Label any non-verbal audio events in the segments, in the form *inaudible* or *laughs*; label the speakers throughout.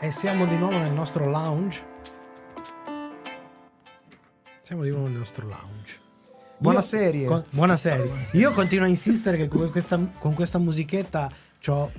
Speaker 1: E siamo di nuovo nel nostro lounge. Siamo di nuovo nel nostro lounge.
Speaker 2: Buona
Speaker 1: Io-
Speaker 2: serie.
Speaker 1: con- buona *laughs* serie. Io continuo a insistere che con questa, con questa musichetta c'ho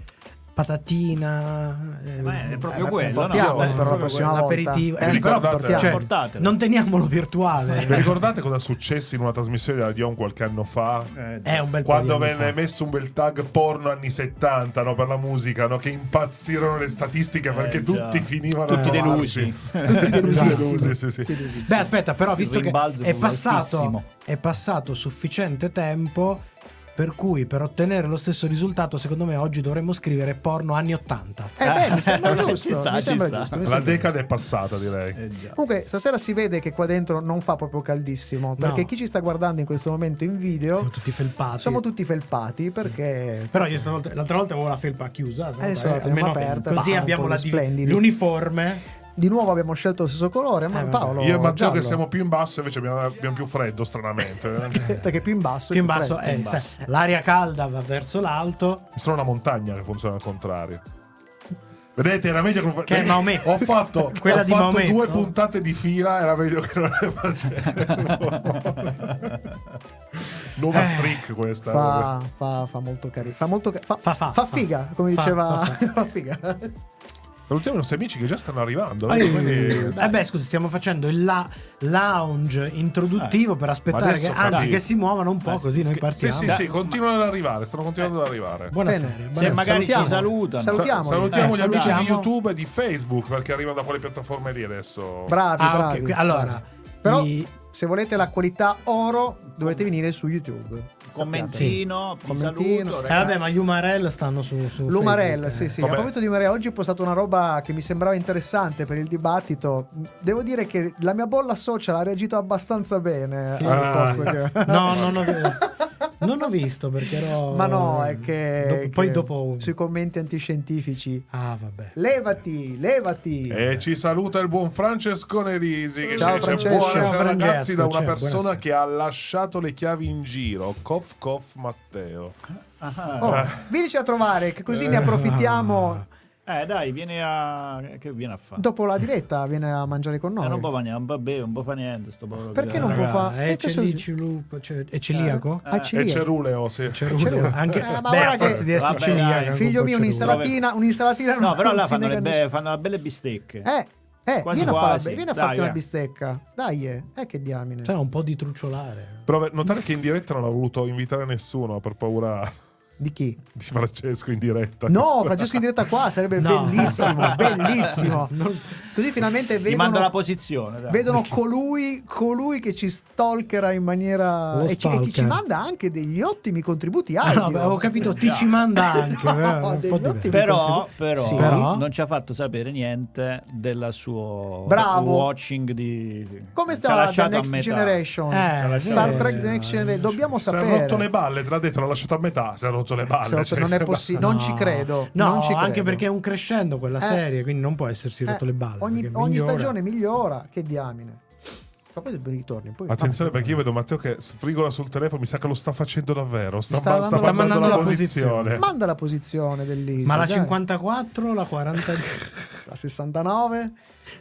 Speaker 1: patatina. eh,
Speaker 3: Ma è proprio
Speaker 1: eh,
Speaker 3: quello, no?
Speaker 2: portiamo
Speaker 3: Beh,
Speaker 2: per la
Speaker 3: proprio
Speaker 2: prossima volta.
Speaker 1: l'aperitivo.
Speaker 2: Eh,
Speaker 1: sì,
Speaker 2: però
Speaker 4: ricordate-
Speaker 2: portiamo.
Speaker 1: cioè,
Speaker 3: portatelo.
Speaker 1: non
Speaker 3: *laughs*
Speaker 1: teniamolo virtuale.
Speaker 4: Eh, Vi ricordate cosa successe in una trasmissione della Dion qualche anno fa?
Speaker 3: Eh,
Speaker 1: È un bel po'
Speaker 4: Quando
Speaker 1: di anni
Speaker 4: venne
Speaker 1: fa.
Speaker 4: messo un bel tag porno anni 70 no, per la musica, no, che impazzirono le statistiche
Speaker 3: Eh,
Speaker 4: perché
Speaker 3: già.
Speaker 4: tutti finivano
Speaker 3: Tutti
Speaker 4: a
Speaker 3: delusi. *laughs*
Speaker 4: trovarci. tutti
Speaker 3: Esatto.
Speaker 4: delusi. sì, sì.
Speaker 1: Beh, aspetta, però, visto
Speaker 3: Il
Speaker 1: che
Speaker 3: rimbalzo
Speaker 1: è
Speaker 3: fu
Speaker 1: passato,
Speaker 3: altissimo.
Speaker 1: è passato sufficiente tempo, per cui per ottenere lo stesso risultato, secondo me oggi dovremmo scrivere porno anni 80.
Speaker 2: Eh beh, mi sembra
Speaker 1: *laughs*
Speaker 3: Eh,
Speaker 2: giusto.
Speaker 3: ci sta,
Speaker 2: mi
Speaker 3: ci
Speaker 2: sembra
Speaker 3: sta.
Speaker 2: giusto, mi
Speaker 4: La
Speaker 2: sembra
Speaker 4: decade è passata, direi.
Speaker 3: Eh, già.
Speaker 2: Comunque, stasera si vede che qua dentro non fa proprio caldissimo. Perché chi ci sta guardando in questo momento in video
Speaker 1: Siamo tutti felpati.
Speaker 2: siamo tutti felpati perché.
Speaker 1: Però io stavolta- l'altra volta avevo la felpa chiusa, no?
Speaker 2: Adesso
Speaker 1: Beh,
Speaker 2: la teniamo aperta,
Speaker 1: Così
Speaker 2: bah,
Speaker 1: abbiamo
Speaker 2: un po'
Speaker 1: la di-
Speaker 2: splendidi.
Speaker 1: l'uniforme.
Speaker 2: Di nuovo abbiamo scelto lo stesso colore, ma
Speaker 1: Eh, vabbè.
Speaker 2: Paolo.
Speaker 4: Io e Matteo
Speaker 2: giallo.
Speaker 4: che siamo più in basso invece abbiamo, abbiamo più
Speaker 3: *laughs*
Speaker 4: freddo, stranamente.
Speaker 2: *laughs* Perché più in basso.
Speaker 1: Più in basso,
Speaker 2: freddo.
Speaker 1: eh, sai, l'aria calda va verso l'alto.
Speaker 4: È solo una montagna che funziona al contrario. Vedete, era meglio che non fa-
Speaker 1: Che è Maometto.
Speaker 4: Ho fatto,
Speaker 1: *laughs* Quella
Speaker 4: ho
Speaker 1: di
Speaker 4: fatto
Speaker 1: Maometto.
Speaker 4: due puntate di fila, era meglio che non le
Speaker 1: *laughs*
Speaker 4: facevo. Nuova
Speaker 1: Eh,
Speaker 4: streak questa.
Speaker 2: Fa, fa- fa molto carino. Fa molto ca- fa,
Speaker 1: Fa- fa-
Speaker 2: fa
Speaker 1: fa.
Speaker 2: figa, come
Speaker 1: Fa-
Speaker 2: diceva.
Speaker 1: fa- fa.
Speaker 2: *laughs* fa figa.
Speaker 4: Salutiamo i nostri amici che già stanno arrivando. eh,
Speaker 1: Eh
Speaker 4: quindi-
Speaker 1: beh, scusa, stiamo facendo il la- lounge introduttivo per
Speaker 4: Ma
Speaker 1: aspettare
Speaker 4: adesso
Speaker 1: che,
Speaker 4: parti-
Speaker 1: anzi, che si muovano un po',
Speaker 3: Dai,
Speaker 1: così noi
Speaker 3: sì,
Speaker 4: Sì,
Speaker 1: partiamo.
Speaker 4: sì, sì, continuano ad arrivare, stanno continuando
Speaker 1: Eh.
Speaker 4: ad arrivare.
Speaker 1: Buonasera.
Speaker 2: Bene.
Speaker 3: Se magari
Speaker 2: salutiamo.
Speaker 3: ci salutano.
Speaker 4: Sa-
Speaker 2: Salutiamo.
Speaker 4: salutiamo
Speaker 1: Eh,
Speaker 4: gli amici di
Speaker 1: salutiamo.
Speaker 4: YouTube e di Facebook perché arrivano da quelle piattaforme lì adesso.
Speaker 2: Bravi,
Speaker 1: Ah,
Speaker 2: bravi.
Speaker 1: ok, qui- allora,
Speaker 2: Però,
Speaker 1: i-
Speaker 2: se volete la qualità oro, dovete venire su YouTube.
Speaker 3: Commentino, vi
Speaker 2: Commentino.
Speaker 3: saluto.
Speaker 1: Eh vabbè, ma gli Umarell stanno su, su
Speaker 2: L'Umarell,
Speaker 1: Facebook,
Speaker 2: sì,
Speaker 1: eh.
Speaker 2: sì.
Speaker 4: Vabbè.
Speaker 2: A proposito di Umarell, oggi ho postato una roba che mi sembrava interessante per il dibattito. Devo dire che la mia bolla social ha reagito abbastanza bene.
Speaker 1: Sì.
Speaker 2: al
Speaker 4: Ah.
Speaker 2: post che-
Speaker 1: eh. No, non ho, non ho visto perché ero...
Speaker 2: *laughs* Ma no, è che.
Speaker 1: dopo- poi
Speaker 2: che
Speaker 1: dopo...
Speaker 2: Sui commenti antiscientifici.
Speaker 1: Ah, vabbè.
Speaker 2: Levati, levati.
Speaker 4: E ci saluta il buon Francesco Nerisi che
Speaker 2: Ciao,
Speaker 4: ci dice
Speaker 2: Francesco.
Speaker 4: buonasera
Speaker 1: Ciao, Francesco,
Speaker 4: ragazzi da una
Speaker 1: ciao,
Speaker 4: persona
Speaker 1: buonasera."
Speaker 4: che ha lasciato le chiavi in giro. Cof cof Matteo.
Speaker 2: Oh, venici a trovare, che così
Speaker 1: Eh.
Speaker 2: ne
Speaker 1: Ah.
Speaker 2: approfittiamo.
Speaker 3: Eh dai, vieni a... Che viene a fare?
Speaker 2: Dopo la diretta, viene a mangiare con noi.
Speaker 3: Eh, non può fare niente, non può bere, non può fare niente sto povero
Speaker 2: Perché
Speaker 1: Ah,
Speaker 2: non può
Speaker 1: raga,
Speaker 2: fa-
Speaker 1: È
Speaker 2: eh, c'è il-
Speaker 1: celiaco? È celiaco?
Speaker 2: Ah,
Speaker 4: E
Speaker 2: Cilia.
Speaker 4: Ceruleo, sì.
Speaker 1: Ceruleo. Anche...
Speaker 2: Eh, ma
Speaker 1: Beh,
Speaker 2: guarda
Speaker 1: a forza
Speaker 2: che-
Speaker 1: di essere
Speaker 3: Vabbè, dai,
Speaker 1: celiaco.
Speaker 2: Figlio mio, un'insalatina, un'insalatina
Speaker 3: No,
Speaker 2: non-
Speaker 3: però
Speaker 2: non
Speaker 3: là
Speaker 2: si
Speaker 3: fanno, le
Speaker 2: nega
Speaker 3: be- fanno le belle bistecche.
Speaker 2: Eh, eh,
Speaker 3: Quasi
Speaker 2: vieni a,
Speaker 3: quasi.
Speaker 2: farla- vieni a farti
Speaker 3: Dai,
Speaker 2: una
Speaker 3: eh.
Speaker 2: bistecca. Dai, eh, eh, che diamine.
Speaker 1: C'era un po' di trucciolare.
Speaker 4: Però beh, notare che in diretta non ha voluto invitare nessuno per paura
Speaker 2: Di chi?
Speaker 4: di Francesco in diretta.
Speaker 2: No, Francesco in diretta qua sarebbe
Speaker 3: *laughs*
Speaker 1: No.
Speaker 2: bellissimo, bellissimo.
Speaker 1: Non-
Speaker 2: Così finalmente
Speaker 3: Gli mando la
Speaker 2: vedono,
Speaker 3: posizione. dai.
Speaker 2: vedono colui, colui che ci stalkerà in maniera...
Speaker 1: Lo
Speaker 2: E ci, e ti- ci
Speaker 1: stalker.
Speaker 2: manda anche degli ottimi contributi
Speaker 1: Ah,
Speaker 2: audio.
Speaker 1: no, avevo capito, ti
Speaker 3: Già.
Speaker 1: ci manda anche.
Speaker 2: *laughs* No,
Speaker 1: eh, un
Speaker 2: degli
Speaker 1: po' di-
Speaker 2: ottimi-
Speaker 3: Però, però,
Speaker 2: Sì.
Speaker 1: Però?
Speaker 3: non ci ha fatto sapere niente della sua
Speaker 2: Bravo.
Speaker 3: watching di...
Speaker 2: Come
Speaker 3: Ci ha
Speaker 2: stava The
Speaker 3: lasciato a
Speaker 2: Next
Speaker 3: metà.
Speaker 2: Generation?
Speaker 1: Eh,
Speaker 2: Star
Speaker 1: eh,
Speaker 2: Trek The Next Generation. Dobbiamo
Speaker 4: Si è
Speaker 2: sapere.
Speaker 4: rotto le balle, te l'ha detto, l'ha lasciato a metà. Si è rotto le balle.
Speaker 2: Si è rotto-
Speaker 4: cioè,
Speaker 2: non è
Speaker 4: sembra-
Speaker 2: possibile. Non ci credo,
Speaker 1: No,
Speaker 2: non ci
Speaker 1: anche
Speaker 2: credo.
Speaker 1: perché è un crescendo quella
Speaker 2: Eh.
Speaker 1: serie, quindi non può essersi
Speaker 2: Eh,
Speaker 1: rotto le balle.
Speaker 2: Ogni,
Speaker 1: perché
Speaker 2: ogni
Speaker 1: migliora.
Speaker 2: stagione migliora. Che diamine. Ma poi ritorni. Poi...
Speaker 4: Attenzione perché io vedo Matteo che sfrigola sul telefono, mi sa che lo sta facendo davvero. Sta,
Speaker 2: Sta dando- sta
Speaker 4: mandando
Speaker 1: mandando
Speaker 4: la
Speaker 1: la posizione.
Speaker 4: posizione.
Speaker 2: Manda la posizione dell'ISO.
Speaker 1: Ma la
Speaker 2: dai.
Speaker 1: 54 la
Speaker 2: *laughs*
Speaker 1: 40
Speaker 2: La 69.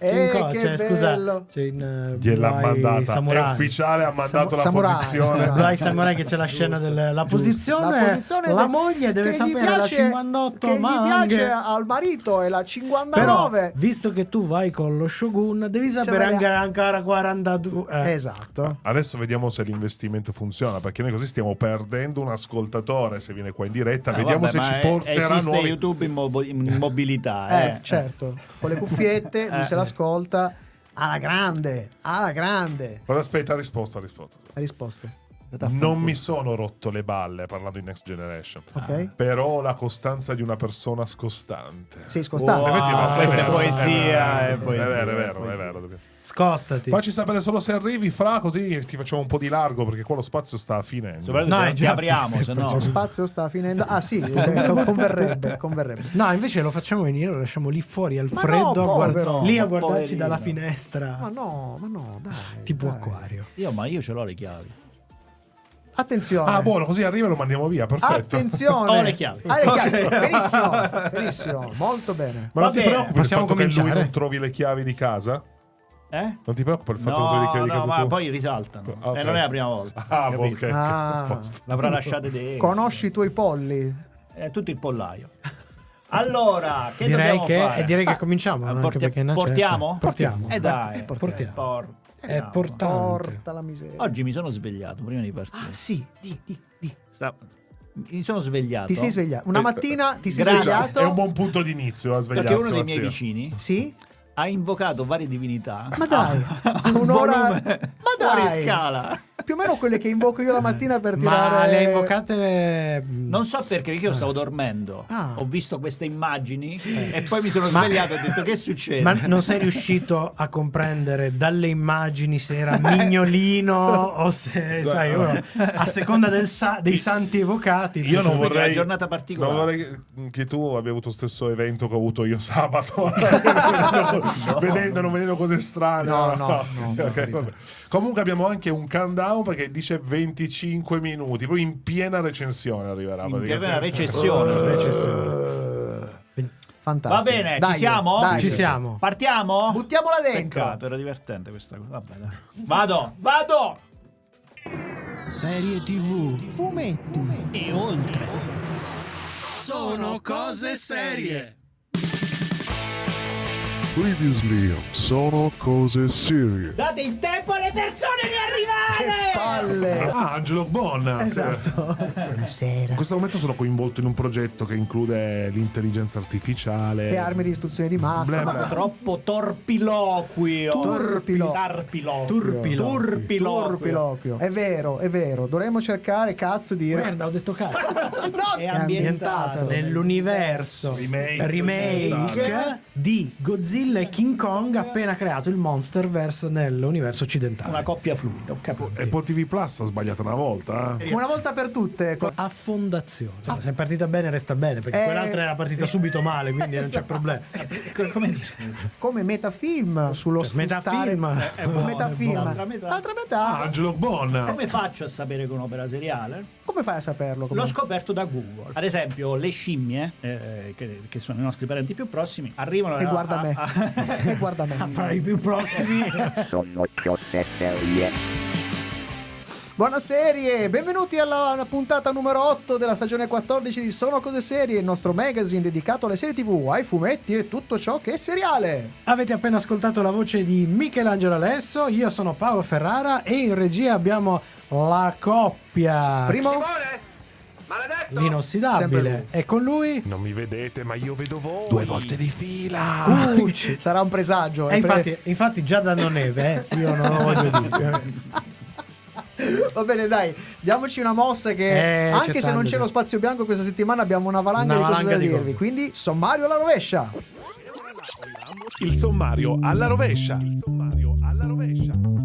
Speaker 2: Eh,
Speaker 1: Cinco-
Speaker 2: che
Speaker 1: cioè,
Speaker 2: bello.
Speaker 1: scusa, c'è in eh,
Speaker 4: Gliel'ha
Speaker 1: Blai
Speaker 4: mandata. È
Speaker 1: Samurai.
Speaker 4: ufficiale, ha
Speaker 2: Samu-
Speaker 4: mandato la
Speaker 2: Samurai.
Speaker 4: posizione.
Speaker 2: Samurai.
Speaker 1: Blai Samurai che c'è la scena della
Speaker 2: Giusto.
Speaker 1: posizione. La,
Speaker 2: de-
Speaker 1: moglie deve
Speaker 2: che gli
Speaker 1: sapere la
Speaker 2: piace-
Speaker 1: 58,
Speaker 2: che
Speaker 1: ma
Speaker 2: gli
Speaker 1: anche-
Speaker 2: piace al marito è la
Speaker 1: Però,
Speaker 2: 59.
Speaker 1: visto che tu vai con lo Shogun, devi sapere
Speaker 2: Cioè,
Speaker 1: anche ancora 42. eh.
Speaker 2: Esatto.
Speaker 4: *laughs* Adesso vediamo se l'investimento funziona, perché noi così stiamo perdendo un ascoltatore se viene qua in diretta.
Speaker 3: Ah,
Speaker 4: vediamo
Speaker 3: vabbè,
Speaker 4: se
Speaker 3: ma
Speaker 4: ci
Speaker 3: è-
Speaker 4: porterà
Speaker 3: esiste
Speaker 4: nuovi.
Speaker 3: YouTube in, mobo- in mobilità.
Speaker 2: Eh,
Speaker 3: eh.
Speaker 2: certo. Con
Speaker 1: *laughs*
Speaker 2: le cuffiette, lui
Speaker 3: Eh.
Speaker 2: se l'ascolta. Alla grande, alla grande.
Speaker 4: Guarda, aspetta, ha risposto, ha risposto.
Speaker 2: La risposta.
Speaker 4: Non mi sono rotto le balle parlando di Next Generation.
Speaker 2: Ok?
Speaker 4: Però ho la costanza di una persona scostante. Eh,
Speaker 2: Sei scostato.
Speaker 3: Wow.
Speaker 4: Effettivamente,
Speaker 3: Ah, questa è
Speaker 4: vero,
Speaker 3: poesia,
Speaker 4: eh, È
Speaker 3: è poesia,
Speaker 4: vero, è
Speaker 3: è
Speaker 4: vero, è
Speaker 3: poesia.
Speaker 4: vero. dobbiamo-
Speaker 1: Scostati.
Speaker 4: Facci sapere solo se arrivi, fra così ti facciamo un po' di largo perché qua lo spazio sta finendo.
Speaker 3: Soprattutto
Speaker 1: No,
Speaker 3: ti-
Speaker 1: è
Speaker 3: ti
Speaker 1: già-
Speaker 4: *laughs*
Speaker 3: apriamo, se no.
Speaker 2: Lo spazio sta finendo. Ah, *laughs* sì, eh, converrebbe, converrebbe.
Speaker 1: No, invece lo facciamo venire, lo lasciamo lì fuori al
Speaker 2: Ma
Speaker 1: freddo,
Speaker 2: no,
Speaker 1: a guard-
Speaker 2: povero.
Speaker 1: lì a
Speaker 3: Ma
Speaker 1: guardarci
Speaker 3: poverino.
Speaker 1: dalla finestra,
Speaker 2: Ma no, ma no, dai.
Speaker 1: tipo
Speaker 2: dai.
Speaker 1: acquario.
Speaker 3: Io, ma io ce l'ho le chiavi.
Speaker 2: Attenzione.
Speaker 4: Ah, buono, così arriva e lo mandiamo via, perfetto.
Speaker 2: Attenzione.
Speaker 5: Ho le chiavi.
Speaker 2: Ha le chiavi.
Speaker 5: Ok.
Speaker 2: Benissimo. *laughs* Benissimo. Molto bene.
Speaker 4: Ma
Speaker 5: Va
Speaker 4: non ti
Speaker 5: bene,
Speaker 4: preoccupi del
Speaker 1: possiamo
Speaker 4: fatto che lui
Speaker 1: cominciare?
Speaker 4: non trovi le chiavi di casa?
Speaker 5: Eh?
Speaker 4: Non ti preoccupa il fatto che non trovi le
Speaker 5: No,
Speaker 4: chiavi di
Speaker 5: no,
Speaker 4: casa
Speaker 5: ma
Speaker 4: tua?
Speaker 5: poi risaltano.
Speaker 4: Ah, ok.
Speaker 5: E non è la prima volta.
Speaker 4: Ah, boh,
Speaker 5: capito?
Speaker 4: ok.
Speaker 2: Ah.
Speaker 4: a posto.
Speaker 5: L'avrà lasciata dentro.
Speaker 2: Conosci i tuoi polli?
Speaker 5: È tutto il pollaio. Allora, che
Speaker 1: direi,
Speaker 5: dobbiamo
Speaker 1: che,
Speaker 5: fare?
Speaker 1: e direi che cominciamo.
Speaker 5: Ah,
Speaker 1: anche
Speaker 5: porti-
Speaker 1: perché è una certa.
Speaker 5: portiamo?
Speaker 1: Portiamo.
Speaker 5: Eh
Speaker 1: portiamo.
Speaker 5: dai,
Speaker 1: Eh,
Speaker 5: portiamo.
Speaker 1: È portato. Tante.
Speaker 2: Porta la miseria.
Speaker 5: Oggi mi sono svegliato prima di partire.
Speaker 1: Ah, sì, di, di, di.
Speaker 5: Sta- Mi sono svegliato.
Speaker 2: Ti sei svegliato. Una
Speaker 4: Eh,
Speaker 2: mattina ti sei
Speaker 5: grazie.
Speaker 2: svegliato.
Speaker 4: È un buon punto d'inizio a svegliarsi
Speaker 5: Perché uno dei miei
Speaker 4: mattina.
Speaker 5: vicini
Speaker 2: Sì?
Speaker 5: ha invocato varie divinità.
Speaker 2: Ma dai,
Speaker 5: a-
Speaker 2: con
Speaker 5: a Ah, un
Speaker 2: un'ora-
Speaker 5: volume
Speaker 2: Ma dai!
Speaker 5: Fuori scala.
Speaker 2: Più o meno quelle che invoco io la mattina per tirare.
Speaker 1: Ma le invocate. mm,
Speaker 5: Non so perché, perché io stavo dormendo.
Speaker 2: Ah.
Speaker 5: Ho visto queste immagini e poi mi sono svegliato e ho detto che succede?
Speaker 1: Ma non sei riuscito a comprendere dalle immagini se era
Speaker 5: *laughs*
Speaker 1: mignolino o se, sai, uno, a seconda del sa- dei santi evocati.
Speaker 4: Io non
Speaker 5: Quindi è una
Speaker 4: vorrei,
Speaker 5: giornata particolare.
Speaker 4: non vorrei che- che tu abbia avuto lo stesso evento che ho avuto io
Speaker 5: *laughs*
Speaker 4: sabato, *laughs* vedendo, non vedendo cose strane. *laughs*
Speaker 2: No, no, no, no,
Speaker 4: Ok,
Speaker 2: no.
Speaker 4: vabbè. Comunque abbiamo anche un countdown perché dice 25 minuti, proprio in piena recensione arriverà.
Speaker 5: In
Speaker 4: praticamente.
Speaker 5: piena recessione.
Speaker 4: Eh, recessione.
Speaker 2: Fantastico.
Speaker 5: Va bene,
Speaker 2: Dai,
Speaker 5: ci siamo?
Speaker 2: dai.
Speaker 1: Ci siamo.
Speaker 5: Partiamo?
Speaker 2: Buttiamola dentro.
Speaker 5: Peccato, era divertente questa cosa. Vabbè, dai. Vado, vado!
Speaker 6: Serie TV
Speaker 2: Fumetti.
Speaker 6: e oltre. Sono cose serie.
Speaker 7: Previously sono cose serie.
Speaker 5: Date il tempo alle persone di
Speaker 1: Eh,
Speaker 2: Che palle.
Speaker 4: Ah, Angelo Bonna.
Speaker 2: *laughs* Esatto.
Speaker 4: In
Speaker 2: Buonasera.
Speaker 4: questo momento sono coinvolto in un progetto che include l'intelligenza artificiale.
Speaker 2: E armi di istruzione di massa.
Speaker 4: Bla,
Speaker 2: Ma-
Speaker 4: bla.
Speaker 5: Troppo torpiloquio.
Speaker 2: Turpilo.
Speaker 5: Tarpilo.
Speaker 1: Turpilo.
Speaker 5: Turpiloquio.
Speaker 2: Turpiloquio. È vero, è vero. Dovremmo cercare, cazzo, di dire.
Speaker 1: Guarda, ho detto cazzo.
Speaker 5: È ambientato.
Speaker 1: nell'universo
Speaker 4: Remake.
Speaker 1: remake,
Speaker 5: esatto.
Speaker 1: di Godzilla e King Kong appena creato il Monsterverse nell'universo
Speaker 5: Una
Speaker 1: occidentale.
Speaker 5: coppia fluida, ho capito.
Speaker 4: E poi TV Plus ha sbagliato una volta.
Speaker 2: *laughs*
Speaker 4: eh?
Speaker 2: Una volta per tutte. co-
Speaker 1: a fondazione. Cioè, Ecco, se è partita bene resta bene, perché
Speaker 2: Eh,
Speaker 1: quell'altra era partita subito male, quindi non c'è
Speaker 2: esatto.
Speaker 1: problema. Eh,
Speaker 5: Co- Come dire?
Speaker 2: Come metafilm sullo
Speaker 1: Cioè,
Speaker 2: sfruttare-
Speaker 1: metafilm. eh, boh, È-
Speaker 5: è buono,
Speaker 2: Metafilm.
Speaker 5: è buono. L'altra metà.
Speaker 2: L'altra
Speaker 4: Ah,
Speaker 2: metà.
Speaker 4: Angelo Bonna.
Speaker 5: Come faccio a sapere che è un'opera seriale?
Speaker 2: Come fai a saperlo?
Speaker 5: L'ho
Speaker 2: comunque?
Speaker 5: scoperto da Google. Ad esempio, le scimmie, eh, che, che sono i nostri parenti più prossimi, arrivano
Speaker 2: E
Speaker 5: a-
Speaker 2: guarda
Speaker 1: Ah,
Speaker 5: a-
Speaker 2: me.
Speaker 5: a-
Speaker 3: *laughs*
Speaker 2: E guarda
Speaker 1: *laughs*
Speaker 2: me.
Speaker 1: Fra i più
Speaker 2: *laughs*
Speaker 1: prossimi
Speaker 8: sono cose serie.
Speaker 2: Buona serie, benvenuti alla puntata numero 8 della stagione 14 di Sono Cose Serie, il nostro magazine dedicato alle serie tv, ai fumetti e tutto ciò che è seriale.
Speaker 1: avete appena ascoltato la voce di Michelangelo Alesso, io sono Paolo Ferrara e in regia abbiamo la coppia
Speaker 2: Primo, Sempre lui.
Speaker 1: l'inossidabile e con lui
Speaker 4: Non mi vedete, ma io vedo voi. Due volte di fila.
Speaker 1: Cucci.
Speaker 2: Ah, *laughs* sarà un presagio.
Speaker 1: E
Speaker 2: eh, perché-
Speaker 1: infatti, infatti già danno neve, eh, io non lo voglio dire.
Speaker 2: Va bene, dai, diamoci una mossa che
Speaker 1: Eh, c'è
Speaker 2: anche se
Speaker 1: tanto,
Speaker 2: non c'è
Speaker 1: sì.
Speaker 2: lo spazio bianco questa settimana abbiamo una
Speaker 1: Una
Speaker 2: valanga di cose
Speaker 1: valanga
Speaker 2: da
Speaker 1: di
Speaker 2: dirvi,
Speaker 1: cose.
Speaker 2: quindi sommario alla rovescia.
Speaker 4: Il sommario alla rovescia. Il sommario alla rovescia.
Speaker 1: *laughs*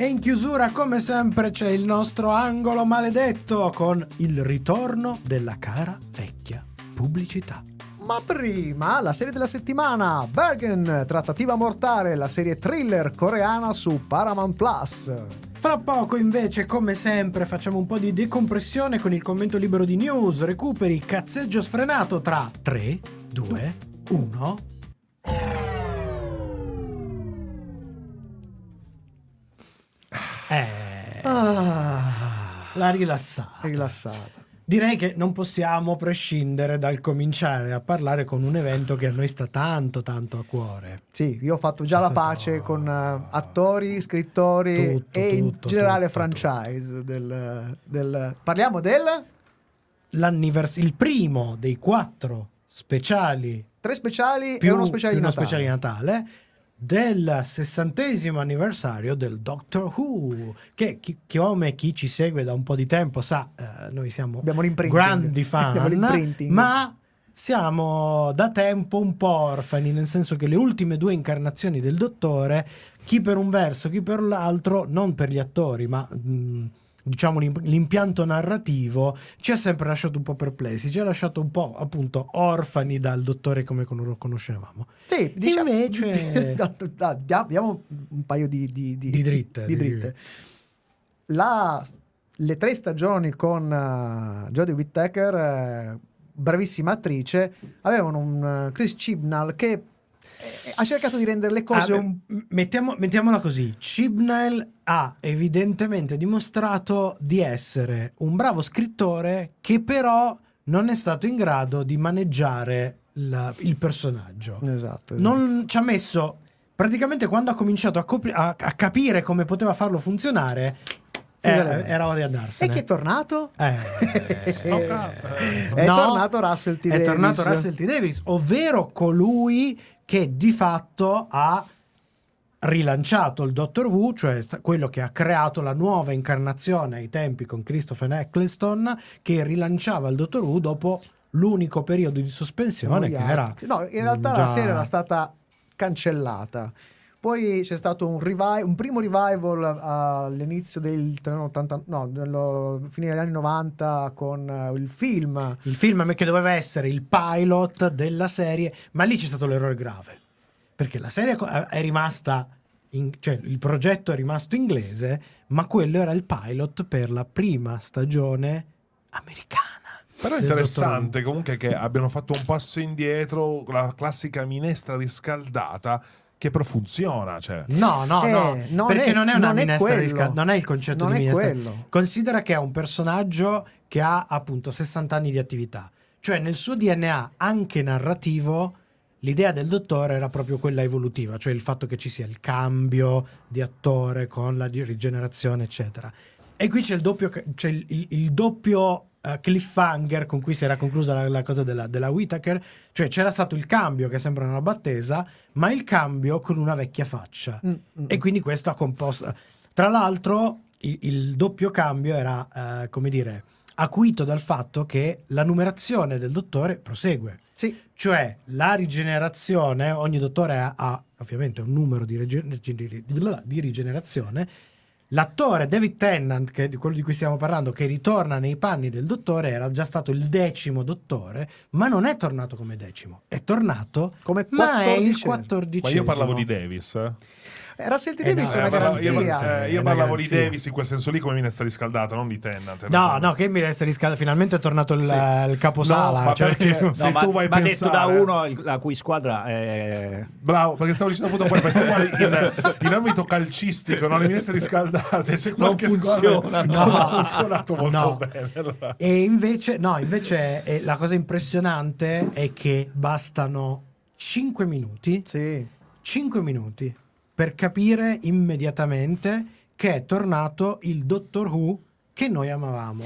Speaker 1: E in chiusura, come sempre, c'è il nostro angolo maledetto con il ritorno della cara vecchia pubblicità.
Speaker 2: Ma prima la serie della settimana, Bergen, trattativa mortale, la serie thriller coreana su Paramount Plus.
Speaker 1: Fra poco invece, come sempre, facciamo un po' di decompressione con il commento libero di news, recuperi, cazzeggio sfrenato tra 3, 2, 1. Eh,
Speaker 2: Ah,
Speaker 1: la rilassata.
Speaker 2: rilassata.
Speaker 1: Direi che non possiamo prescindere dal cominciare a parlare con un evento che a noi sta tanto tanto a cuore.
Speaker 2: Sì, io ho fatto già
Speaker 1: È
Speaker 2: la
Speaker 1: stato-
Speaker 2: pace con eh, attori, scrittori
Speaker 1: Tutto,
Speaker 2: e in
Speaker 1: tutto,
Speaker 2: generale
Speaker 1: tutto,
Speaker 2: franchise Del, del- Parliamo del...
Speaker 1: L'annivers- il primo dei quattro speciali
Speaker 2: Tre speciali
Speaker 1: più,
Speaker 2: e uno speciale
Speaker 1: più
Speaker 2: di
Speaker 1: uno
Speaker 2: Natale.
Speaker 1: speciale di Natale del sessantesimo anniversario del Doctor Who che chi, chi- come chi ci segue da un po' di tempo sa eh, noi siamo
Speaker 2: Abbiamo l'imprinting.
Speaker 1: grandi
Speaker 2: *laughs* Abbiamo
Speaker 1: fan
Speaker 2: l'imprinting.
Speaker 1: ma siamo da tempo un po' orfani nel senso che le ultime due incarnazioni del dottore chi per un verso chi per l'altro non per gli attori ma mh, diciamo l'im- l'impianto narrativo ci ha sempre lasciato un po' perplessi, ci ha lasciato un po' appunto orfani dal dottore come con- lo conoscevamo.
Speaker 2: Sì, diciamo, *laughs*
Speaker 1: Invece-
Speaker 2: da- da- Ah, dia- diamo un paio di, di- di-
Speaker 1: Di dritte,
Speaker 2: di
Speaker 1: di-
Speaker 2: dritte. La- le tre stagioni con eh, Jodie Whittaker, eh, bravissima attrice, avevano un eh, Chris Chibnall che eh, ha cercato di rendere le cose
Speaker 1: Ah,
Speaker 2: un
Speaker 1: m- mettiamo- mettiamola così, Chibnall ha evidentemente dimostrato di essere un bravo scrittore che però non è stato in grado di maneggiare la- il personaggio.
Speaker 2: Esatto. esatto.
Speaker 1: Non ci ha messo praticamente quando ha cominciato a, copri- a- a capire come poteva farlo funzionare, eh,
Speaker 2: Esatto.
Speaker 1: era ora di
Speaker 2: E
Speaker 1: andarsene.
Speaker 2: chi è tornato? *laughs*
Speaker 1: Eh,
Speaker 4: Stocca.
Speaker 2: È
Speaker 1: No,
Speaker 2: tornato Russell T.
Speaker 1: È
Speaker 2: Davies.
Speaker 1: tornato Russell T. Davis, ovvero colui che di fatto ha rilanciato il Doctor Who, cioè sta- quello che ha creato la nuova incarnazione ai tempi con Christopher Eccleston, che rilanciava il Doctor Who dopo l'unico periodo di sospensione che era...
Speaker 2: No, in realtà la
Speaker 1: già-
Speaker 2: serie era stata cancellata. Poi c'è stato un, revi- un primo revival a- all'inizio del 80, no, dello, fine degli anni 90 con eh, il film.
Speaker 1: Il film che doveva essere il pilot della serie, ma lì c'è stato l'errore grave. Perché la serie co- è rimasta, in- cioè il progetto è rimasto inglese, ma quello era il pilot per la prima stagione americana.
Speaker 4: Però è
Speaker 1: del
Speaker 4: interessante comunque che abbiano fatto un passo indietro, la classica minestra riscaldata, che però funziona. Cioè.
Speaker 1: Dottor Who. No, no,
Speaker 2: Eh,
Speaker 1: no,
Speaker 2: non
Speaker 1: perché
Speaker 2: è-
Speaker 1: non è una
Speaker 2: non è
Speaker 1: minestra
Speaker 2: quello.
Speaker 1: risca- non è il concetto
Speaker 2: Non
Speaker 1: di
Speaker 2: è
Speaker 1: minestra.
Speaker 2: quello.
Speaker 1: Considera che è un personaggio che ha appunto 60 anni di attività, cioè nel suo DNA anche narrativo l'idea del dottore era proprio quella evolutiva, cioè il fatto che ci sia il cambio di attore con la di- rigenerazione, eccetera. E qui c'è il doppio, c'è il, il- il doppio eh, cliffhanger con cui si era conclusa la, la cosa della, della Whittaker, cioè c'era stato il cambio che sembra una battesa, ma il cambio con una vecchia faccia.
Speaker 2: Mm, mm.
Speaker 1: E quindi questo ha composto. Tra l'altro, i- il, doppio cambio era, eh, come dire, acuito dal fatto che la numerazione del dottore prosegue.
Speaker 2: Sì,
Speaker 1: Cioè, la rigenerazione, ogni dottore ha, ha, ovviamente un numero di, rege- di- di- di rigenerazione. L'attore David Tennant, che è di quello di cui stiamo parlando, che ritorna nei panni del dottore, era già stato il decimo dottore, ma non è tornato come decimo, è tornato
Speaker 2: come
Speaker 1: ma è il
Speaker 2: 14.
Speaker 4: Ma
Speaker 1: quattordicesimo.
Speaker 4: io parlavo di Davis. eh.
Speaker 2: Eh, Russell T.
Speaker 1: Eh,
Speaker 2: Davis
Speaker 1: no,
Speaker 2: è una
Speaker 4: Eh, parlavo- io
Speaker 1: garanzia.
Speaker 4: parlavo- eh,
Speaker 1: È
Speaker 4: io
Speaker 1: una
Speaker 4: parlavo di
Speaker 1: garanzia.
Speaker 4: Davis in quel senso lì come minestra riscaldata, non di Tennant. ecco.
Speaker 1: No, no, che mi resta riscaldato. Finalmente è tornato il, eh,
Speaker 4: Sì.
Speaker 1: il caposala.
Speaker 4: No, ma
Speaker 1: cioè-
Speaker 4: perché-
Speaker 3: No,
Speaker 4: Se
Speaker 3: ma,
Speaker 4: tu vai a
Speaker 3: ma detto da
Speaker 4: pensare-
Speaker 3: uno il- la cui squadra è...
Speaker 4: Bravo, perché stavo dicendo appunto poi pensiamo in, in ambito calcistico, no? le minestre riscaldate, c'è qualche squadra
Speaker 3: funziona,
Speaker 4: che
Speaker 3: no.
Speaker 4: non ha funzionato molto
Speaker 1: No.
Speaker 4: bene. allora.
Speaker 1: E invece, no, invece eh, la cosa impressionante è che bastano 5 minuti,
Speaker 2: Sì.
Speaker 1: 5 minuti per capire immediatamente che è tornato il Doctor Who che noi amavamo.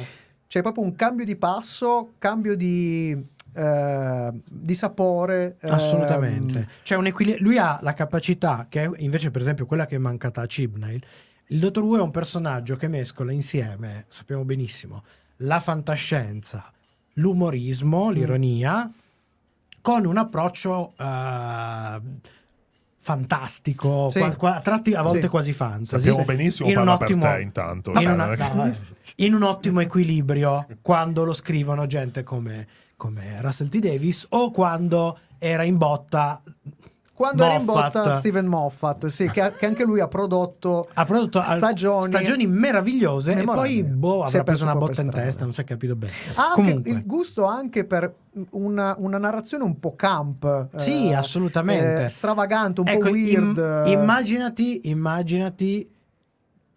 Speaker 2: C'è proprio un cambio di passo, cambio di, eh, di sapore. ehm,
Speaker 1: Assolutamente. Cioè, un equili- lui ha la capacità, che è invece, per esempio, quella che è mancata a Chibnall. Il Dottor Who è un personaggio che mescola insieme, sappiamo benissimo, la fantascienza, l'umorismo,
Speaker 4: Mm.
Speaker 1: l'ironia, con un approccio eh, fantastico,
Speaker 2: Sì.
Speaker 1: qua- qua- a tratti a volte
Speaker 2: Sì.
Speaker 1: quasi fantasy.
Speaker 4: Sappiamo benissimo,
Speaker 1: in un
Speaker 4: parla per
Speaker 1: ottimo,
Speaker 4: te intanto.
Speaker 1: in,
Speaker 4: Cioè,
Speaker 1: una-
Speaker 4: non è che-
Speaker 1: no, eh, in un ottimo equilibrio quando lo scrivono gente come, come Russell T. Davis o quando era in botta.
Speaker 2: Quando era in
Speaker 1: Moffat.
Speaker 2: botta Steven Moffat, sì, che, che anche lui ha prodotto
Speaker 1: Ha prodotto al-
Speaker 2: stagioni,
Speaker 1: stagioni meravigliose e
Speaker 2: memorabili.
Speaker 1: poi boh,
Speaker 2: Si
Speaker 1: avrà
Speaker 2: è
Speaker 1: preso una
Speaker 2: un po'
Speaker 1: botta in
Speaker 2: per strada.
Speaker 1: testa, non si è capito bene.
Speaker 2: Ha anche
Speaker 1: Comunque,
Speaker 2: Ah, il gusto anche per una, una narrazione un po' camp. eh,
Speaker 1: sì, assolutamente.
Speaker 2: eh, stravagante, un
Speaker 1: Ecco, im-
Speaker 2: po' weird. eh.
Speaker 1: immaginati, immaginati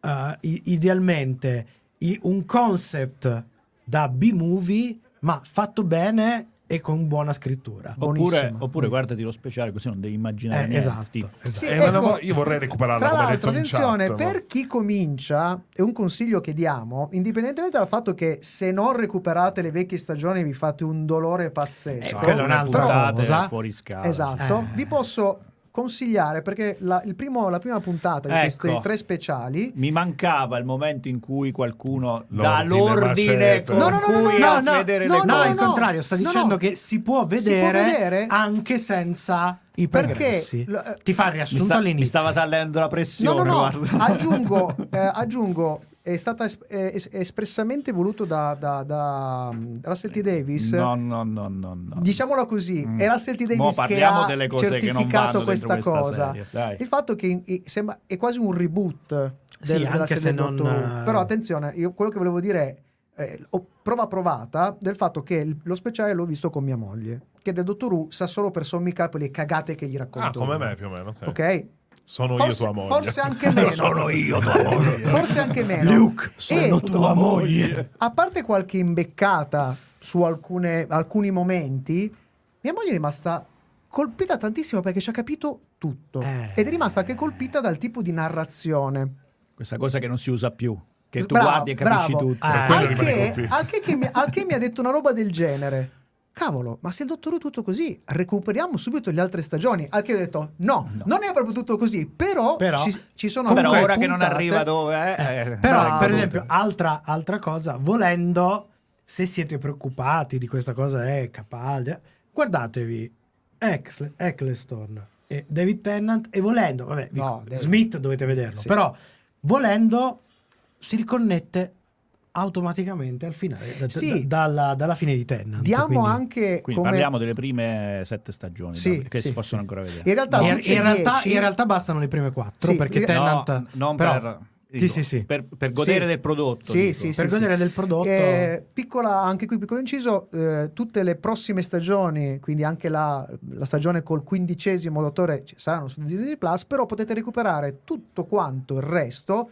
Speaker 1: eh, i- idealmente i- un concept da B-movie, ma fatto bene e con buona scrittura.
Speaker 3: Oppure,
Speaker 2: Buonissimo.
Speaker 3: oppure guardati lo speciale così non devi immaginare
Speaker 1: Eh,
Speaker 3: niente.
Speaker 1: esatto, esatto.
Speaker 2: Sì,
Speaker 4: Eh,
Speaker 2: ecco,
Speaker 4: ma no, io vorrei recuperarla
Speaker 2: Tra
Speaker 4: come
Speaker 2: l'altro,
Speaker 4: detto in chat.
Speaker 2: attenzione,
Speaker 4: no?
Speaker 2: per chi comincia, è un consiglio che diamo, indipendentemente dal fatto che se non recuperate le vecchie stagioni vi fate un dolore pazzesco.
Speaker 1: Eh, quella è un'altra
Speaker 2: Però-
Speaker 1: cosa.
Speaker 3: fuori scala.
Speaker 2: Esatto,
Speaker 1: Eh.
Speaker 2: vi posso consigliare perché la, il primo- la prima puntata di
Speaker 3: Ecco.
Speaker 2: questi tre speciali
Speaker 3: Mi mancava il momento in cui qualcuno dà
Speaker 4: L'ordine
Speaker 3: l'ordine
Speaker 4: macete.
Speaker 3: con
Speaker 2: No, no, no, no,
Speaker 3: cui
Speaker 2: no,
Speaker 3: a
Speaker 2: no,
Speaker 3: vedere
Speaker 1: no,
Speaker 3: le
Speaker 1: no,
Speaker 3: cose.
Speaker 1: al contrario, sta
Speaker 2: No, no.
Speaker 1: dicendo che si può
Speaker 2: Si può
Speaker 1: vedere,
Speaker 2: vedere?
Speaker 1: anche senza i
Speaker 2: Perché
Speaker 1: progressi.
Speaker 2: lo- eh,
Speaker 1: Ti fa il
Speaker 3: mi,
Speaker 1: riassunto
Speaker 3: sta- mi
Speaker 1: all'inizio.
Speaker 3: stava salendo la
Speaker 2: No, *laughs*
Speaker 3: pressione.
Speaker 2: no, no,
Speaker 5: *laughs*
Speaker 3: guarda.
Speaker 2: aggiungo, eh, aggiungo è stata es- è- es- è espressamente voluto da, da- da, mm, Russell T. Davis. Diciamo
Speaker 5: No, no, no, no, no.
Speaker 2: Diciamola così,
Speaker 5: Mm.
Speaker 2: è Russell T.
Speaker 5: Mo
Speaker 2: Davis che
Speaker 5: parliamo
Speaker 2: ha
Speaker 5: delle cose che non vanno
Speaker 2: certificato
Speaker 5: dentro
Speaker 2: questa,
Speaker 5: questa
Speaker 2: cosa.
Speaker 5: serie, dai.
Speaker 2: Il fatto che in- in- sembra, è quasi un reboot del,
Speaker 1: Sì,
Speaker 2: della
Speaker 1: anche
Speaker 2: serie
Speaker 1: se non,
Speaker 2: Doctor Who.
Speaker 1: eh,
Speaker 2: Però attenzione, io quello che volevo dire è eh, ho prova provata del fatto che il- lo speciale l'ho visto con mia moglie, che del Dottor Who sa solo per sommi capi le cagate che gli
Speaker 4: Ah,
Speaker 2: racconto.
Speaker 4: come
Speaker 2: io.
Speaker 4: me più o meno. ok.
Speaker 2: Ok?
Speaker 4: Sono
Speaker 2: Forse-
Speaker 4: io tua moglie.
Speaker 2: forse anche meno.
Speaker 4: *laughs* sono io tua moglie.
Speaker 2: Forse anche meno.
Speaker 1: Luke, sono
Speaker 2: E-
Speaker 1: tua moglie.
Speaker 2: a parte qualche imbeccata su alcune- alcuni momenti, mia moglie è rimasta colpita tantissimo perché ci ha capito tutto.
Speaker 1: Eh.
Speaker 2: Ed è rimasta anche colpita dal tipo di narrazione.
Speaker 5: Questa cosa che non si usa più, che tu
Speaker 2: Bravo,
Speaker 5: guardi e capisci
Speaker 2: bravo.
Speaker 5: tutto.
Speaker 1: Ah,
Speaker 4: quello
Speaker 2: Al
Speaker 4: rimane
Speaker 2: che,
Speaker 4: colpito.
Speaker 2: al che- che mi, al che mi ha detto una roba del genere. Cavolo, ma se il dottor Who è tutto così, recuperiamo subito le altre stagioni. Al che ho detto: no, non è proprio tutto così. Però,
Speaker 1: Però-
Speaker 2: ci, ci sono
Speaker 5: Però
Speaker 2: alcune
Speaker 5: ora che non
Speaker 2: puntate-
Speaker 5: arriva dove eh, eh,
Speaker 1: Però,
Speaker 5: dai,
Speaker 1: per
Speaker 5: tutto.
Speaker 2: ah,
Speaker 1: esempio, altra, altra cosa, volendo, se siete preoccupati di questa cosa, è Capaldi, eh, guardatevi Ex- Eccleston e David Tennant e volendo, vabbè, vi-
Speaker 2: No, David.
Speaker 1: Smith dovete vederlo,
Speaker 2: Sì.
Speaker 1: però volendo si riconnette automaticamente al finale, da-
Speaker 2: Sì.
Speaker 1: da- dalla, dalla fine di Tennant.
Speaker 2: Diamo
Speaker 1: quindi-
Speaker 2: anche
Speaker 5: Quindi
Speaker 2: come
Speaker 5: parliamo delle prime sette stagioni
Speaker 2: Sì,
Speaker 5: da- che
Speaker 2: sì.
Speaker 5: si possono ancora vedere.
Speaker 2: in realtà,
Speaker 1: In,
Speaker 2: tutte
Speaker 1: in
Speaker 2: e
Speaker 1: realtà,
Speaker 2: dieci-
Speaker 1: in realtà bastano le prime quattro
Speaker 2: Sì,
Speaker 1: perché
Speaker 2: in-
Speaker 5: No,
Speaker 1: Tennant...
Speaker 5: n- non
Speaker 1: però-
Speaker 5: per,
Speaker 1: Sì,
Speaker 5: dico,
Speaker 1: sì, sì.
Speaker 5: per, per godere
Speaker 2: Sì.
Speaker 5: del prodotto.
Speaker 2: Sì,
Speaker 5: dico.
Speaker 2: sì, sì.
Speaker 1: per godere del prodotto...
Speaker 2: Eh, piccola, anche qui piccolo inciso, eh, tutte le prossime stagioni, quindi anche la, la stagione col quindicesimo dottore ci saranno su Disney Plus, però potete recuperare tutto quanto il resto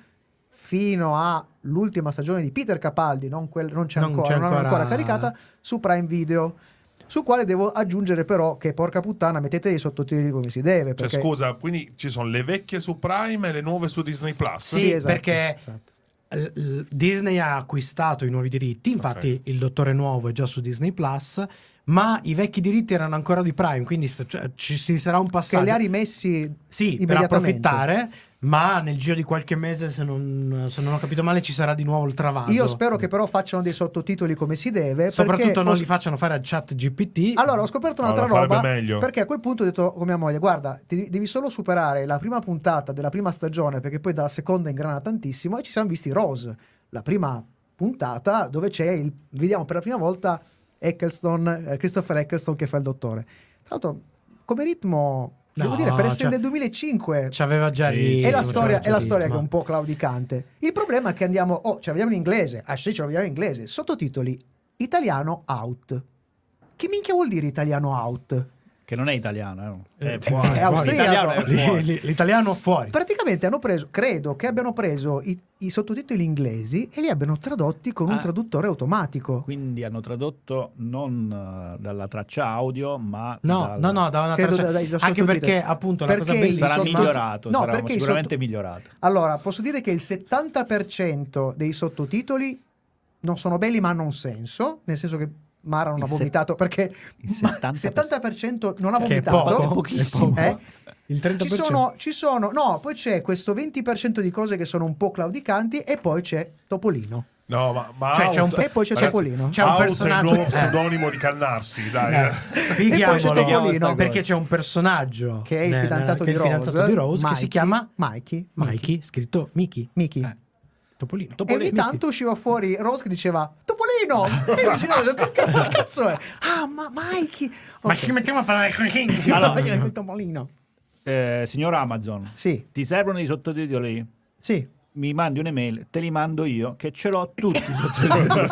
Speaker 2: fino all'ultima stagione di Peter Capaldi, non, quel- non c'è
Speaker 1: Non
Speaker 2: ancora,
Speaker 1: c'è
Speaker 2: non è ancora
Speaker 1: ancora-
Speaker 2: caricata, su Prime Video. Su quale devo aggiungere però che porca puttana mettete i sottotitoli come si deve.
Speaker 4: Cioè,
Speaker 2: Perché...
Speaker 4: scusa, quindi ci sono le vecchie su Prime e le nuove su Disney Plus.
Speaker 1: Sì,
Speaker 2: esatto.
Speaker 1: perché- L- l- Disney ha acquistato i nuovi diritti, infatti
Speaker 4: Ok.
Speaker 1: il Dottore Nuovo è già su Disney Plus, ma i vecchi diritti erano ancora di Prime, quindi sta- cioè, ci, ci sarà un
Speaker 2: Che li ha
Speaker 1: passaggio.
Speaker 2: rimessi
Speaker 1: Sì, per
Speaker 2: immediatamente.
Speaker 1: approfittare, ma nel giro di qualche mese, se non, se non ho capito male, ci sarà di nuovo il travaso.
Speaker 2: Io spero che però facciano dei sottotitoli come si deve.
Speaker 1: Soprattutto
Speaker 2: perché
Speaker 1: non
Speaker 2: ho-
Speaker 1: li facciano fare al chat GPT.
Speaker 2: Allora, ho scoperto un'altra
Speaker 4: Allora, farebbe
Speaker 2: roba.
Speaker 4: meglio.
Speaker 2: Perché a quel punto ho detto con mia moglie: guarda, ti- devi solo superare la prima puntata della prima stagione, perché poi dalla seconda ingrana tantissimo. E ci siamo visti Rose, la prima puntata dove c'è il. Vediamo per la prima volta Eccleston, eh, Christopher Eccleston che fa il dottore. Tra l'altro, come ritmo, devo
Speaker 1: No,
Speaker 2: dire, per essere
Speaker 1: cioè-
Speaker 2: del 2005.
Speaker 1: C'aveva già
Speaker 5: Sì,
Speaker 1: il-
Speaker 5: sì,
Speaker 2: È la
Speaker 1: c'aveva
Speaker 2: storia,
Speaker 1: già
Speaker 2: è la
Speaker 1: il
Speaker 2: storia che è
Speaker 1: ritmo.
Speaker 2: un po' claudicante. Il problema è che andiamo, oh, ce la vediamo in inglese. Ah sì, ce la vediamo in inglese. Sottotitoli italiano out. Che minchia vuol dire italiano out?
Speaker 5: Che non è italiano. eh.
Speaker 1: Eh,
Speaker 5: È fuori.
Speaker 2: *laughs* è austriaco.
Speaker 5: L'italiano è fuori.
Speaker 1: L- L'italiano fuori.
Speaker 2: Praticamente hanno preso, credo che abbiano preso i, i sottotitoli inglesi e li abbiano tradotti con un
Speaker 5: Ah.
Speaker 2: traduttore automatico.
Speaker 5: Quindi hanno tradotto non eh, dalla traccia audio, ma
Speaker 1: No,
Speaker 5: dal-
Speaker 1: no, no, da una
Speaker 2: Credo
Speaker 1: traccia-
Speaker 2: da- dai
Speaker 1: Anche
Speaker 2: sottotitoli.
Speaker 1: perché appunto la cosa
Speaker 2: Perché il
Speaker 1: bellissima
Speaker 5: sarà
Speaker 2: sotto-
Speaker 5: migliorato,
Speaker 2: No,
Speaker 5: sarà
Speaker 2: perché il
Speaker 5: sicuramente
Speaker 2: sotto-
Speaker 5: migliorato.
Speaker 2: Allora, posso dire che il 70% dei sottotitoli non sono belli ma hanno un senso, nel senso che Mara non
Speaker 5: Il
Speaker 2: ha
Speaker 5: se-
Speaker 2: vomitato perché
Speaker 5: Il
Speaker 2: ma
Speaker 5: 70%.
Speaker 2: 70% non ha
Speaker 1: Cioè, Che è
Speaker 2: vomitato.
Speaker 1: poco,
Speaker 5: È pochissimo.
Speaker 2: Eh?
Speaker 1: Il 30%.
Speaker 2: Ci sono, ci sono, no, poi c'è questo 20% di cose che sono un po' claudicanti e poi c'è Topolino.
Speaker 4: No, ma, ma
Speaker 1: Cioè,
Speaker 4: Out-
Speaker 1: c'è un
Speaker 2: E poi c'è
Speaker 4: ragazzi,
Speaker 2: Topolino.
Speaker 1: c'è un
Speaker 4: Out
Speaker 1: personaggio-
Speaker 4: è il nuovo
Speaker 1: Eh.
Speaker 4: pseudonimo di Cannarsi, dai.
Speaker 1: Eh,
Speaker 2: E poi c'è
Speaker 1: Spieghiamolo
Speaker 2: Topolino.
Speaker 1: perché c'è un personaggio
Speaker 2: Che è il
Speaker 1: nel-
Speaker 2: fidanzato,
Speaker 1: che è
Speaker 2: di,
Speaker 1: il fidanzato
Speaker 2: Rose,
Speaker 1: di Rose che si
Speaker 2: Mikey-
Speaker 1: chiama
Speaker 2: Mikey.
Speaker 1: Mikey, scritto Miki
Speaker 2: Mickey.
Speaker 1: Topolino.
Speaker 2: E ogni tanto usciva fuori Rose che diceva Topolino! E io dicevo, "Che ca- che cazzo è? Ah, ma Mikey!
Speaker 1: Ma ci mettiamo a parlare con
Speaker 2: *laughs*
Speaker 1: chi?
Speaker 5: Allora-
Speaker 2: il Topolino.
Speaker 5: Eh, signor Amazon,
Speaker 2: Sì,
Speaker 5: ti servono i sottotitoli?
Speaker 2: sì.
Speaker 5: Mi mandi un'email, te li mando io, che ce l'ho tutti i
Speaker 2: *laughs*
Speaker 5: sottotitoli.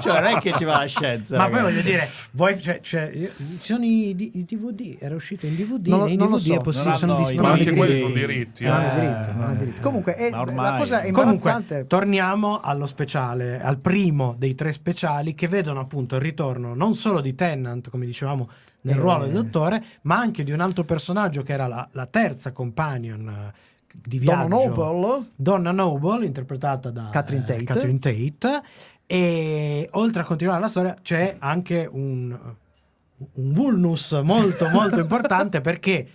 Speaker 5: cioè, non è che ci va la scienza.
Speaker 1: Ma poi
Speaker 5: ragazzi.
Speaker 1: voglio dire, voi, cioè, cioè, io- ci sono i, D- i DVD, era uscito in DVD,
Speaker 2: Non lo-
Speaker 1: nei
Speaker 2: non lo
Speaker 1: DVD
Speaker 2: so,
Speaker 1: è possibile,
Speaker 5: non
Speaker 1: sono
Speaker 5: hanno i
Speaker 4: ma
Speaker 1: disponibili.
Speaker 4: anche
Speaker 5: diritti.
Speaker 4: quelli sono diritti. eh.
Speaker 2: Non hanno diritto, non hanno diritto. Comunque, è-
Speaker 5: Eh, ma ormai-
Speaker 2: la cosa è imbarazzante.
Speaker 1: Comunque, torniamo allo speciale, al primo dei tre speciali che vedono appunto il ritorno non solo di Tennant, come dicevamo, nel
Speaker 2: Eh.
Speaker 1: ruolo del dottore, ma anche di un altro personaggio che era la, la terza companion eh, di viaggio.
Speaker 2: Donna Noble
Speaker 1: Donna Noble, interpretata da
Speaker 2: Catherine Tate.
Speaker 1: eh, Catherine Tate. E oltre a continuare la storia, c'è anche un, un vulnus
Speaker 2: *laughs*
Speaker 1: molto, molto importante perché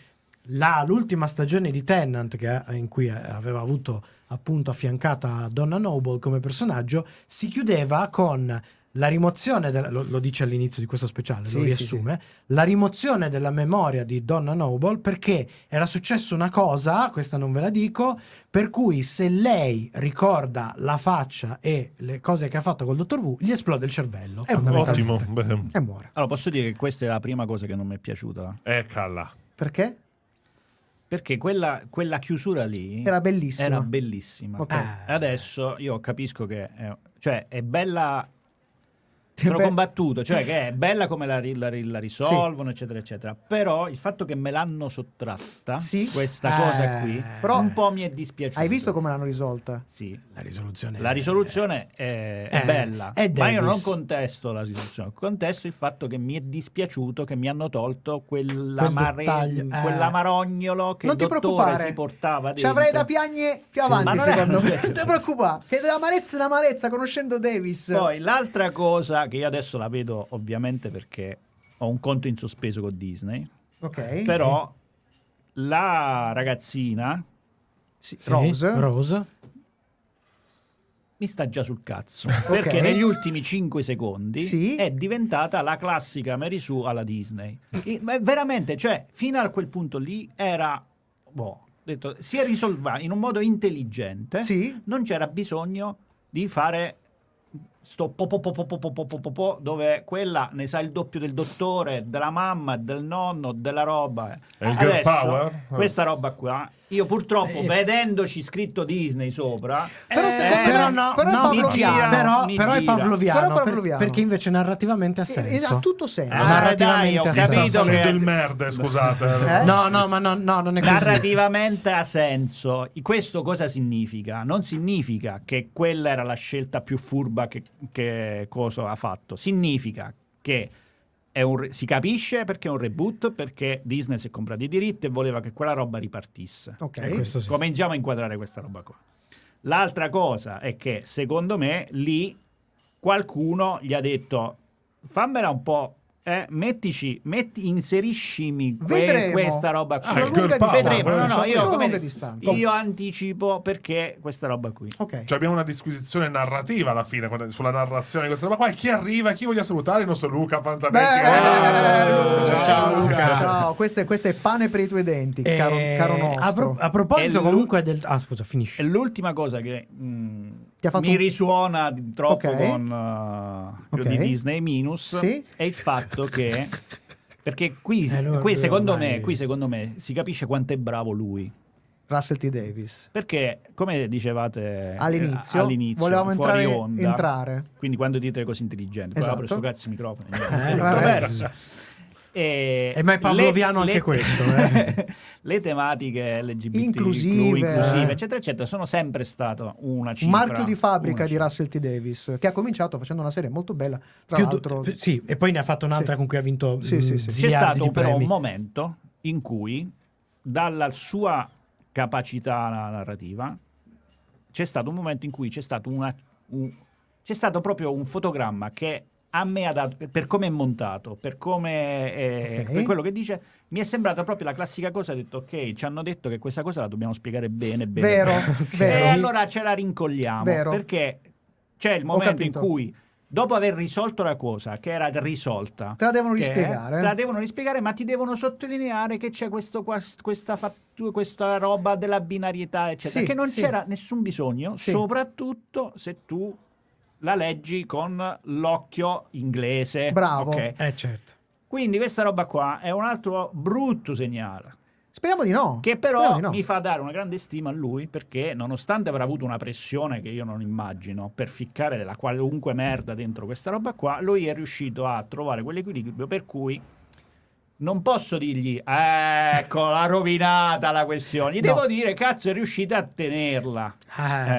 Speaker 1: la- l'ultima stagione di Tennant, che, in cui eh, aveva avuto appunto affiancata Donna Noble come personaggio, si chiudeva con la rimozione, della- lo, lo dice all'inizio di questo speciale,
Speaker 2: Sì,
Speaker 1: lo
Speaker 2: sì,
Speaker 1: riassume, la rimozione della memoria di Donna Noble perché era successa una cosa, questa non ve la dico, per cui se lei ricorda la faccia e le cose che ha fatto col dottor V, gli esplode il cervello.
Speaker 2: Eh,
Speaker 1: fondamentalmente.
Speaker 4: Ottimo. beh.
Speaker 2: E muore.
Speaker 5: Allora, posso dire che questa è la prima cosa che non mi è piaciuta.
Speaker 4: Eh, calla.
Speaker 2: Perché?
Speaker 5: Perché quella, quella chiusura lì
Speaker 2: Era bellissimo.
Speaker 5: era bellissima.
Speaker 2: Ok.
Speaker 1: Ah.
Speaker 5: Adesso io capisco che è, cioè, è bella,
Speaker 2: Sì,
Speaker 5: sono
Speaker 2: beh,
Speaker 5: combattuto, cioè che è bella come la, ri- la ri- la risolvono, eccetera, eccetera. Però il fatto che me l'hanno sottratta,
Speaker 2: Sì.
Speaker 5: questa
Speaker 1: Eh,
Speaker 5: cosa qui,
Speaker 2: però
Speaker 5: un po' mi è dispiaciuto.
Speaker 2: Hai visto come l'hanno risolta?
Speaker 5: Sì.
Speaker 1: La risoluzione.
Speaker 5: La risoluzione è, è
Speaker 1: Eh,
Speaker 5: bella,
Speaker 1: è
Speaker 5: ma io non
Speaker 1: Davis.
Speaker 5: contesto la risoluzione, contesto il fatto che mi è dispiaciuto che mi hanno tolto quella
Speaker 1: Quel
Speaker 5: mare-
Speaker 1: dettaglio, eh.
Speaker 5: quell'amarognolo che
Speaker 2: non
Speaker 5: il
Speaker 2: ti
Speaker 5: dottore
Speaker 2: preoccupare.
Speaker 5: si portava
Speaker 2: Ci
Speaker 5: dentro.
Speaker 2: avrei da piagne più avanti,
Speaker 5: ma non è-
Speaker 2: secondo
Speaker 5: *laughs*
Speaker 2: me. Non ti preoccupare. Che l'amarezza è un'amarezza, conoscendo Davis.
Speaker 5: Poi l'altra cosa che io adesso la vedo ovviamente perché ho un conto in sospeso con Disney,
Speaker 2: ok.
Speaker 5: però la ragazzina
Speaker 2: Sì,
Speaker 1: Sì,
Speaker 2: Rose.
Speaker 1: Rose.
Speaker 5: mi sta già sul cazzo
Speaker 2: Ok.
Speaker 5: perché negli ultimi 5 secondi
Speaker 2: Sì.
Speaker 5: è diventata la classica Mary Sue alla Disney E- ma è veramente cioè fino a quel punto lì era boh, detto, si è risolva in un modo intelligente
Speaker 2: Sì.
Speaker 5: non c'era bisogno di fare sto po po po po po po po po po po, dove quella ne sa il doppio del dottore della mamma del nonno della roba
Speaker 4: È il girl power?
Speaker 5: questa roba qua io purtroppo
Speaker 1: Eh.
Speaker 5: vedendoci scritto Disney sopra
Speaker 2: Però
Speaker 1: Eh,
Speaker 2: secondo me-
Speaker 1: però no,
Speaker 2: però è
Speaker 1: no,
Speaker 2: pavloviano.
Speaker 1: mi gira, però,
Speaker 5: Mi
Speaker 1: però è
Speaker 5: gira.
Speaker 1: pavloviano,
Speaker 2: Però
Speaker 1: per-
Speaker 2: pavloviano.
Speaker 1: perché invece narrativamente ha
Speaker 2: E- e
Speaker 1: senso.
Speaker 2: Eh, ha tutto senso.
Speaker 1: Ah, narrativamente
Speaker 5: eh, dai, ho
Speaker 1: ha
Speaker 5: capito
Speaker 1: senso.
Speaker 4: Sono
Speaker 5: che
Speaker 4: del merda, scusate.
Speaker 2: Eh?
Speaker 1: No, no, ma no, no, non è così.
Speaker 5: narrativamente ha senso. I- Questo cosa significa? Non significa che quella era la scelta più furba che, che Coso ha fatto. Significa che è un re- si capisce perché è un reboot, perché Disney si è comprato i diritti e voleva che quella roba ripartisse.
Speaker 1: Eh,
Speaker 2: Ok.
Speaker 1: questo sì.
Speaker 5: Cominciamo a inquadrare questa roba qua. L'altra cosa è che secondo me lì qualcuno gli ha detto fammela un po', eh, mettici, metti, inseriscimi que-
Speaker 2: Vedremo.
Speaker 5: questa roba qua.
Speaker 2: Sulla
Speaker 4: Ah, Girl
Speaker 2: lunga
Speaker 4: Power,
Speaker 2: distanza.
Speaker 5: Vedremo, no,
Speaker 4: quello
Speaker 5: no,
Speaker 2: Sulla-
Speaker 5: io,
Speaker 2: sulla
Speaker 5: come-
Speaker 2: lunga distanza.
Speaker 5: io anticipo perché questa roba qui.
Speaker 2: Ok.
Speaker 4: Cioè, abbiamo una disquisizione narrativa alla fine quando- sulla narrazione di questa roba qua. E chi arriva, chi voglia salutare il nostro Luca Pantabetti.
Speaker 2: Beh, eh,
Speaker 4: Oh,
Speaker 1: ciao, eh, Luca.
Speaker 2: Ciao, questo è, questo è pane per i tuoi denti,
Speaker 1: Eh,
Speaker 2: caro, caro
Speaker 1: a,
Speaker 2: nostro.
Speaker 1: pro- a proposito
Speaker 5: E lui-
Speaker 1: comunque del... Ah, scusa, finisci.
Speaker 5: E l'ultima cosa che mm,
Speaker 2: Ti ha fatto
Speaker 5: mi
Speaker 2: un-
Speaker 5: risuona di- troppo
Speaker 2: Ok.
Speaker 5: con eh, quello
Speaker 2: Ok.
Speaker 5: di Disney Minus
Speaker 2: Sì.
Speaker 5: è il fatto
Speaker 2: *laughs*
Speaker 5: che perché qui,
Speaker 1: Eh, allora,
Speaker 5: qui secondo
Speaker 1: ormai-
Speaker 5: me, qui secondo me si capisce quanto è bravo lui
Speaker 2: Russell T. Davis.
Speaker 5: perché come dicevate eh,
Speaker 2: All'inizio,
Speaker 5: all'inizio,
Speaker 2: volevamo
Speaker 5: fuori
Speaker 2: entrare,
Speaker 5: onda,
Speaker 2: entrare.
Speaker 5: quindi quando dite cose intelligenti poi
Speaker 2: Esatto.
Speaker 5: apro sto cazzo di microfono
Speaker 1: Eh,
Speaker 5: tutto
Speaker 2: vabbè.
Speaker 5: perso. E
Speaker 1: Eh, ma è pavloviano anche
Speaker 5: *laughs*
Speaker 1: questo, eh.
Speaker 5: le tematiche LGBT,
Speaker 2: Inclusive,
Speaker 5: inclusive,
Speaker 2: eh.
Speaker 5: eccetera, eccetera, sono sempre stato una
Speaker 2: Un
Speaker 5: cifra.
Speaker 2: marchio di fabbrica
Speaker 5: una
Speaker 2: di
Speaker 5: cifra.
Speaker 2: Russell T. Davis, che ha cominciato facendo una serie molto bella, tra
Speaker 1: Più do-
Speaker 2: l'altro.
Speaker 1: più- sì, e poi ne ha fatto un'altra
Speaker 2: Sì.
Speaker 1: con cui ha vinto
Speaker 2: Sì,
Speaker 1: mh,
Speaker 2: sì, sì.
Speaker 5: C'è
Speaker 1: ziliardi
Speaker 5: stato
Speaker 1: di
Speaker 5: però
Speaker 1: premi.
Speaker 5: un momento in cui dalla sua capacità narrativa c'è stato un momento in cui c'è stato una- un- c'è stato proprio un fotogramma che a me ha dato per come è montato, per come è-
Speaker 2: Ok.
Speaker 5: per quello che dice, mi è sembrata proprio la classica cosa, ho detto ok, ci hanno detto che questa cosa la dobbiamo spiegare bene, bene. *laughs*
Speaker 2: Vero,
Speaker 5: bene."
Speaker 2: vero.
Speaker 5: E allora ce la rincogliamo
Speaker 2: Vero.
Speaker 5: perché c'è il momento in
Speaker 2: capito.
Speaker 5: cui dopo aver risolto la cosa che era risolta,
Speaker 2: Te la devono
Speaker 5: che
Speaker 2: rispiegare. eh?
Speaker 5: Te la devono rispiegare, ma ti devono sottolineare che c'è questo qua- questa, fattu- questa roba della binarietà, eccetera.
Speaker 2: Sì,
Speaker 5: che non
Speaker 2: sì.
Speaker 5: c'era nessun bisogno,
Speaker 2: Sì.
Speaker 5: soprattutto se tu la leggi con l'occhio inglese.
Speaker 2: Bravo.
Speaker 5: ok?
Speaker 1: Eh, certo.
Speaker 5: Quindi questa roba qua è un altro brutto segnale.
Speaker 2: Speriamo di no.
Speaker 5: Che
Speaker 2: Speriamo
Speaker 5: però
Speaker 2: di no.
Speaker 5: mi fa dare una grande stima a lui perché, nonostante avrà avuto una pressione che io non immagino per ficcare della qualunque merda dentro questa roba qua, lui è riuscito a trovare quell'equilibrio per cui non posso dirgli ecco l'ha rovinata la questione, gli
Speaker 2: No.
Speaker 5: devo dire cazzo è riuscita a tenerla.
Speaker 2: Eh.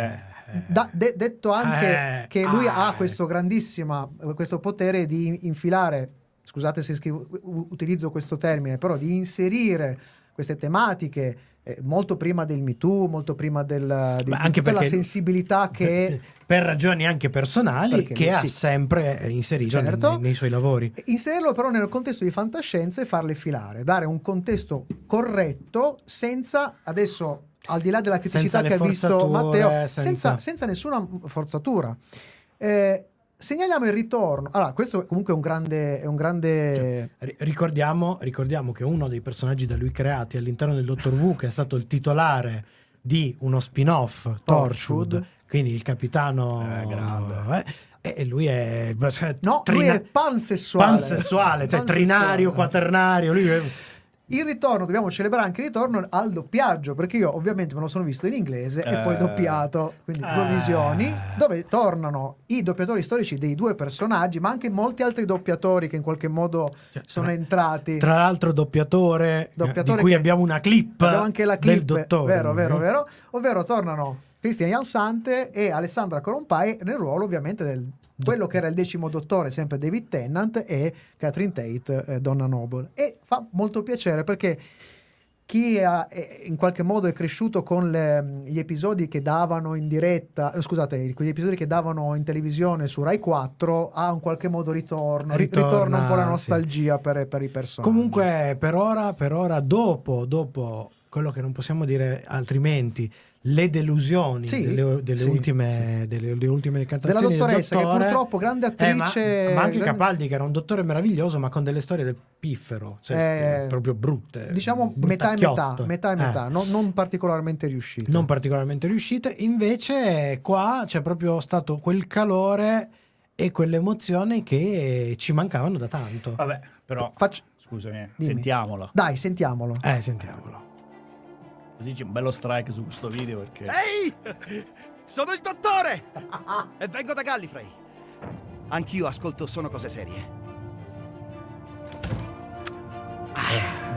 Speaker 2: Da- de- detto anche
Speaker 1: Eh,
Speaker 2: che lui
Speaker 1: ah,
Speaker 2: ha questo grandissimo questo potere di infilare, scusate se scrivo- u- utilizzo questo termine, però di inserire queste tematiche eh, molto prima del Me Too, molto prima del, di,
Speaker 1: Ma
Speaker 2: di
Speaker 1: anche
Speaker 2: tutta la
Speaker 1: perché-
Speaker 2: sensibilità che
Speaker 1: Per, per ragioni anche personali
Speaker 2: Perché
Speaker 1: che
Speaker 2: lui
Speaker 1: ha
Speaker 2: sì.
Speaker 1: sempre eh, inserito nel-
Speaker 2: Certo.
Speaker 1: nei, nei suoi lavori.
Speaker 2: Inserirlo però nel contesto di fantascienza e farle filare, dare un contesto corretto senza adesso al di là della
Speaker 1: Senza
Speaker 2: criticità
Speaker 1: le eh,
Speaker 2: che ha visto
Speaker 1: forzature,
Speaker 2: Matteo,
Speaker 1: senza-
Speaker 2: senza, senza nessuna forzatura. Eh, Segnaliamo il ritorno. Allora, questo comunque è un grande. È un grande...
Speaker 1: Ri- Ricordiamo, ricordiamo che uno dei personaggi da lui creati all'interno del Dottor Who, che è stato il titolare di uno spin-off, Torchwood,
Speaker 2: Torchwood.
Speaker 1: quindi il capitano...
Speaker 3: Eh, grande.
Speaker 1: eh, e lui è... cioè,
Speaker 2: No, lui
Speaker 1: trina-
Speaker 2: è pansessuale.
Speaker 1: pansessuale, cioè
Speaker 2: Pansessuale.
Speaker 1: trinario, quaternario, lui è-
Speaker 2: Il ritorno, dobbiamo celebrare anche il ritorno al doppiaggio, perché io ovviamente me lo sono visto in inglese e poi
Speaker 3: Eh.
Speaker 2: doppiato, quindi due
Speaker 1: Ah.
Speaker 2: visioni, dove tornano i doppiatori storici dei due personaggi, ma anche molti altri doppiatori che in qualche modo
Speaker 1: cioè,
Speaker 2: sono
Speaker 1: tra-
Speaker 2: entrati.
Speaker 1: Tra l'altro doppiatore, eh,
Speaker 2: Doppiatore
Speaker 1: di cui
Speaker 2: che-
Speaker 1: abbiamo una clip,
Speaker 2: Abbiamo anche la clip,
Speaker 1: del dottore. eh?
Speaker 2: vero, vero, vero. Ovvero tornano Cristian Jansante e Alessandra Corompai nel ruolo ovviamente del quello che era il decimo dottore, sempre David Tennant e Catherine Tate, eh, Donna Noble. E fa molto piacere perché chi ha- è- in qualche modo è cresciuto con le- gli episodi che davano in diretta, eh, scusate, quegli episodi che davano in televisione su Rai 4, ha in qualche modo ritorno, ri-
Speaker 1: Ritorna,
Speaker 2: ritorna, un po' la
Speaker 1: sì.
Speaker 2: nostalgia per, per i personaggi.
Speaker 1: Comunque, per ora, per ora dopo, dopo quello che non possiamo dire altrimenti, le delusioni
Speaker 2: Sì,
Speaker 1: delle, delle
Speaker 2: sì,
Speaker 1: ultime, Delle, delle ultime
Speaker 2: della
Speaker 1: incantazioni del
Speaker 2: dottoressa
Speaker 1: dottore,
Speaker 2: che purtroppo grande
Speaker 1: eh, ma,
Speaker 2: attrice
Speaker 1: ma anche
Speaker 2: grande-
Speaker 1: Capaldi, che era un dottore meraviglioso, ma con delle storie del piffero, cioè
Speaker 2: Eh,
Speaker 1: proprio brutte.
Speaker 2: diciamo metà e metà,
Speaker 1: bruttacchiotte.
Speaker 2: metà, e
Speaker 1: Eh.
Speaker 2: metà non, non particolarmente riuscita
Speaker 1: non particolarmente riuscite. Invece, qua c'è proprio stato quel calore e quelle emozioni che ci mancavano da tanto.
Speaker 3: Vabbè, però,
Speaker 2: Faccio-
Speaker 3: scusami, eh,
Speaker 2: Dimmi.
Speaker 3: sentiamola.
Speaker 2: dai sentiamolo
Speaker 1: Eh, sentiamolo.
Speaker 3: Così c'è un bello strike su questo video perché...
Speaker 2: Eh.
Speaker 9: Ehi! Sono il dottore! E vengo da Gallifrey. Anch'io ascolto sono cose serie.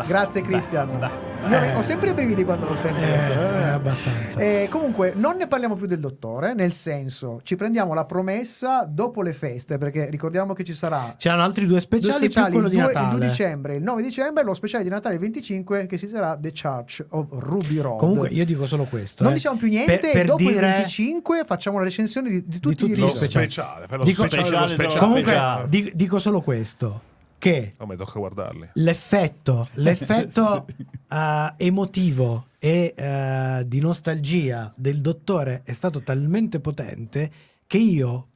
Speaker 2: grazie Cristian Io ho sempre i brividi quando lo sento
Speaker 1: Eh,
Speaker 2: questo, eh.
Speaker 1: eh, abbastanza.
Speaker 2: Eh, comunque non ne parliamo più del dottore nel senso ci prendiamo la promessa dopo le feste perché ricordiamo che ci sarà
Speaker 1: C'erano altri due
Speaker 2: due
Speaker 1: speciali,
Speaker 2: speciali,
Speaker 1: più quello
Speaker 2: il,
Speaker 1: di
Speaker 2: 2, il 2
Speaker 1: Natale.
Speaker 2: dicembre e il 9 dicembre lo speciale di Natale 25 che si sarà The Church of Ruby Road
Speaker 1: Comunque, io dico solo questo.
Speaker 2: non
Speaker 1: eh.
Speaker 2: diciamo più niente
Speaker 1: Per- per
Speaker 2: dopo il
Speaker 1: dire-
Speaker 2: 25 facciamo la recensione di, di tutti,
Speaker 1: tutti
Speaker 2: gli
Speaker 1: lo
Speaker 4: Lo
Speaker 2: episodi.
Speaker 1: speciale.
Speaker 4: speciale, per lo
Speaker 1: Dico-
Speaker 4: speciale, dello
Speaker 3: speciale dello
Speaker 4: speciale.
Speaker 1: Comunque,
Speaker 3: speciale.
Speaker 1: di- dico solo questo: che
Speaker 4: Come Oh, tocca guardarli.
Speaker 2: *laughs*
Speaker 1: l'effetto, l'effetto eh, emotivo e eh, di nostalgia del dottore è stato talmente potente che io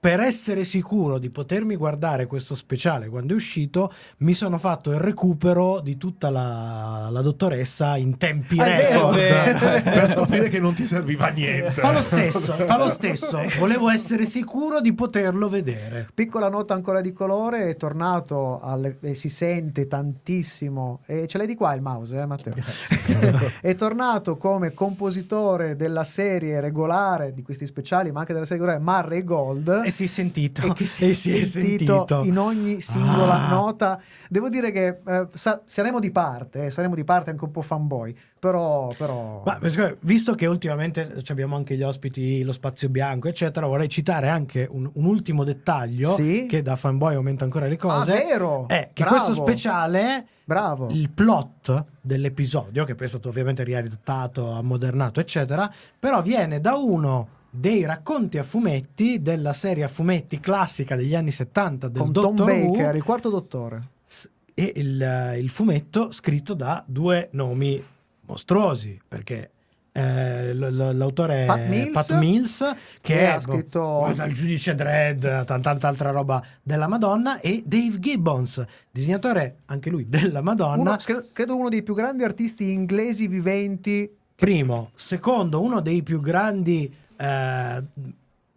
Speaker 1: per essere sicuro di potermi guardare questo speciale quando è uscito, mi sono fatto il recupero di tutta la, la dottoressa in tempi
Speaker 2: Ah, è vero,
Speaker 1: record.
Speaker 2: è
Speaker 1: *laughs*
Speaker 2: *laughs* vero. Cioè.
Speaker 4: eh, per scoprire che non ti serviva a niente.
Speaker 1: Fa lo stesso, fa lo stesso. Volevo essere sicuro di poterlo vedere.
Speaker 2: Piccola nota ancora di colore, è tornato alle- e si sente tantissimo. E ce l'hai di qua il mouse, eh, Matteo? *laughs* è tornato come compositore della serie regolare di questi speciali, ma anche della serie regolare Marray Gold.
Speaker 1: E si è sentito.
Speaker 2: e che si, è sentito, in ogni singola
Speaker 1: Ah.
Speaker 2: nota. Devo dire che eh, sa- saremo di parte, eh, saremo di parte anche un po' fanboy, però... però... Ah,
Speaker 1: Ma, scusa, visto che ultimamente eh, ci abbiamo anche gli ospiti, lo spazio bianco, eccetera, vorrei citare anche un, un ultimo dettaglio
Speaker 2: Sì?
Speaker 1: che da fanboy aumenta ancora le
Speaker 2: Ah,
Speaker 1: cose.
Speaker 2: vero!
Speaker 1: È che
Speaker 2: Bravo!
Speaker 1: questo speciale,
Speaker 2: Bravo!
Speaker 1: il plot dell'episodio, che poi è stato ovviamente riadattato, ammodernato, eccetera, però viene da uno dei racconti a fumetti della serie a fumetti classica degli anni 70 del
Speaker 2: Con Tom
Speaker 1: Dottor Who.
Speaker 2: Baker, il quarto dottore.
Speaker 1: S- e il, eh, il fumetto scritto da due nomi mostruosi perché eh, l- l- l'autore è
Speaker 2: Pat Mills,
Speaker 1: Pat Mills, che
Speaker 2: che
Speaker 1: è,
Speaker 2: ha
Speaker 1: boh,
Speaker 2: scritto-
Speaker 1: dal giudice Dredd a tan- tanta altra roba della Madonna e Dave Gibbons disegnatore anche lui della Madonna
Speaker 2: Uno- cre- credo uno dei più grandi artisti inglesi viventi.
Speaker 1: primo secondo uno dei più grandi eh,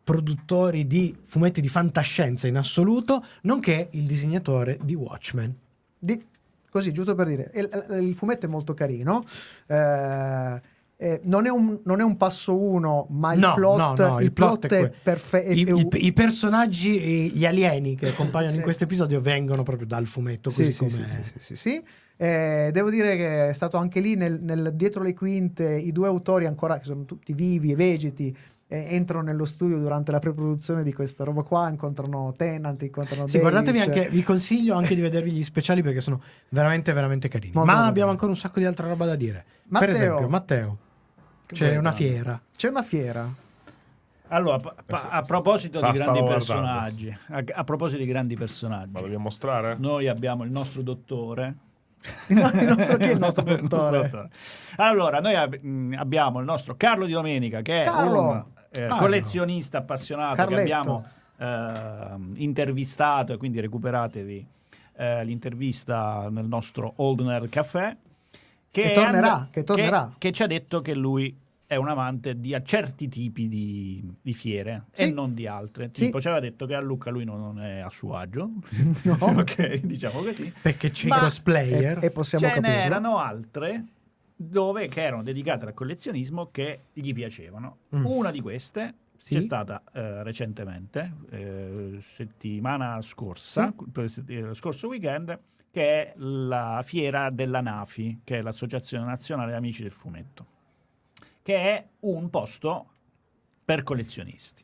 Speaker 1: produttori di fumetti di fantascienza in assoluto nonché il disegnatore di Watchmen
Speaker 2: di- così, giusto per dire. Il, il fumetto è molto carino. eh, eh, non, è un, non è un passo uno, ma il
Speaker 1: No,
Speaker 2: plot,
Speaker 1: no, no,
Speaker 2: il plot è,
Speaker 1: que-
Speaker 2: perfetto.
Speaker 1: I, i- i personaggi, eh, gli alieni che compaiono in
Speaker 2: Sì.
Speaker 1: questo episodio vengono proprio dal fumetto. Così
Speaker 2: Sì, sì,
Speaker 1: come
Speaker 2: sì, sì, sì, sì, sì. Eh, devo dire che è stato anche lì nel, nel- dietro le quinte i due autori ancora che sono tutti vivi e vegeti eh, entrano nello studio durante la preproduzione di questa roba qua incontrano Tenant incontrano
Speaker 1: Sì, guardatevi
Speaker 2: Davis.
Speaker 1: anche, vi consiglio anche di vedervi gli speciali perché sono veramente, veramente carini.
Speaker 2: Molto
Speaker 1: Ma
Speaker 2: bello.
Speaker 1: abbiamo ancora un sacco di altra roba da dire.
Speaker 2: Matteo.
Speaker 1: per esempio, Matteo, c'è
Speaker 3: bello.
Speaker 1: una fiera.
Speaker 2: c'è una fiera
Speaker 3: Allora, pa- pa-
Speaker 2: Eh,
Speaker 3: a proposito
Speaker 4: Sta-
Speaker 3: di
Speaker 4: stavo
Speaker 3: grandi
Speaker 4: guardando.
Speaker 3: personaggi, a, a proposito di grandi
Speaker 4: Ma
Speaker 3: personaggi,
Speaker 4: dobbiamo mostrare?
Speaker 3: noi abbiamo il nostro dottore.
Speaker 2: *laughs* il nostro, chi è il
Speaker 5: *laughs*
Speaker 2: nostro
Speaker 3: Il nostro
Speaker 2: dottore?
Speaker 3: dottore. Allora, noi ab-
Speaker 5: mm,
Speaker 3: mh, abbiamo il nostro Carlo Di Domenica, che è
Speaker 2: Carlo!
Speaker 3: un eh,
Speaker 1: Carlo.
Speaker 3: collezionista appassionato
Speaker 2: Carletto.
Speaker 3: che abbiamo eh,
Speaker 5: eh, intervistato e quindi recuperatevi eh, l'intervista nel nostro Old Nerd Café
Speaker 2: Che tornerà,
Speaker 5: and-
Speaker 2: che tornerà.
Speaker 5: che- che ci ha detto che lui è un amante di a certi tipi di, di fiere e
Speaker 2: Sì.
Speaker 5: non di altre.
Speaker 2: Sì.
Speaker 5: Tipo, ci aveva detto che a Lucca lui non, non è a suo agio.
Speaker 2: *laughs* No.
Speaker 5: *laughs* ok, diciamo così.
Speaker 1: Perché c'è
Speaker 5: Ma-
Speaker 1: i cosplayer.
Speaker 2: E, e possiamo
Speaker 5: Ce
Speaker 2: capirlo.
Speaker 5: n'erano altre dove che erano dedicate al collezionismo che gli piacevano.
Speaker 1: Mm.
Speaker 5: Una di queste
Speaker 1: Sì.
Speaker 5: c'è stata eh, recentemente, eh, settimana scorsa, eh, scorso weekend, che è la fiera della NAFI, che è l'Associazione Nazionale Amici del Fumetto, che è un posto per collezionisti.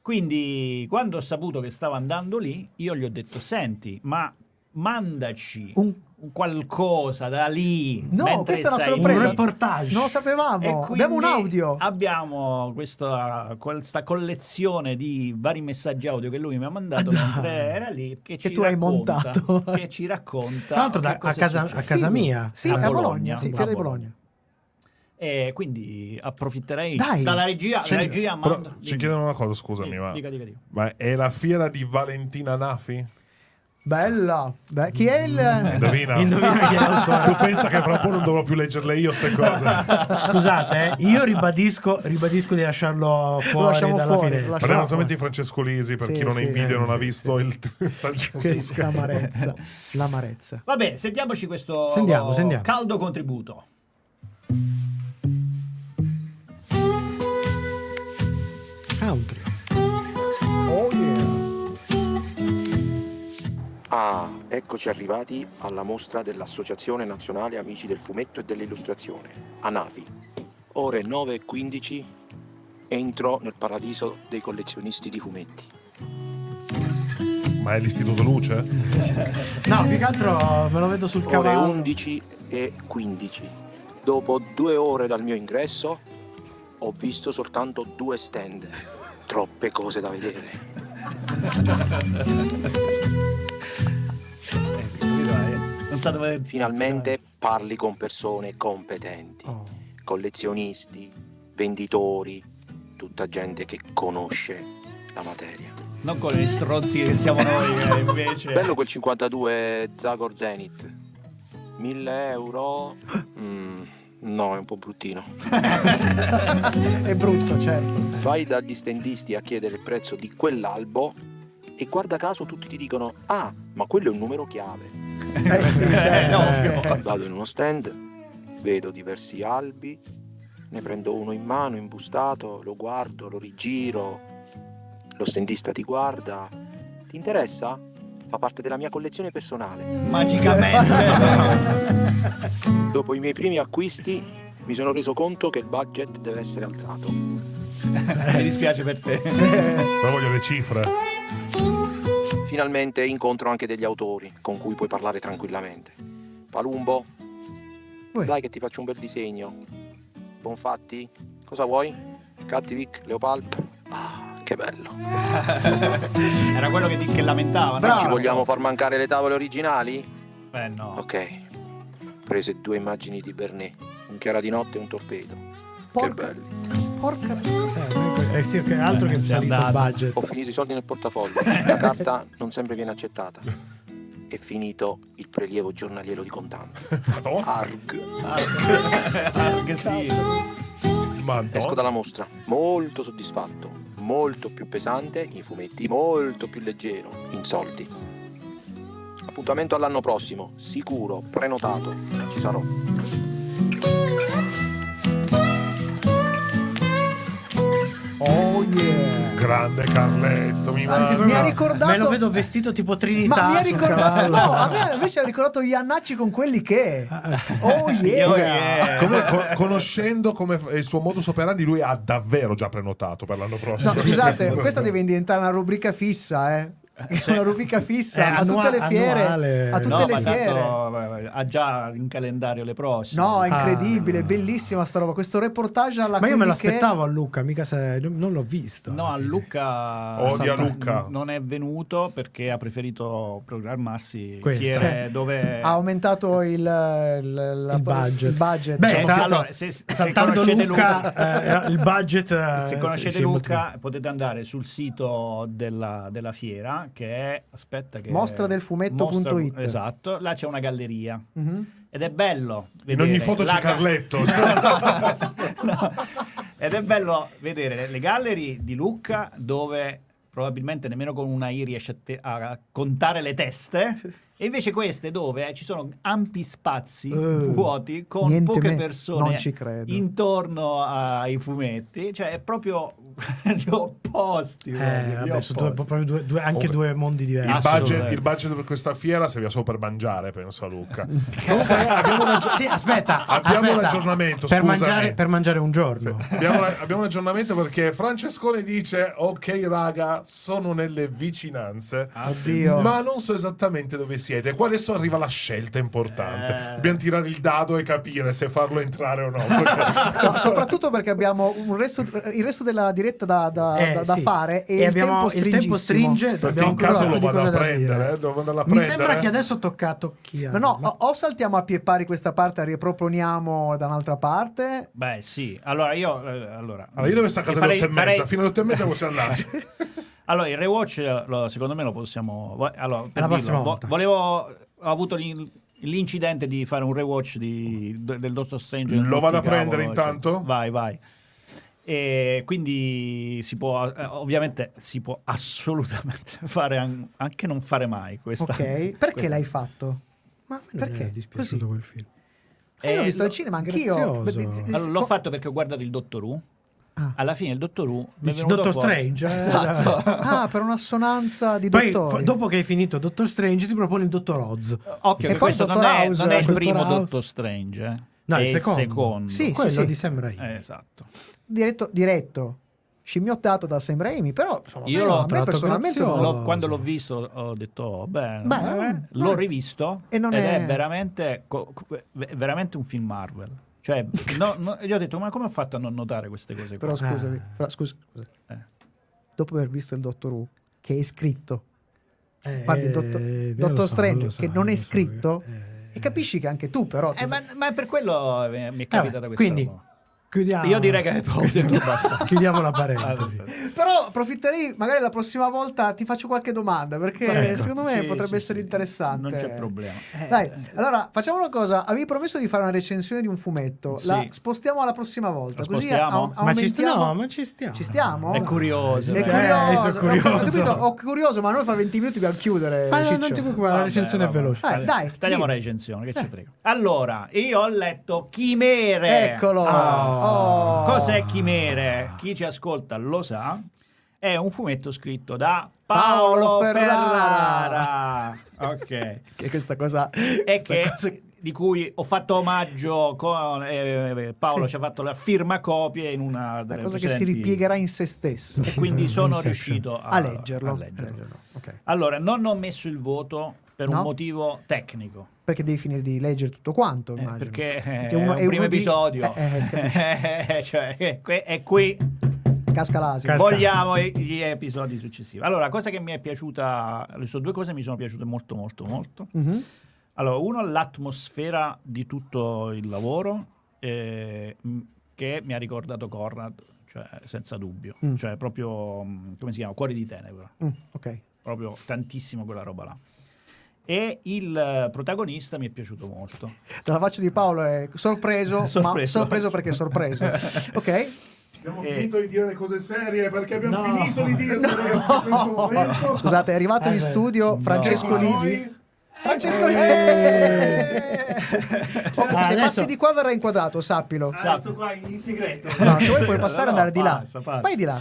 Speaker 5: Quindi quando ho saputo che stavo andando lì, io gli ho detto, senti, ma mandaci
Speaker 2: Un-
Speaker 5: un qualcosa da lì.
Speaker 2: No,
Speaker 5: mentre
Speaker 2: questa è una
Speaker 5: sei
Speaker 2: sorpresa.
Speaker 1: un
Speaker 5: lì.
Speaker 1: reportage.
Speaker 2: Non lo sapevamo.
Speaker 5: E
Speaker 2: Abbiamo un
Speaker 5: quindi
Speaker 2: audio.
Speaker 5: Abbiamo questa, questa collezione di vari messaggi audio che lui mi ha mandato
Speaker 2: Ah, dai.
Speaker 5: mentre era lì. Che,
Speaker 2: Che
Speaker 5: ci
Speaker 2: tu hai
Speaker 5: racconta-
Speaker 2: montato.
Speaker 5: Che ci racconta.
Speaker 1: Tra l'altro da-
Speaker 5: che cosa
Speaker 1: a casa-
Speaker 5: è successo.
Speaker 1: a casa mia.
Speaker 2: Sì,
Speaker 5: a
Speaker 2: a Bologna,
Speaker 5: Bologna.
Speaker 2: sì,
Speaker 5: A
Speaker 2: Fiera di
Speaker 5: Bologna.
Speaker 2: Bologna.
Speaker 5: E quindi approfitterei
Speaker 2: Dai.
Speaker 5: dalla regia.
Speaker 4: Senti,
Speaker 5: la regia
Speaker 4: però
Speaker 5: manda-
Speaker 4: ci
Speaker 5: dimmi.
Speaker 4: chiedono una cosa, scusami,
Speaker 5: Sì,
Speaker 4: ma,
Speaker 5: dica, dica, dica.
Speaker 4: ma è la fiera di Valentina Nafi?
Speaker 2: Bella. Beh, chi è
Speaker 5: Eh,
Speaker 2: il...
Speaker 4: Indovina.
Speaker 1: Eh, Indovina chi è l'autore.
Speaker 4: tu pensa che fra un po' non dovrò più leggerle io queste
Speaker 1: *laughs*
Speaker 4: cose.
Speaker 5: *laughs*
Speaker 1: Scusate, eh, io ribadisco, ribadisco di lasciarlo fuori
Speaker 2: lasciamo
Speaker 1: dalla
Speaker 2: fuori,
Speaker 1: finestra.
Speaker 2: lasciamo-
Speaker 4: Parliamo naturalmente di Francesco Lisi, per
Speaker 2: Sì,
Speaker 4: chi non è
Speaker 2: sì,
Speaker 4: in video e non
Speaker 2: sì,
Speaker 4: ha
Speaker 2: sì,
Speaker 4: visto
Speaker 2: sì.
Speaker 4: il messaggio su
Speaker 2: Che
Speaker 4: Skype.
Speaker 2: l'amarezza. L'amarezza.
Speaker 5: Vabbè, sentiamoci questo
Speaker 1: Sentiamo, sentiamo.
Speaker 5: caldo contributo.
Speaker 1: Country.
Speaker 2: Oh yeah.
Speaker 10: Ah, eccoci arrivati alla mostra dell'Associazione Nazionale Amici del Fumetto e dell'Illustrazione, ANAFI. Ore 9.15 entro nel paradiso dei collezionisti di fumetti.
Speaker 4: Ma è l'Istituto Luce?
Speaker 1: No, più che altro me lo vedo sul
Speaker 10: Ore
Speaker 1: cavallo.
Speaker 10: 11 e 15. Dopo due ore dal mio ingresso ho visto soltanto due stand. Troppe cose da vedere.
Speaker 5: Eh, capito, eh? Non so dove-
Speaker 10: Finalmente parli con persone competenti,
Speaker 1: Oh.
Speaker 10: collezionisti, venditori, tutta gente che conosce la materia.
Speaker 5: Non con gli stronzi che siamo noi, eh. che
Speaker 1: Eh.
Speaker 5: invece.
Speaker 1: *laughs*
Speaker 10: Bello quel 52 Zagor Zenith. 1000 euro. Mm, no, è un po' bruttino.
Speaker 2: È brutto, certo.
Speaker 10: Vai dagli stendisti a chiedere il prezzo di quell'albo e guarda caso tutti ti dicono: Ah, ma quello è un numero chiave.
Speaker 2: Eh sì, certo.
Speaker 5: Eh, ovvio.
Speaker 10: Vado in uno stand, vedo diversi albi, ne prendo uno in mano, imbustato, lo guardo, lo rigiro. Lo stendista ti guarda. Ti interessa? Fa parte della mia collezione personale.
Speaker 1: Eh, *laughs*
Speaker 5: magicamente.
Speaker 10: Dopo i miei primi acquisti mi sono reso conto che il budget deve essere alzato.
Speaker 5: Mi dispiace per te.
Speaker 4: Però voglio le cifre.
Speaker 10: Finalmente incontro anche degli autori con cui puoi parlare tranquillamente. Palumbo,
Speaker 2: Uè.
Speaker 10: dai che ti faccio un bel disegno. Bonfatti, cosa vuoi? Cattivic, Leopalp. Ah, che bello.
Speaker 5: Era quello che, ti- che lamentava. no?
Speaker 10: Ci vogliamo far mancare le tavole originali?
Speaker 5: Eh no.
Speaker 10: Ok. Prese due immagini di Bernet, un chiara di notte e un torpedo. Che
Speaker 2: Porca,
Speaker 10: bello.
Speaker 2: porca...
Speaker 1: Eh, ma è que- eh, Oh, sì, che altro
Speaker 5: Eh,
Speaker 1: che è
Speaker 5: sei
Speaker 1: salito il
Speaker 5: andato.
Speaker 1: budget.
Speaker 10: Ho finito i soldi
Speaker 2: *laughs*
Speaker 10: nel portafoglio, la carta non sempre viene accettata. È finito il prelievo giornaliero
Speaker 2: *laughs*
Speaker 10: di contanti.
Speaker 4: Madonna.
Speaker 10: Arg.
Speaker 5: Ah, ah, che sì.
Speaker 2: Esatto.
Speaker 10: Esco
Speaker 4: Madonna.
Speaker 10: dalla mostra molto soddisfatto, molto più pesante in fumetti, molto più leggero in soldi. Appuntamento all'anno prossimo, sicuro, prenotato, ci sarò.
Speaker 2: Oh yeah.
Speaker 4: Grande Carletto, mi
Speaker 2: Ah, sì,
Speaker 4: manca.
Speaker 2: mi ha ricordato...
Speaker 1: Me lo vedo vestito tipo Trinità
Speaker 2: Ma mi ha
Speaker 1: sul
Speaker 2: ricordato...
Speaker 1: cavallo.
Speaker 2: No, a me invece ha ricordato Iannacci con quelli
Speaker 1: *laughs*
Speaker 2: che...
Speaker 5: *laughs*
Speaker 2: Oh
Speaker 5: Oh,
Speaker 2: yeah.
Speaker 5: yeah.
Speaker 4: *laughs* Come- co- conoscendo come f- il suo modus operandi, lui ha davvero già prenotato per l'anno prossimo.
Speaker 2: No, scusate, questa deve diventare una rubrica fissa, eh. È
Speaker 5: Cioè,
Speaker 2: una rubrica fissa
Speaker 1: È
Speaker 2: a tutte
Speaker 1: annua-
Speaker 2: le fiere.
Speaker 1: annuale.
Speaker 2: A tutte
Speaker 1: No,
Speaker 2: le
Speaker 1: ma
Speaker 2: fiere.
Speaker 5: Tanto, eh, ha già in calendario le prossime.
Speaker 2: No, è
Speaker 1: Ah.
Speaker 2: incredibile, bellissima sta roba. Questo reportage alla
Speaker 1: Ma io me lo
Speaker 2: Quindi che-
Speaker 1: aspettavo a Luca, mica se... non l'ho visto.
Speaker 5: No, a Luca
Speaker 4: Odia
Speaker 5: Santa-
Speaker 4: Lucca.
Speaker 5: non è venuto perché ha preferito programmarsi
Speaker 1: Questo.
Speaker 5: fiere dove
Speaker 2: Ha aumentato il, il- la-
Speaker 1: Il budget.
Speaker 2: il budget,
Speaker 1: Beh,
Speaker 2: diciamo.
Speaker 1: tra l'altro,
Speaker 5: allora, se, se
Speaker 1: Cioè, saltando
Speaker 5: conoscete
Speaker 1: Luca,
Speaker 5: Luca-
Speaker 1: eh, il budget, eh,
Speaker 5: se
Speaker 1: sì,
Speaker 5: conoscete
Speaker 1: sì, è molto
Speaker 5: Luca, potete andare sul sito della, della fiera che è aspetta che
Speaker 2: Mostradelfumetto.it.
Speaker 5: Mostra- Esatto, là c'è una galleria
Speaker 2: Mhm.
Speaker 5: ed è bello.
Speaker 4: In
Speaker 5: vedere
Speaker 4: ogni foto
Speaker 5: la
Speaker 4: c'è
Speaker 5: ga-
Speaker 4: Carletto.
Speaker 5: *laughs* No. Ed è bello vedere le- le gallery di Lucca dove probabilmente nemmeno con una I riesce a, te- a contare le teste. E invece queste dove eh, ci sono ampi spazi
Speaker 2: Eh,
Speaker 5: vuoti con
Speaker 2: niente
Speaker 5: poche
Speaker 2: me-
Speaker 5: persone
Speaker 2: non ci credo.
Speaker 5: intorno ai fumetti, cioè è proprio *laughs* gli opposti.
Speaker 1: Eh,
Speaker 5: proprio, gli
Speaker 1: vabbè, sono due-
Speaker 5: opposti.
Speaker 1: proprio due- due- anche
Speaker 4: Oh,
Speaker 1: due mondi diversi.
Speaker 4: Il budget,
Speaker 5: Assolutamente.
Speaker 4: il budget per questa fiera serviva solo per mangiare, penso a Luca.
Speaker 1: *laughs* Comunque, eh, abbiamo un aggi- sì, *laughs* aspetta,
Speaker 4: Abbiamo un
Speaker 1: aspetta.
Speaker 4: aggiornamento,
Speaker 1: Per
Speaker 4: scusami.
Speaker 1: mangiare, per mangiare un giorno.
Speaker 4: abbiamo, una- abbiamo un aggiornamento perché Francescone dice: Ok, raga, sono nelle vicinanze,
Speaker 5: Ah,
Speaker 2: Oddio.
Speaker 4: ma non so esattamente dove siete. Qua adesso arriva la scelta importante.
Speaker 5: Eh.
Speaker 4: Dobbiamo tirare il dado e capire se farlo entrare
Speaker 1: *laughs*
Speaker 4: o no. perché-
Speaker 2: No, soprattutto perché abbiamo un resto- il resto della diretta da, da-
Speaker 1: Eh,
Speaker 2: da- da
Speaker 1: sì.
Speaker 2: fare e, il,
Speaker 1: abbiamo-
Speaker 2: tempo
Speaker 1: il tempo
Speaker 2: stringissimo.
Speaker 1: stringe.
Speaker 4: perché
Speaker 1: abbiamo
Speaker 4: in
Speaker 1: ancora
Speaker 4: caso
Speaker 1: un po'
Speaker 4: lo
Speaker 1: di
Speaker 4: vado a
Speaker 1: cose da
Speaker 4: prendere,
Speaker 1: dire.
Speaker 4: eh, devo andarla a
Speaker 1: Mi
Speaker 4: prendere.
Speaker 1: sembra che adesso ho toccato chi
Speaker 2: No, no, o- o saltiamo a pie pari questa parte e riproponiamo da un'altra parte.
Speaker 5: Beh, sì. Allora io eh, allora,
Speaker 4: Allora, io devo stare a casa
Speaker 5: farei-
Speaker 4: alle otto e mezza.
Speaker 5: farei-
Speaker 4: Fino alle otto e mezza possiamo andarci.
Speaker 5: Allora, il rewatch, eh, lo- secondo me, lo possiamo. vo- Allora, per
Speaker 1: Alla prossima
Speaker 5: vo-
Speaker 1: volta.
Speaker 5: volevo. Ho avuto l'in- l'incidente di fare un rewatch di- de- del Doctor Strange.
Speaker 4: Lo vado
Speaker 5: Cavolo,
Speaker 4: a prendere
Speaker 5: cioè,
Speaker 4: intanto?
Speaker 5: Vai, vai. E quindi si può, eh, ovviamente, si può assolutamente *laughs* fare an- anche non fare mai questa.
Speaker 2: Ok,
Speaker 5: *laughs*
Speaker 2: perché
Speaker 5: questa-
Speaker 2: l'hai fatto?
Speaker 1: Ma a me non
Speaker 2: Perché?
Speaker 1: è dispiaciuto
Speaker 2: Così.
Speaker 1: quel film.
Speaker 2: Eh, io l'ho
Speaker 5: Eh,
Speaker 2: visto al
Speaker 5: lo-
Speaker 2: cinema anch'io.
Speaker 1: grazioso.
Speaker 2: Beh, di- di-
Speaker 5: Allora, l'ho
Speaker 2: co-
Speaker 5: fatto perché ho guardato il Dottor Who.
Speaker 2: Ah.
Speaker 5: Alla fine il Dottor Who. mi è
Speaker 1: Dici
Speaker 5: venuto
Speaker 1: Doctor
Speaker 5: fuori-
Speaker 1: Strange, eh?
Speaker 5: *laughs* Esatto.
Speaker 2: Ah, per un'assonanza di
Speaker 1: Poi,
Speaker 2: dottori.
Speaker 1: fa- dopo che hai finito Doctor Strange, ti propone il Dottor Oz.
Speaker 5: Eh, Occhio,
Speaker 2: E poi
Speaker 5: che questo non
Speaker 2: Dottor
Speaker 5: è,
Speaker 2: House,
Speaker 5: non è il
Speaker 1: Dottor
Speaker 5: primo
Speaker 1: House.
Speaker 5: Dottor Strange. eh.
Speaker 1: No,
Speaker 5: È
Speaker 1: il secondo.
Speaker 2: Sì, sì,
Speaker 1: Quello
Speaker 2: sì.
Speaker 1: di Sam Raimi.
Speaker 5: Eh, esatto.
Speaker 2: diretto, diretto, scimmiottato da Sam Raimi, però insomma,
Speaker 5: Io
Speaker 2: a me-
Speaker 5: l'ho
Speaker 2: a me
Speaker 1: trovato
Speaker 2: personalmente
Speaker 1: grazioso.
Speaker 2: l'ho-
Speaker 5: L'ho- quando l'ho visto ho detto oh, beh,
Speaker 2: Beh,
Speaker 5: eh,
Speaker 2: eh,
Speaker 5: l'ho
Speaker 2: eh.
Speaker 5: rivisto
Speaker 2: E non
Speaker 5: ed
Speaker 2: è-
Speaker 5: è, veramente co- co- è veramente un film Marvel. Cioè, no, no, io ho detto ma come ho fatto a non notare queste cose qua?
Speaker 2: Però scusami,
Speaker 1: Ah.
Speaker 2: però scusa, scusa.
Speaker 5: Eh.
Speaker 2: dopo aver visto il Dottor Who, che è scritto,
Speaker 1: Eh,
Speaker 2: parli di Dottor-
Speaker 1: eh,
Speaker 2: Dottor
Speaker 1: lo
Speaker 2: Strange,
Speaker 1: lo so,
Speaker 2: che non è
Speaker 1: lo so,
Speaker 2: scritto,
Speaker 1: eh,
Speaker 2: e capisci che anche tu però... ti-
Speaker 5: Eh, ma, ma è per quello eh, mi è capitata questa
Speaker 1: quindi,
Speaker 5: roba.
Speaker 1: Chiudiamo.
Speaker 5: Io direi che ho detto *laughs* basta.
Speaker 1: Chiudiamo la
Speaker 5: Ah,
Speaker 1: parentesi.
Speaker 5: sì.
Speaker 2: Però approfitterei, magari la prossima volta ti faccio qualche domanda, perché
Speaker 5: Prego.
Speaker 2: secondo me
Speaker 5: Sì,
Speaker 2: potrebbe
Speaker 5: sì,
Speaker 2: essere
Speaker 5: sì.
Speaker 2: interessante.
Speaker 5: Non c'è problema. Eh,
Speaker 2: Dai, allora facciamo una cosa. Avevi promesso di fare una recensione di un fumetto.
Speaker 5: Sì.
Speaker 2: La spostiamo alla prossima volta.
Speaker 5: La
Speaker 2: Così
Speaker 5: spostiamo?
Speaker 2: au-
Speaker 1: Ma ci, sti-
Speaker 2: aumentiamo-
Speaker 1: no, ma ci stiamo.
Speaker 2: Ci stiamo?
Speaker 5: È curioso,
Speaker 2: È
Speaker 5: Eh,
Speaker 2: curioso,
Speaker 1: sono curioso.
Speaker 2: Ho, capito, ho curioso, ma noi fra 20 minuti dobbiamo chiudere.
Speaker 1: Ma non-
Speaker 2: Ciccio.
Speaker 1: non ti preoccupare, la
Speaker 5: Vabbè,
Speaker 1: recensione
Speaker 5: vabbè.
Speaker 1: è veloce.
Speaker 2: Dai, Eh. dai,
Speaker 5: Tagliamo la
Speaker 2: dì.
Speaker 5: recensione, che ci frega. Allora, io ho letto Chimere.
Speaker 2: Eccolo.
Speaker 1: Ah.
Speaker 2: Oh.
Speaker 5: Cos'è Chimere? Chi ci ascolta lo sa. È un fumetto scritto da Paolo,
Speaker 2: Paolo Ferrara. *laughs*
Speaker 5: Ferrara. ok.
Speaker 2: Che questa cosa.
Speaker 5: *laughs* E
Speaker 2: questa
Speaker 5: che,
Speaker 2: cosa-
Speaker 5: di cui ho fatto omaggio con eh, Paolo
Speaker 2: Sì.
Speaker 5: ci ha fatto la firma copie in una
Speaker 2: questa
Speaker 5: delle
Speaker 2: cosa che si
Speaker 5: precedenti-
Speaker 2: ripiegherà in se stesso.
Speaker 5: E quindi sono
Speaker 1: Inception.
Speaker 5: riuscito a,
Speaker 2: A leggerlo.
Speaker 5: Ah, a leggerlo.
Speaker 2: Ok.
Speaker 5: Allora, non ho messo il voto per
Speaker 2: No?
Speaker 5: un motivo tecnico.
Speaker 2: Perché devi finire di leggere tutto quanto.
Speaker 5: Eh,
Speaker 2: immagino.
Speaker 5: perché eh,
Speaker 2: Perché
Speaker 5: è un
Speaker 2: è
Speaker 5: primo
Speaker 2: di-
Speaker 5: episodio *laughs*
Speaker 2: Eh, eh,
Speaker 5: Cioè, è qui- è qui
Speaker 2: casca l'asino.
Speaker 1: Casca.
Speaker 5: vogliamo i- gli episodi successivi allora cosa che mi è piaciuta le so, due cose mi sono piaciute molto molto molto
Speaker 2: Mhm.
Speaker 5: allora uno l'atmosfera di tutto il lavoro eh, m- che mi ha ricordato Conrad cioè, senza dubbio
Speaker 2: Mm.
Speaker 5: cioè proprio mh, come si chiama Cuori di Tenebra
Speaker 2: Mm, ok.
Speaker 5: proprio tantissimo quella roba là e il eh, protagonista mi è piaciuto molto
Speaker 2: Dalla faccia di Paolo è sorpreso, ma
Speaker 5: Sorpreso.
Speaker 2: sorpreso perché è
Speaker 5: *laughs*
Speaker 2: sorpreso. ok?
Speaker 4: Abbiamo
Speaker 5: Eh.
Speaker 4: finito di dire le cose serie perché abbiamo
Speaker 1: No.
Speaker 4: finito di dirle ragazzi, in questo momento. *laughs*
Speaker 2: Scusate, è arrivato
Speaker 1: Eh,
Speaker 2: in
Speaker 1: beh,
Speaker 2: studio
Speaker 1: no.
Speaker 2: Francesco
Speaker 4: Ma noi-
Speaker 2: Lisi. Francesco Lisi!
Speaker 1: *laughs* Ah,
Speaker 2: Oh, se
Speaker 1: adesso- Ah,
Speaker 2: passi di qua verrà inquadrato, sappilo.
Speaker 5: Sa-
Speaker 3: qua in segreto.
Speaker 2: No, se vuoi puoi passare e
Speaker 5: No, no,
Speaker 2: andare di là.
Speaker 5: passa, passa.
Speaker 2: Vai di là.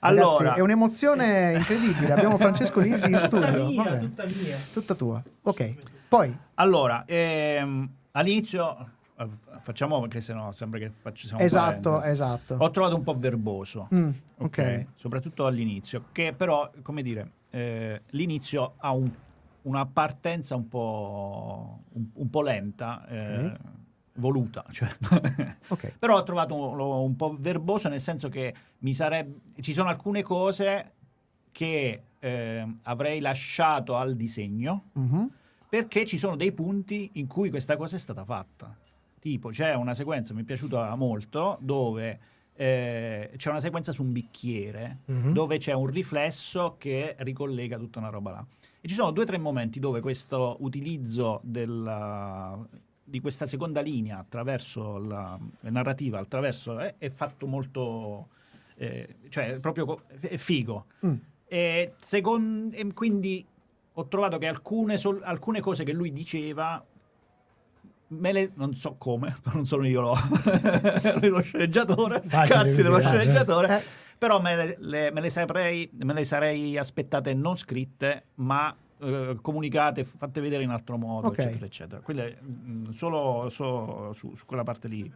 Speaker 5: Allora,
Speaker 2: Ragazzi, è un'emozione incredibile. Abbiamo Francesco Lisi in studio.
Speaker 3: Tutta
Speaker 2: Vabbè.
Speaker 3: mia, tutta mia.
Speaker 2: Tutta tua. Ok. Poi,
Speaker 5: Allora, ehm, all'inizio eh, facciamo perché sennò sembra che facciamo
Speaker 2: Esatto, esatto.
Speaker 5: Ho trovato un po' verboso.
Speaker 2: Mm,
Speaker 5: ok. Soprattutto all'inizio, che però, come dire, eh, l'inizio ha un- una partenza un po', un, un po' lenta, eh,
Speaker 2: Ok.
Speaker 5: voluta. cioè. *laughs*
Speaker 2: Ok.
Speaker 5: però ho trovato un, lo- un po' verboso nel senso che mi sareb- ci sono alcune cose che eh, avrei lasciato al disegno
Speaker 2: Mhm.
Speaker 5: perché ci sono dei punti in cui questa cosa è stata fatta. Tipo, c'è una sequenza, mi è piaciuta molto, dove eh, c'è una sequenza su un bicchiere,
Speaker 1: Mhm.
Speaker 5: dove c'è un riflesso che ricollega tutta una roba là. E ci sono due o tre momenti dove questo utilizzo della- di questa seconda linea attraverso la, la narrativa, attraverso, eh, è fatto molto... eh, cioè, proprio co- è figo.
Speaker 2: Mm.
Speaker 5: E secon- e quindi ho trovato che alcune, sol- alcune cose che lui diceva, me le- non so come, *laughs* non sono io lo, lui lo sceneggiatore,
Speaker 1: Facile,
Speaker 5: cazzi dello
Speaker 1: quindi, facile.
Speaker 5: sceneggiatore, però me le, le- me le saprei- me le sarei aspettate non scritte, ma eh, comunicate, fatte vedere in altro modo,
Speaker 2: Ok.
Speaker 5: eccetera, eccetera. Quelle, mm, solo so- su, su quella parte lì.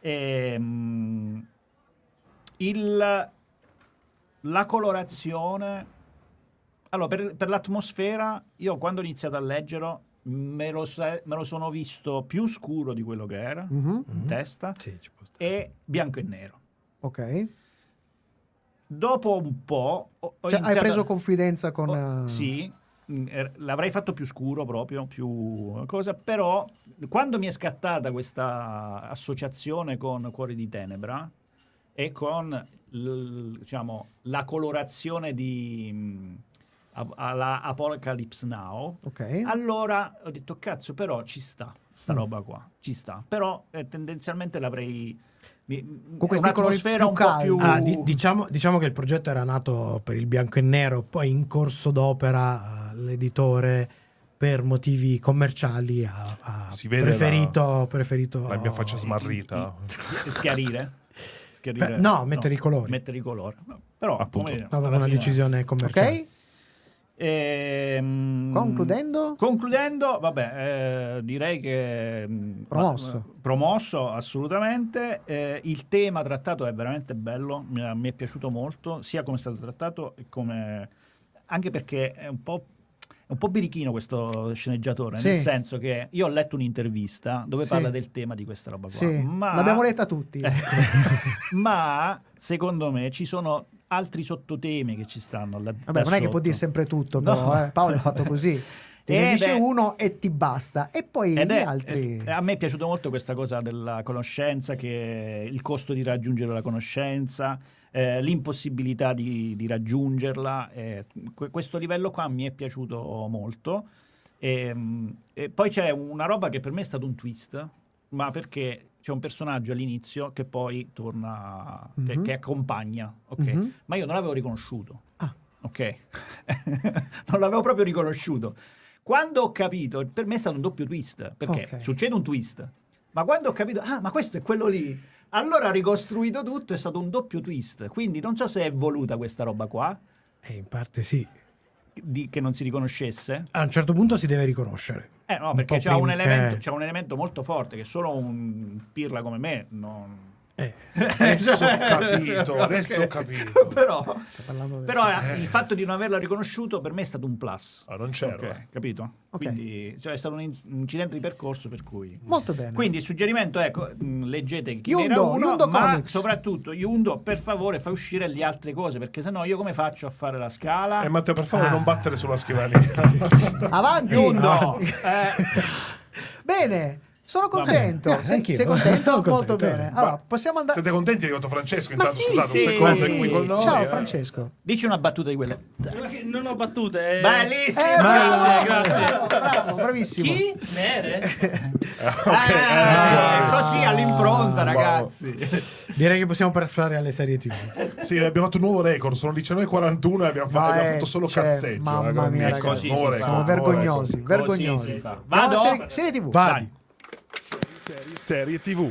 Speaker 5: Ehm, il, la colorazione. Allora, per, per l'atmosfera, io quando ho iniziato a leggerlo, me lo, sa- me lo sono visto più scuro di quello che era
Speaker 2: Mhm.
Speaker 5: in testa
Speaker 1: Mm-hmm. Sì, ci può stare.
Speaker 5: e bianco e nero.
Speaker 2: Ok.
Speaker 5: Dopo un po' ho, ho
Speaker 2: Cioè, hai
Speaker 5: iniziato-
Speaker 2: preso confidenza con...
Speaker 5: ho-
Speaker 2: eh,
Speaker 5: Oh, Sì, mh, er- l'avrei fatto più scuro proprio, più cosa, però quando mi è scattata questa associazione con Cuori di Tenebra e con l- diciamo, la colorazione di mh, a- alla Apocalypse Now,
Speaker 2: Ok.
Speaker 5: allora ho detto cazzo, però ci sta sta
Speaker 2: Mm.
Speaker 5: roba qua, ci sta. Però eh, tendenzialmente l'avrei mi-
Speaker 2: Con
Speaker 5: è
Speaker 2: questi colori
Speaker 5: un'atmosfera
Speaker 2: più
Speaker 5: un po' più
Speaker 1: Ah, di- diciamo, diciamo che il progetto era nato per il bianco e nero, poi in corso d'opera eh, l'editore per motivi commerciali ha, ha
Speaker 4: Si vede
Speaker 1: preferito, preferito
Speaker 4: La mia faccia *laughs* smarrita.
Speaker 5: schiarire. schiarire.
Speaker 1: Beh, no, mettere i colori.
Speaker 5: Mettere i colori. No, Però
Speaker 4: Appunto.
Speaker 5: come-
Speaker 1: No,
Speaker 5: alla
Speaker 1: una
Speaker 5: fine-
Speaker 1: decisione commerciale.
Speaker 2: Ok?
Speaker 5: Ehm,
Speaker 2: Concludendo?
Speaker 5: Concludendo, vabbè, eh, direi che mh,
Speaker 2: Promosso.
Speaker 5: va- promosso assolutamente. Eh, il tema trattato è veramente bello, mi, è- mi è piaciuto molto, sia come è stato trattato, e come, anche perché è un po'. È un po' birichino questo sceneggiatore,
Speaker 2: Sì.
Speaker 5: nel senso che io ho letto un'intervista dove
Speaker 2: Sì.
Speaker 5: parla del tema di questa roba qua.
Speaker 2: Sì.
Speaker 5: ma-
Speaker 2: L'abbiamo letta tutti.
Speaker 5: Ecco. *laughs* ma secondo me ci sono altri sottotemi che ci stanno là,
Speaker 2: Vabbè,
Speaker 5: là
Speaker 2: non è che può
Speaker 5: sotto.
Speaker 2: dire sempre tutto,
Speaker 5: No.
Speaker 2: però, eh. Paolo è
Speaker 5: *laughs*
Speaker 2: fatto così. Te ne
Speaker 5: Ed
Speaker 2: dice
Speaker 5: è-
Speaker 2: uno e ti basta. E poi
Speaker 5: ed
Speaker 2: gli
Speaker 5: è-
Speaker 2: altri...
Speaker 5: è- Eh a me è piaciuta molto questa cosa della conoscenza, che il costo di raggiungere la conoscenza, eh, l'impossibilità di, di raggiungerla. eh, que- questo livello qua mi è piaciuto molto. Ehm, E, poi c'è una roba che per me è stato un twist, ma perché c'è un personaggio all'inizio che poi torna, che- che,
Speaker 2: Mhm.
Speaker 5: accompagna, ok?
Speaker 2: Mhm.
Speaker 5: ma io non l'avevo riconosciuto.
Speaker 2: Ah.
Speaker 5: Ok, *laughs* non l'avevo proprio riconosciuto. Quando ho capito, per me è stato un doppio twist, perché
Speaker 2: Ok.
Speaker 5: succede un twist, ma quando ho capito, ah, ma questo è quello lì, allora ho ricostruito tutto, è stato un doppio twist. Quindi non so se è voluta questa roba qua,
Speaker 1: E in parte sì.
Speaker 5: di- che non si riconoscesse,
Speaker 1: A un certo punto si deve riconoscere.
Speaker 5: Eh no,
Speaker 1: Un
Speaker 5: perché
Speaker 1: po' eh.
Speaker 5: c'è un,
Speaker 1: prima che-
Speaker 5: elemento, c'ha un elemento molto forte che solo un pirla come me non...
Speaker 1: Eh,
Speaker 5: *laughs*
Speaker 4: Adesso ho
Speaker 5: Cioè,
Speaker 4: capito, adesso
Speaker 5: perché-
Speaker 4: ho capito.
Speaker 5: *laughs* però
Speaker 2: parlando del-
Speaker 5: però eh, il fatto di non averla riconosciuto per me è stato un plus.
Speaker 4: Ah, non c'ero.
Speaker 5: Ok, capito?
Speaker 2: Ok.
Speaker 5: Quindi cioè, è stato un in- un incidente di percorso per cui...
Speaker 2: Molto bene.
Speaker 5: Quindi il suggerimento è co- mh, leggete chi
Speaker 2: Yundo,
Speaker 5: era uno,
Speaker 2: Yundo
Speaker 5: ma
Speaker 2: Comics.
Speaker 5: soprattutto Yundo per favore fai uscire le altre cose perché sennò io come faccio a fare la scala?
Speaker 4: Eh, Matteo, per favore, non battere sulla *laughs* scrivania.
Speaker 2: Avanti!
Speaker 5: Yundo!
Speaker 2: Avanti.
Speaker 5: Eh,
Speaker 2: *laughs* Bene, sono contento.
Speaker 1: bene. Eh,
Speaker 2: Sei,
Speaker 1: anch'io.
Speaker 2: sei contento?
Speaker 1: Sono
Speaker 2: Molto
Speaker 1: contento,
Speaker 2: bene.
Speaker 1: eh.
Speaker 2: Allora, possiamo andare...
Speaker 4: Siete contenti? È arrivato Francesco.
Speaker 2: Ma
Speaker 4: Intanto,
Speaker 2: sì,
Speaker 4: scusate,
Speaker 2: sì,
Speaker 4: un secondo,
Speaker 2: sì.
Speaker 4: è qui con noi.
Speaker 2: Ciao
Speaker 4: eh.
Speaker 2: Francesco.
Speaker 5: dici una battuta di quelle.
Speaker 11: Perché Non ho battute. eh.
Speaker 5: Bellissimo!
Speaker 2: Eh,
Speaker 11: Grazie,
Speaker 2: bravo, Bravo,
Speaker 11: grazie.
Speaker 2: bravo, bravissimo.
Speaker 11: Chi? Mere?
Speaker 4: Ok,
Speaker 5: Eh,
Speaker 4: eh,
Speaker 5: così all'impronta,
Speaker 4: Wow.
Speaker 5: ragazzi.
Speaker 1: direi che possiamo passare alle serie TV.
Speaker 4: Sì, abbiamo fatto un nuovo record. Sono 19.41 e abbiamo, fa-
Speaker 2: Ma
Speaker 4: abbiamo
Speaker 2: è-
Speaker 4: fatto solo
Speaker 2: cioè,
Speaker 4: cazzeggio.
Speaker 2: mamma
Speaker 4: eh,
Speaker 2: mia,
Speaker 4: grandissimo.
Speaker 2: ragazzi,
Speaker 4: Un nuovo record,
Speaker 2: Siamo
Speaker 4: un nuovo
Speaker 2: vergognosi,
Speaker 4: record.
Speaker 2: vergognosi.
Speaker 5: si fa.
Speaker 2: Andiamo alla Serie,
Speaker 5: Vado?
Speaker 2: serie TV.
Speaker 1: Vai.
Speaker 4: Serie TV.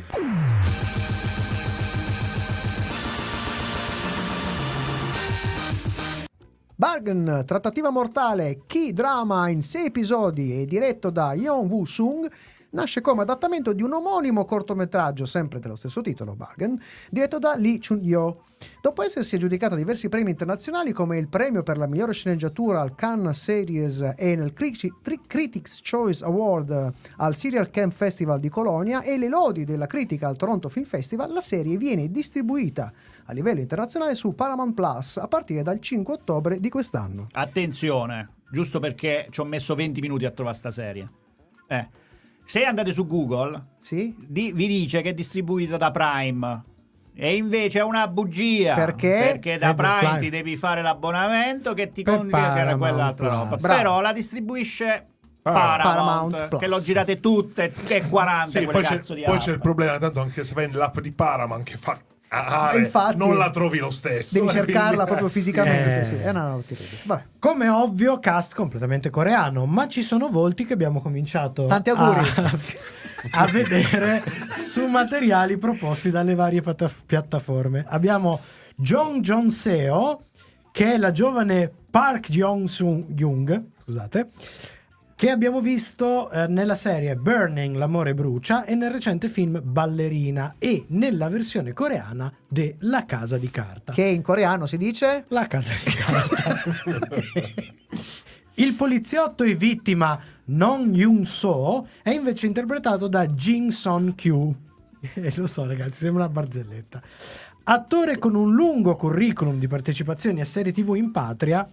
Speaker 2: Bargain, trattativa mortale, Key Drama in 6 episodi e diretto da Yeon Woo Sung nasce come adattamento di un omonimo cortometraggio, sempre dello stesso titolo, Bargain, diretto da Lee Chun-yo. Dopo essersi aggiudicata diversi premi internazionali come il premio per la migliore sceneggiatura al Cannes Series e nel Cri- Tri- Critics Choice Award al Serial Camp Festival di Colonia e le lodi della critica al Toronto Film Festival, la serie viene distribuita a livello internazionale su Paramount Plus a partire dal 5 ottobre di quest'anno.
Speaker 5: Attenzione, giusto perché ci ho messo 20 minuti a trovare sta serie. Eh, se andate su Google,
Speaker 2: Sì?
Speaker 5: di- vi dice che è distribuita da Prime. E invece è una bugia.
Speaker 2: Perché?
Speaker 5: da
Speaker 1: Eh,
Speaker 5: Prime,
Speaker 1: Prime.
Speaker 5: ti devi fare l'abbonamento che ti
Speaker 1: Per
Speaker 5: conviene che era
Speaker 1: Paramount
Speaker 5: quell'altra roba.
Speaker 1: Plus.
Speaker 5: Però la distribuisce
Speaker 4: Ah.
Speaker 5: Paramount,
Speaker 2: Paramount
Speaker 5: che
Speaker 2: Plus.
Speaker 5: lo girate tutte, tutte e 40
Speaker 4: Sì,
Speaker 5: quelle
Speaker 4: poi, c'è,
Speaker 5: cazzo di
Speaker 4: poi
Speaker 5: app.
Speaker 4: c'è il problema, tanto anche se vai nell'app di Paramount che fa cagare,
Speaker 2: Ah, Infatti,
Speaker 4: Ah, eh, non la trovi lo stesso.
Speaker 2: Devi
Speaker 4: eh,
Speaker 2: cercarla
Speaker 4: quindi-
Speaker 2: proprio
Speaker 4: eh, *laughs* sì.
Speaker 2: fisicamente.
Speaker 1: eh.
Speaker 2: Sì, sì, è una roba terribile. Vabbè.
Speaker 1: Come ovvio, cast completamente coreano, ma ci sono volti che abbiamo cominciato
Speaker 2: Tanti auguri.
Speaker 1: a, *laughs* a vedere su materiali proposti dalle varie pata- piattaforme. Abbiamo Jong Jong Seo, che è la giovane Park Jong Sung Jung, scusate, che abbiamo visto eh, nella serie Burning, l'amore brucia e nel recente film Ballerina e nella versione coreana de La casa di carta.
Speaker 2: Che in coreano si dice
Speaker 1: La casa di carta. *laughs* Il poliziotto e vittima Non Yun So è invece interpretato da Jin Son Kyu. E lo so, ragazzi, sembra una barzelletta. Attore con un lungo curriculum di partecipazioni a serie TV in patria,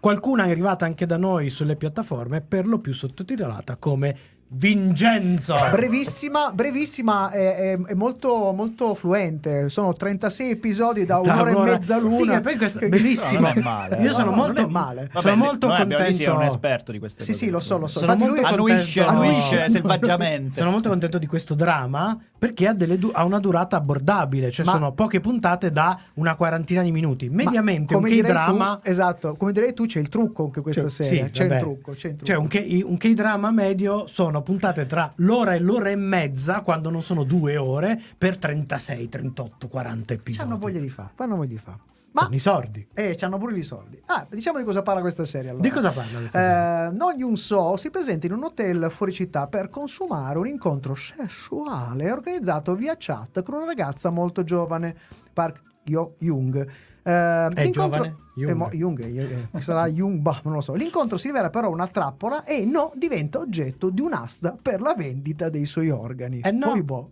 Speaker 1: qualcuna è arrivata anche da noi sulle piattaforme, per lo più sottotitolata come Vincenzo.
Speaker 4: Ah.
Speaker 2: brevissima, brevissima è, è- è molto, molto fluente. Sono 36 episodi da un'ora e
Speaker 1: Allora-
Speaker 2: mezza l'una.
Speaker 1: Sì, e poi questo è bellissimo.
Speaker 5: No, non è male, eh.
Speaker 1: Io
Speaker 5: no,
Speaker 1: sono
Speaker 2: no,
Speaker 1: molto
Speaker 2: non è male.
Speaker 5: Vabbè,
Speaker 1: sono molto
Speaker 5: noi abbiamo- lui sì, è un
Speaker 1: contento.
Speaker 5: esperto di queste
Speaker 2: Sì,
Speaker 5: cose.
Speaker 2: sì, lo so, lo so.
Speaker 1: Sono
Speaker 2: Infatti
Speaker 1: molto
Speaker 2: lui-
Speaker 1: contento. Ah,
Speaker 5: Annuisce, annuisce
Speaker 1: *laughs* No.
Speaker 5: selvaggiamente.
Speaker 1: Sono molto contento di questo dramma perché ha, delle du- ha una durata abbordabile, cioè
Speaker 2: Ma-
Speaker 1: sono poche puntate da una quarantina di minuti. Mediamente
Speaker 2: Ma
Speaker 1: un
Speaker 2: come direi
Speaker 1: K-drama.
Speaker 2: tu- esatto, come direi tu c'è il trucco anche questa
Speaker 1: cioè,
Speaker 2: sera.
Speaker 1: sì,
Speaker 2: c'è, il
Speaker 1: vabbè.
Speaker 2: trucco, c'è il trucco.
Speaker 1: Cioè, un, K- un K-drama medio sono puntate tra l'ora e l'ora e mezza, quando non sono due ore, per 36, 38, 40 episodi.
Speaker 2: C'hanno voglia di fa, fanno voglia di fa. Ma
Speaker 1: Sono i sordi.
Speaker 2: eh, c'hanno pure i soldi. Ah, diciamo di cosa parla questa serie allora.
Speaker 1: Di cosa parla questa serie?
Speaker 2: Eh, non Yun So si presenta in un hotel fuori città per consumare un incontro sessuale organizzato via chat con una ragazza molto giovane, Park Yo Jung. Eh,
Speaker 1: È giovane? Jung.
Speaker 2: eh, mo- Jung, eh, eh, sarà Jung, bah, non lo so. L'incontro si rivela però una trappola e no, diventa oggetto di un'asta per la vendita dei suoi organi.
Speaker 1: Eh no.
Speaker 2: Oi boh.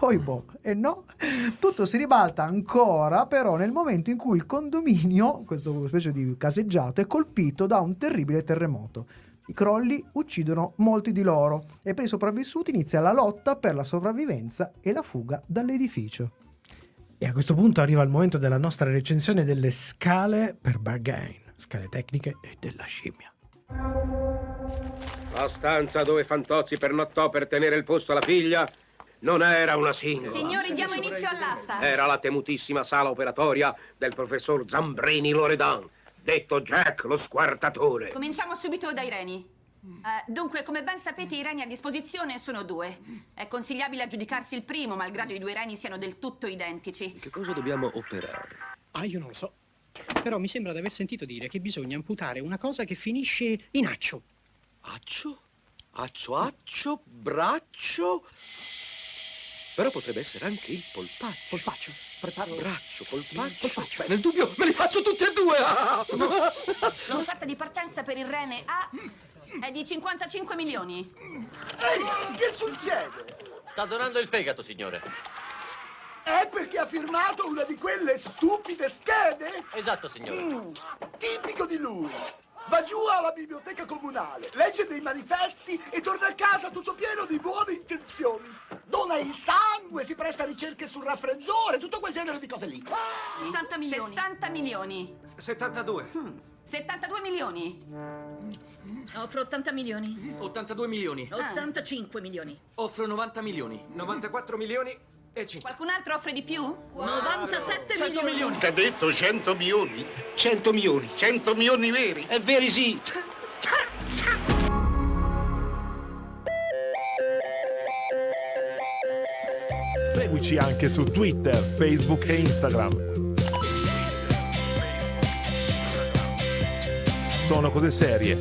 Speaker 2: Oi boh. Eh no. Tutto si ribalta ancora però nel momento in cui il condominio, questo specie di caseggiato, è colpito da un terribile terremoto. I crolli uccidono molti di loro e per i sopravvissuti inizia la lotta per la sopravvivenza e la fuga dall'edificio.
Speaker 1: E a questo punto arriva il momento della nostra recensione delle scale per Bargain, scale tecniche e della scimmia.
Speaker 12: La stanza dove Fantozzi pernottò per tenere il posto alla figlia non era una singola.
Speaker 13: Signori, diamo inizio all'asta.
Speaker 10: Eh,
Speaker 12: Era la temutissima sala operatoria del professor Zambrini Loredan, detto Jack lo squartatore.
Speaker 13: Cominciamo subito dai reni. Eh, dunque, come ben sapete, i reni a disposizione sono due. È consigliabile aggiudicarsi il primo, malgrado i due reni siano del tutto identici.
Speaker 12: Che cosa dobbiamo operare?
Speaker 14: Ah, io non lo so. Però mi sembra di aver sentito dire che bisogna amputare una cosa che finisce in accio.
Speaker 12: Accio? Accio, accio, braccio. Però potrebbe essere anche il polpaccio. Polpaccio, preparo. Braccio, polpaccio. Beh, nel dubbio me li faccio tutti e due. Ah!
Speaker 13: La carta di partenza per il rene A è di 55 milioni.
Speaker 15: Ehi, che succede?
Speaker 16: Sta donando il fegato, signore.
Speaker 15: È perché ha firmato una di quelle stupide schede?
Speaker 16: Esatto, signore.
Speaker 15: Mm, tipico di lui. Va giù alla biblioteca comunale, legge dei manifesti e torna a casa tutto pieno di buone intenzioni. Dona il sangue, si presta a ricerche sul raffreddore, tutto quel genere di cose lì.
Speaker 13: 60 milioni. 60 milioni.
Speaker 17: 72.
Speaker 13: 72 milioni. Mm. Offro 80 milioni.
Speaker 17: 82 milioni.
Speaker 13: Ah. 85 milioni.
Speaker 17: Offro 90 milioni. 94 milioni e 5.
Speaker 13: Qualcun altro offre di più? 97
Speaker 17: 100 milioni.
Speaker 18: T'ha detto 100 milioni? 100 milioni, 100 milioni veri? È veri sì!
Speaker 4: Seguici anche su Twitter, Facebook e Instagram. Sono cose serie.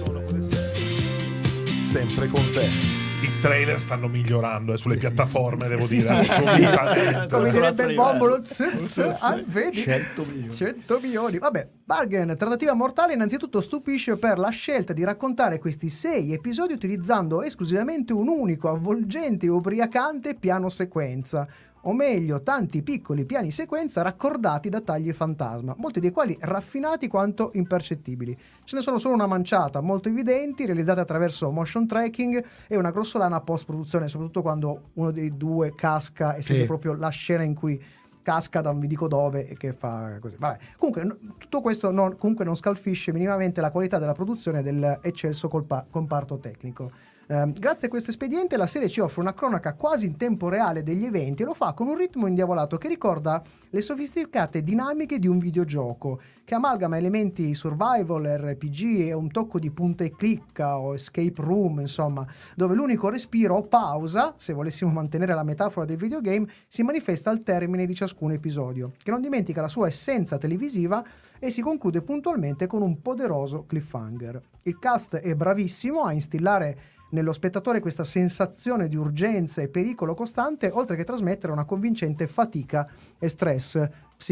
Speaker 4: Sempre con te. trailer stanno migliorando eh, sulle piattaforme, devo
Speaker 2: Sì,
Speaker 4: dire. eh,
Speaker 2: sì, sì, *laughs*
Speaker 4: assolutamente.
Speaker 2: sì. Come direbbe il bombolo, z- z-
Speaker 4: Sì, sì.
Speaker 2: ah, vedi?
Speaker 4: 100 milioni.
Speaker 2: 100 milioni. Vabbè, Bargain, trattativa mortale, innanzitutto stupisce per la scelta di raccontare questi sei episodi utilizzando esclusivamente un unico, avvolgente e ubriacante piano sequenza. O meglio, tanti piccoli piani sequenza raccordati da tagli fantasma, molti dei quali raffinati quanto impercettibili. Ce ne sono solo una manciata, molto evidenti, realizzate attraverso motion tracking e una grossolana post-produzione, soprattutto quando uno dei due casca e
Speaker 1: Sì.
Speaker 2: sente proprio la scena in cui casca da non vi dico dove e che fa così. Vabbè. Comunque, no- tutto questo non, comunque non scalfisce minimamente la qualità della produzione del eccelso colpa- comparto tecnico. Ehm, grazie a questo espediente la serie ci offre una cronaca quasi in tempo reale degli eventi e lo fa con un ritmo indiavolato che ricorda le sofisticate dinamiche di un videogioco che amalgama elementi survival, RPG e un tocco di punta e clicca o escape room, insomma, dove l'unico respiro o pausa, se volessimo mantenere la metafora del videogame, si manifesta al termine di ciascun episodio, che non dimentica la sua essenza televisiva e si conclude puntualmente con un poderoso cliffhanger. Il cast è bravissimo a instillare nello spettatore questa sensazione di urgenza e pericolo costante, oltre che trasmettere una convincente fatica e stress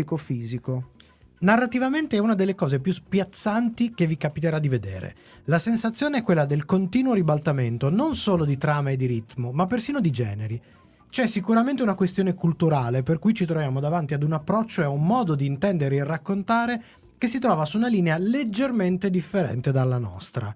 Speaker 2: psicofisico.
Speaker 1: Narrativamente è una delle cose più spiazzanti che vi capiterà di vedere. La sensazione è quella del continuo ribaltamento, non solo di trama e di ritmo, ma persino di generi. C'è sicuramente una questione culturale, per cui ci troviamo davanti ad un approccio e a un modo di intendere e raccontare che si trova su una linea leggermente differente dalla nostra.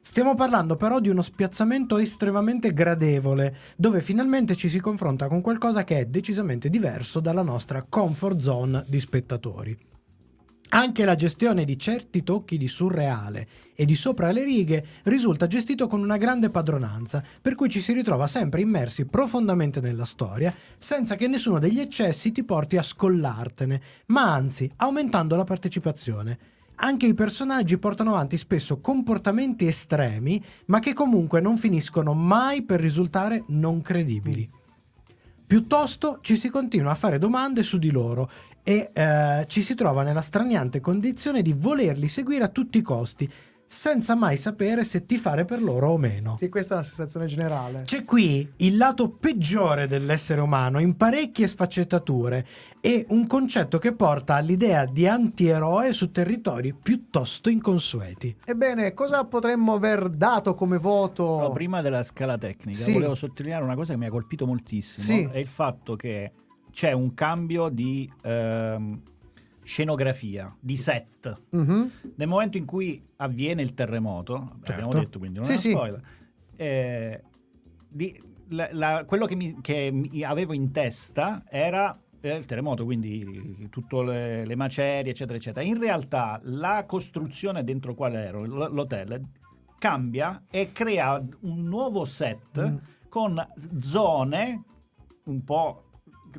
Speaker 1: Stiamo parlando però di uno spiazzamento estremamente gradevole, dove finalmente ci si confronta con qualcosa che è decisamente diverso dalla nostra comfort zone di spettatori. Anche la gestione di certi tocchi di surreale e di sopra le righe risulta gestito con una grande padronanza, per cui ci si ritrova sempre immersi profondamente nella storia, senza che nessuno degli eccessi ti porti a scollartene, ma anzi aumentando la partecipazione. Anche i personaggi portano avanti spesso comportamenti estremi, ma che comunque non finiscono mai per risultare non credibili. Piuttosto ci si continua a fare domande su di loro e eh, ci si trova nella straniante condizione di volerli seguire a tutti i costi, senza mai sapere se ti fare per loro o meno.
Speaker 2: Sì, questa è la sensazione generale.
Speaker 1: C'è qui il lato peggiore dell'essere umano in parecchie sfaccettature e un concetto che porta all'idea di antieroe su territori piuttosto inconsueti.
Speaker 2: Ebbene, cosa potremmo aver dato come voto?
Speaker 5: Però Oh, prima della scala tecnica
Speaker 2: Sì.
Speaker 5: volevo sottolineare una cosa che mi ha colpito moltissimo
Speaker 2: Sì.
Speaker 5: è il fatto che c'è un cambio di ehm, scenografia di set
Speaker 2: Mhm.
Speaker 5: nel momento in cui avviene il terremoto abbiamo
Speaker 2: Certo.
Speaker 5: detto quindi non è
Speaker 2: Sì,
Speaker 5: una
Speaker 2: sì.
Speaker 5: spoiler eh, di- la- la- quello che, mi, che mi avevo in testa era eh, il terremoto, quindi tutte le, le macerie, eccetera, eccetera. In realtà la costruzione dentro quale ero, l- l'hotel, cambia e crea un nuovo set
Speaker 2: Mm.
Speaker 5: con zone un po'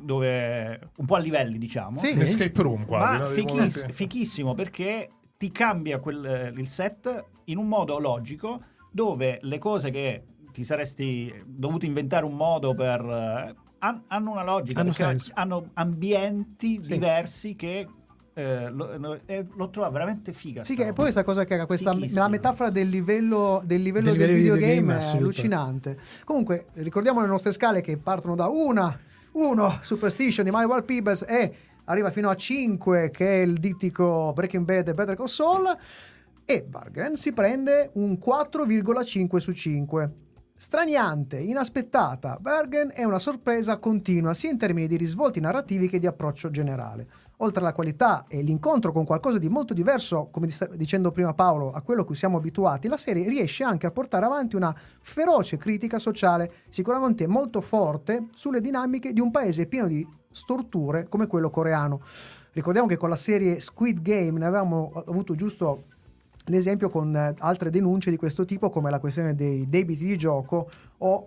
Speaker 5: dove un po' a livelli diciamo
Speaker 4: Sì. Un escape room quasi,
Speaker 5: ma
Speaker 4: no?
Speaker 5: fichis- fichissimo perché ti cambia quel, eh, il set in un modo logico dove le cose che ti saresti dovuto inventare un modo per eh, han- hanno una logica
Speaker 1: Hanno
Speaker 5: perché
Speaker 1: senso.
Speaker 5: hanno ambienti diversi che eh, lo, no- eh, lo trova veramente figa
Speaker 2: Sì,
Speaker 5: sta
Speaker 2: che
Speaker 5: roba.
Speaker 2: poi questa cosa che era questa
Speaker 5: Fichissimo.
Speaker 2: la metafora del livello del, livello
Speaker 1: Del
Speaker 2: del,
Speaker 1: livello di videogame,
Speaker 2: videogame è
Speaker 1: assoluto.
Speaker 2: allucinante. Comunque, ricordiamo le nostre scale che partono da una, uno, Superstition di Mario World Peebles e arriva fino a 5 che è il dittico Breaking Bad e Better Call Saul e Bargain si prende un 4,5 su 5. Straniante, inaspettata, Bergen è una sorpresa continua sia in termini di risvolti narrativi che di approccio generale. Oltre alla qualità e l'incontro con qualcosa di molto diverso, come sta dicendo prima Paolo, a quello a cui siamo abituati, la serie riesce anche a portare avanti una feroce critica sociale, sicuramente molto forte, sulle dinamiche di un paese pieno di storture come quello coreano. Ricordiamo che con la serie Squid Game ne avevamo avuto giusto l'esempio con eh, altre denunce di questo tipo come la questione dei debiti di gioco o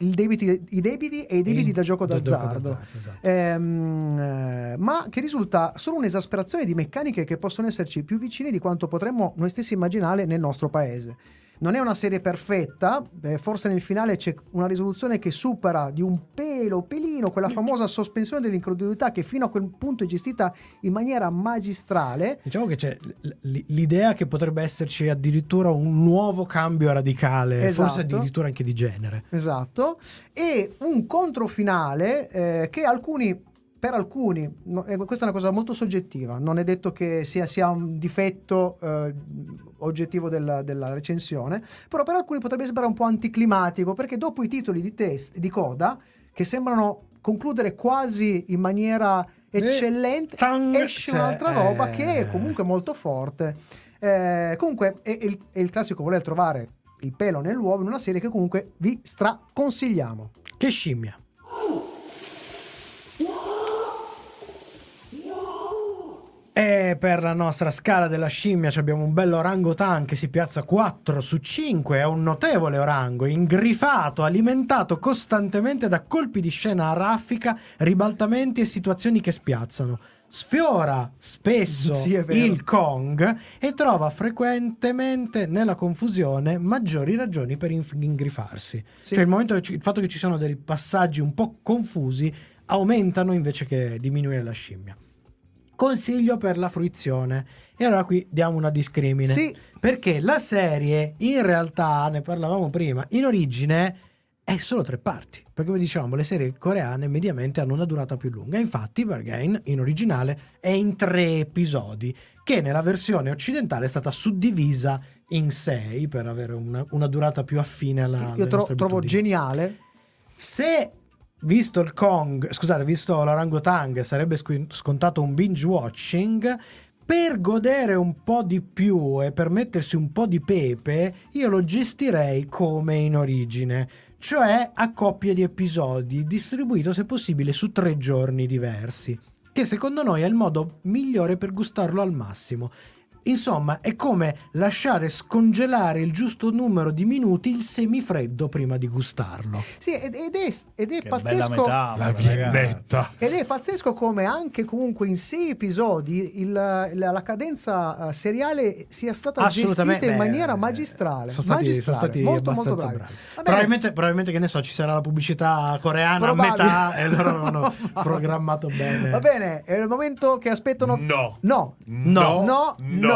Speaker 2: il debiti- i debiti e i debiti da gioco
Speaker 1: Da gioco
Speaker 2: d'azzardo.
Speaker 1: d'azzardo, esatto.
Speaker 2: Ehm, eh, ma che risulta solo un'esasperazione di meccaniche che possono esserci più vicine di quanto potremmo noi stessi immaginare nel nostro paese. Non è una serie perfetta, eh, forse nel finale c'è una risoluzione che supera di un pelo, pelino, quella famosa sospensione dell'incredulità che fino a quel punto è gestita in maniera magistrale.
Speaker 1: Diciamo che c'è l- l- l'idea che potrebbe esserci addirittura un nuovo cambio radicale, forse
Speaker 2: Esatto.
Speaker 1: addirittura anche di genere.
Speaker 2: Esatto. E un controfinale eh, che alcuni. Per alcuni, no, e questa è una cosa molto soggettiva, non è detto che sia, sia un difetto eh, oggettivo della, della recensione, però per alcuni potrebbe sembrare un po' anticlimatico, perché dopo i titoli di, test, di coda, che sembrano concludere quasi in maniera eccellente,
Speaker 5: Mm.
Speaker 1: tang,
Speaker 2: esce
Speaker 1: cioè,
Speaker 2: un'altra roba
Speaker 1: eh.
Speaker 2: che è comunque molto forte. Eh, comunque è, è il, è il classico voler trovare il pelo nell'uovo in una serie che comunque vi straconsigliamo.
Speaker 1: Che scimmia. E per la nostra scala della scimmia ci abbiamo un bello orangotan che si piazza 4 su 5, è un notevole orango, ingrifato, alimentato costantemente da colpi di scena a raffica, ribaltamenti e situazioni che spiazzano. Sfiora spesso
Speaker 2: Sì, è vero.
Speaker 1: il Kong e trova frequentemente nella confusione maggiori ragioni per inf- ingrifarsi.
Speaker 2: Sì.
Speaker 1: Cioè il, momento che ci- il fatto che ci sono dei passaggi un po' confusi aumentano invece che diminuire la scimmia consiglio per la fruizione. E allora qui diamo una discrimine.
Speaker 2: Sì.
Speaker 1: Perché la serie, in realtà, ne parlavamo prima, in origine è solo tre parti. Perché come dicevamo, le serie coreane mediamente hanno una durata più lunga. Infatti, Bergain, in originale, è in tre episodi, che nella versione occidentale è stata suddivisa in sei per avere una, una durata più affine
Speaker 5: Ah,
Speaker 1: alla... alle
Speaker 2: Io tro-
Speaker 1: nostre
Speaker 2: trovo
Speaker 1: abitudini.
Speaker 2: geniale.
Speaker 1: Se visto il Kong, scusate, visto l'orangotang, sarebbe squi- scontato un binge watching. Per godere un po' di più e per mettersi un po' di pepe, io lo gestirei come in origine, cioè a coppie di episodi, distribuito se possibile su tre giorni diversi, che secondo noi è il modo migliore per gustarlo al massimo. Insomma, è come lasciare scongelare il giusto numero di minuti il semifreddo prima di gustarlo.
Speaker 2: Sì, ed, ed è, ed è
Speaker 5: Che bella
Speaker 2: pazzesco.
Speaker 5: metafora,
Speaker 4: La viennetta.
Speaker 2: Ed è pazzesco come anche comunque in sei episodi il- la, la cadenza eh, seriale sia stata gestita
Speaker 1: Assolutamente,
Speaker 2: in
Speaker 1: beh,
Speaker 2: maniera
Speaker 1: eh,
Speaker 2: magistrale.
Speaker 1: Sono stati, sono
Speaker 2: Magistrale.
Speaker 1: stati
Speaker 2: molto, molto
Speaker 1: abbastanza
Speaker 2: bravi.
Speaker 1: bravi.
Speaker 2: Va bene.
Speaker 1: Probabilmente, probabilmente, che ne so, ci sarà la pubblicità coreana
Speaker 2: Probabile.
Speaker 1: a Ah, metà
Speaker 2: *laughs*
Speaker 1: e loro non hanno
Speaker 2: Probabile.
Speaker 1: programmato bene.
Speaker 2: Va bene, è il momento che aspettano.
Speaker 4: No.
Speaker 2: No.
Speaker 4: No.
Speaker 2: No. No.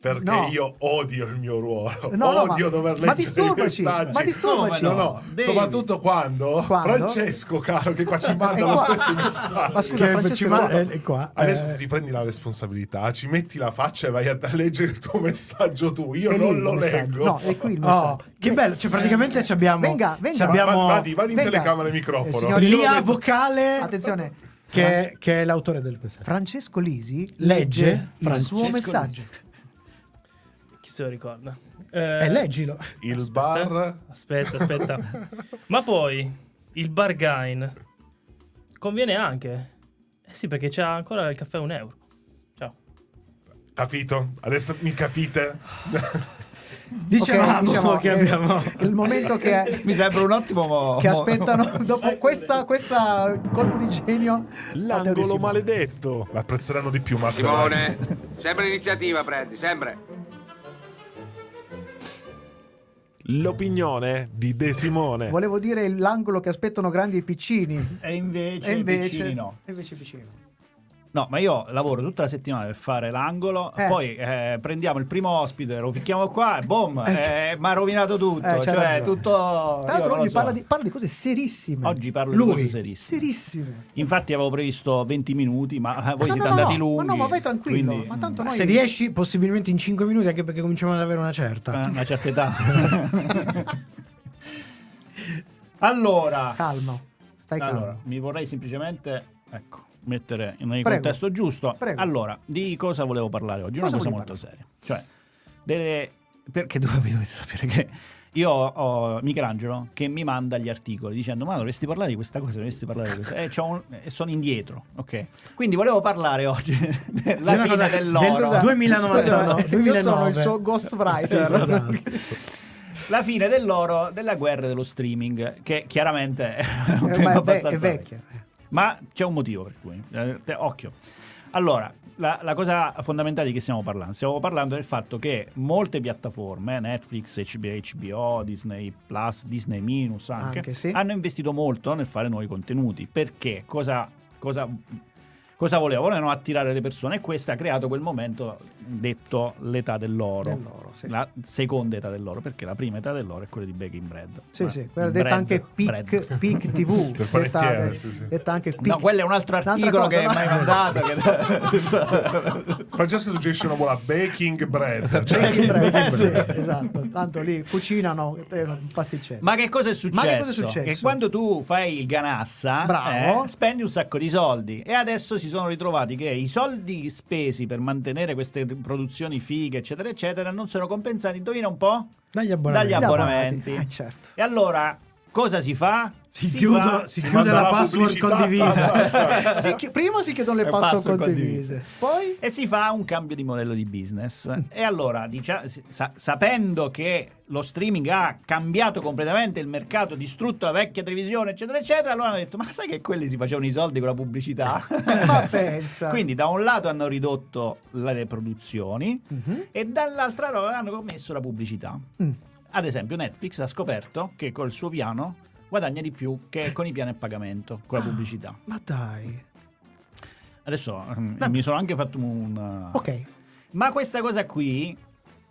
Speaker 4: Perché
Speaker 2: No.
Speaker 4: io odio il mio ruolo,
Speaker 2: No, no,
Speaker 4: odio
Speaker 2: ma-
Speaker 4: dover
Speaker 2: ma
Speaker 4: leggere i
Speaker 2: disturbaci,
Speaker 4: messaggi.
Speaker 2: ma disturbaci.
Speaker 4: No, no,
Speaker 2: Devi.
Speaker 4: soprattutto quando,
Speaker 2: Quando?
Speaker 4: Francesco, caro, che
Speaker 2: *laughs*
Speaker 4: qua ci
Speaker 2: È
Speaker 4: manda lo
Speaker 2: qua.
Speaker 4: stesso messaggio.
Speaker 2: Ma scusa,
Speaker 1: Che
Speaker 2: Francesco,
Speaker 1: ci ma-
Speaker 2: guarda,
Speaker 1: eh, qua,
Speaker 4: Adesso
Speaker 1: eh,
Speaker 4: tu ti prendi la responsabilità, ci metti la faccia e vai a leggere il tuo messaggio tu. Io
Speaker 2: è lì
Speaker 4: non
Speaker 2: il
Speaker 4: lo
Speaker 2: messaggio.
Speaker 4: leggo.
Speaker 2: No, è qui il
Speaker 1: Oh,
Speaker 2: messaggio.
Speaker 1: che bello, cioè praticamente ci abbiamo,
Speaker 2: Venga, venga.
Speaker 1: ci abbiamo
Speaker 4: Va- vadi, vadi in
Speaker 2: Venga.
Speaker 4: telecamera e microfono.
Speaker 2: Eh, signori, io
Speaker 1: l'IA
Speaker 2: lo-
Speaker 1: vocale
Speaker 2: Attenzione. Fra-
Speaker 1: che, che è l'autore del messaggio.
Speaker 2: Francesco Lisi
Speaker 1: Legge
Speaker 2: legge il
Speaker 1: Francesco
Speaker 2: suo messaggio.
Speaker 11: Chi se lo ricorda?
Speaker 1: E
Speaker 11: Eh,
Speaker 1: leggilo.
Speaker 4: Il bar
Speaker 11: Aspetta, aspetta. Ma poi il bargain conviene anche. Eh sì, perché c'è ancora il caffè a un euro. Ciao.
Speaker 4: *laughs* Capito? Adesso mi capite?
Speaker 1: Diciamo,
Speaker 2: Ok, diciamo,
Speaker 1: che
Speaker 2: eh,
Speaker 1: abbiamo...
Speaker 2: il momento che,
Speaker 5: Mi sembra un ottimo mo-
Speaker 2: che
Speaker 5: mo-
Speaker 2: aspettano *laughs*
Speaker 5: Eh,
Speaker 2: dopo questa, questa colpo di genio Matteo De
Speaker 4: L'angolo
Speaker 2: Simone.
Speaker 4: maledetto. L'apprezzeranno di più,
Speaker 18: *laughs*
Speaker 4: Matteo.
Speaker 18: Simone, sempre l'iniziativa prendi, sempre.
Speaker 4: L'opinione di De Simone.
Speaker 2: Volevo dire l'angolo che aspettano grandi e
Speaker 5: *laughs*
Speaker 2: piccini.
Speaker 5: E invece,
Speaker 2: E invece,
Speaker 5: Piccini no.
Speaker 2: e invece piccini no.
Speaker 5: No, ma io lavoro tutta la settimana per fare l'angolo,
Speaker 2: Eh.
Speaker 5: poi eh, prendiamo il primo ospite, lo picchiamo qua e boom, eh, mi ha rovinato tutto.
Speaker 2: Eh, c'hai
Speaker 5: cioè,
Speaker 2: ragione.
Speaker 5: tutto... io
Speaker 2: Tra l'altro
Speaker 5: non lo
Speaker 2: oggi
Speaker 5: so.
Speaker 2: parla, di, parla di cose serissime.
Speaker 5: Oggi parlo
Speaker 1: Lui.
Speaker 5: di cose serissime.
Speaker 2: Serissime.
Speaker 5: Infatti avevo previsto 20 minuti, ma voi
Speaker 2: no,
Speaker 5: siete
Speaker 2: no, no,
Speaker 5: andati
Speaker 2: no, ma
Speaker 5: lunghi.
Speaker 2: no, ma vai tranquillo,
Speaker 5: quindi-
Speaker 2: ma tanto
Speaker 5: Mm.
Speaker 2: noi-
Speaker 1: Se riesci, possibilmente in 5 minuti, anche perché cominciamo ad avere una certa.
Speaker 5: Eh, una certa età. *laughs* allora,
Speaker 2: Calma. Stai calmo.
Speaker 5: allora, mi vorrei semplicemente ecco, mettere nel
Speaker 2: Prego.
Speaker 5: contesto giusto.
Speaker 2: Prego.
Speaker 5: Allora, di cosa volevo parlare oggi? Una
Speaker 2: Cosa
Speaker 5: cosa
Speaker 2: volevi
Speaker 5: molto seria. Cioè, delle... perché *laughs* dove vi dovete sapere che io ho Michelangelo che mi manda gli articoli dicendo ma dovresti parlare di questa cosa, dovresti parlare di questa. E c'ho un- e sono indietro, ok? Quindi volevo parlare oggi *laughs* della
Speaker 1: C'è una
Speaker 5: fine
Speaker 1: cosa-
Speaker 5: dell'oro.
Speaker 1: del- 2099,
Speaker 2: Io sono- Io sono
Speaker 1: 2009.
Speaker 2: il suo ghostwriter. Eh,
Speaker 1: Sì, sì, esatto.
Speaker 5: La fine dell'oro della guerra dello streaming, che chiaramente è un
Speaker 2: Eh, ma
Speaker 5: tema
Speaker 2: è, ve- è
Speaker 5: abbastanza
Speaker 2: vecchia.
Speaker 5: Ma c'è un motivo per cui. eh, te- occhio. Allora, la, la cosa fondamentale di che stiamo parlando? Stiamo parlando del fatto che molte piattaforme, eh, Netflix, HBO, HBO, Disney Plus, Disney Minus anche,
Speaker 2: Anche, sì.
Speaker 5: hanno investito molto nel fare nuovi contenuti. Perché? Cosa, cosa, cosa volevano? Volevano attirare le persone e questo ha creato quel momento detto l'età dell'oro.
Speaker 2: Dell'oro, sì.
Speaker 5: La seconda età dell'oro, perché la prima età dell'oro è quella di Baking Bread.
Speaker 2: Sì,
Speaker 5: Ma-
Speaker 2: sì, quella detta
Speaker 5: bread,
Speaker 2: anche Peak, *laughs*
Speaker 5: bread.
Speaker 2: Peak TV,
Speaker 4: Del
Speaker 2: detta,
Speaker 4: panettiere, sì, sì.
Speaker 2: detta anche Peak.
Speaker 5: No, quello è un altro
Speaker 2: Un'altra
Speaker 5: articolo
Speaker 2: cosa,
Speaker 5: che
Speaker 2: no? *laughs*
Speaker 5: mi hai *laughs* mandato. che-
Speaker 4: Francesco suggerisce una buona baking bread. Cioè,
Speaker 2: Baking bread,
Speaker 4: baking
Speaker 2: sì, *laughs*
Speaker 4: bread.
Speaker 2: esatto, tanto lì cucinano eh, un pasticcello.
Speaker 5: Ma che cosa è
Speaker 2: Ma
Speaker 5: successo?
Speaker 2: che cosa è successo?
Speaker 5: Che quando tu fai il ganassa,
Speaker 2: Bravo.
Speaker 5: eh, spendi un sacco di soldi. E adesso si sono ritrovati che i soldi spesi per mantenere queste produzioni fighe, eccetera, eccetera, non sono compensati. Indovina un po'?
Speaker 1: Dagli abbonamenti.
Speaker 5: Dagli abbonamenti.
Speaker 2: Eh,
Speaker 5: *laughs*
Speaker 2: certo.
Speaker 5: E allora, cosa si fa?
Speaker 1: Si, chiude,
Speaker 5: fa-
Speaker 1: si
Speaker 4: si
Speaker 1: chiude
Speaker 4: manda
Speaker 1: la
Speaker 4: la
Speaker 1: password
Speaker 4: pubblicità.
Speaker 1: condivisa.
Speaker 4: *laughs*
Speaker 2: Si chi- prima si chiedono le
Speaker 5: Le
Speaker 2: passo
Speaker 5: Eh, password
Speaker 2: condivise, poi
Speaker 5: e si fa un cambio di modello di business. E allora, dicia- sa- sapendo che lo streaming ha cambiato completamente il mercato, distrutto la vecchia televisione, eccetera, eccetera, allora hanno detto, ma sai che quelli si facevano i soldi con la pubblicità?
Speaker 2: Eh,
Speaker 5: *laughs*
Speaker 2: ma pensa.
Speaker 5: Quindi da un lato hanno ridotto le produzioni
Speaker 2: Mhm.
Speaker 5: e dall'altra loro hanno messo la pubblicità.
Speaker 2: Mm.
Speaker 5: Ad esempio Netflix ha scoperto che col suo piano guadagna di più che con i piani a pagamento, con
Speaker 2: Ah.
Speaker 5: la pubblicità.
Speaker 2: Ma dai.
Speaker 5: Adesso ehm, mi sono anche fatto un... eh,
Speaker 2: Ok.
Speaker 5: Ma questa cosa qui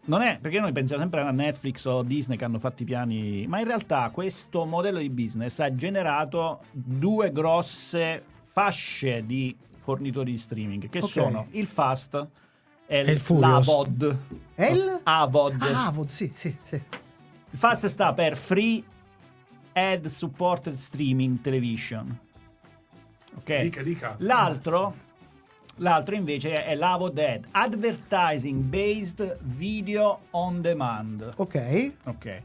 Speaker 5: non è perché noi pensiamo sempre a Netflix o Disney che hanno fatto i piani, ma in realtà questo modello di business ha generato due grosse fasce di fornitori di streaming che
Speaker 2: Ok.
Speaker 5: sono il Fast e,
Speaker 1: il
Speaker 5: il
Speaker 1: Furious.
Speaker 5: l'Avod.
Speaker 2: E il
Speaker 5: Avod.
Speaker 2: Ah, vo- sì, sì, sì.
Speaker 5: Il Fast sta per Free Ad Supported Streaming Television. Ok.
Speaker 4: Dica, dica.
Speaker 5: Eh. L'altro, l'altro invece è l'Avodead, Advertising Based Video On Demand.
Speaker 2: Ok.
Speaker 5: Ok.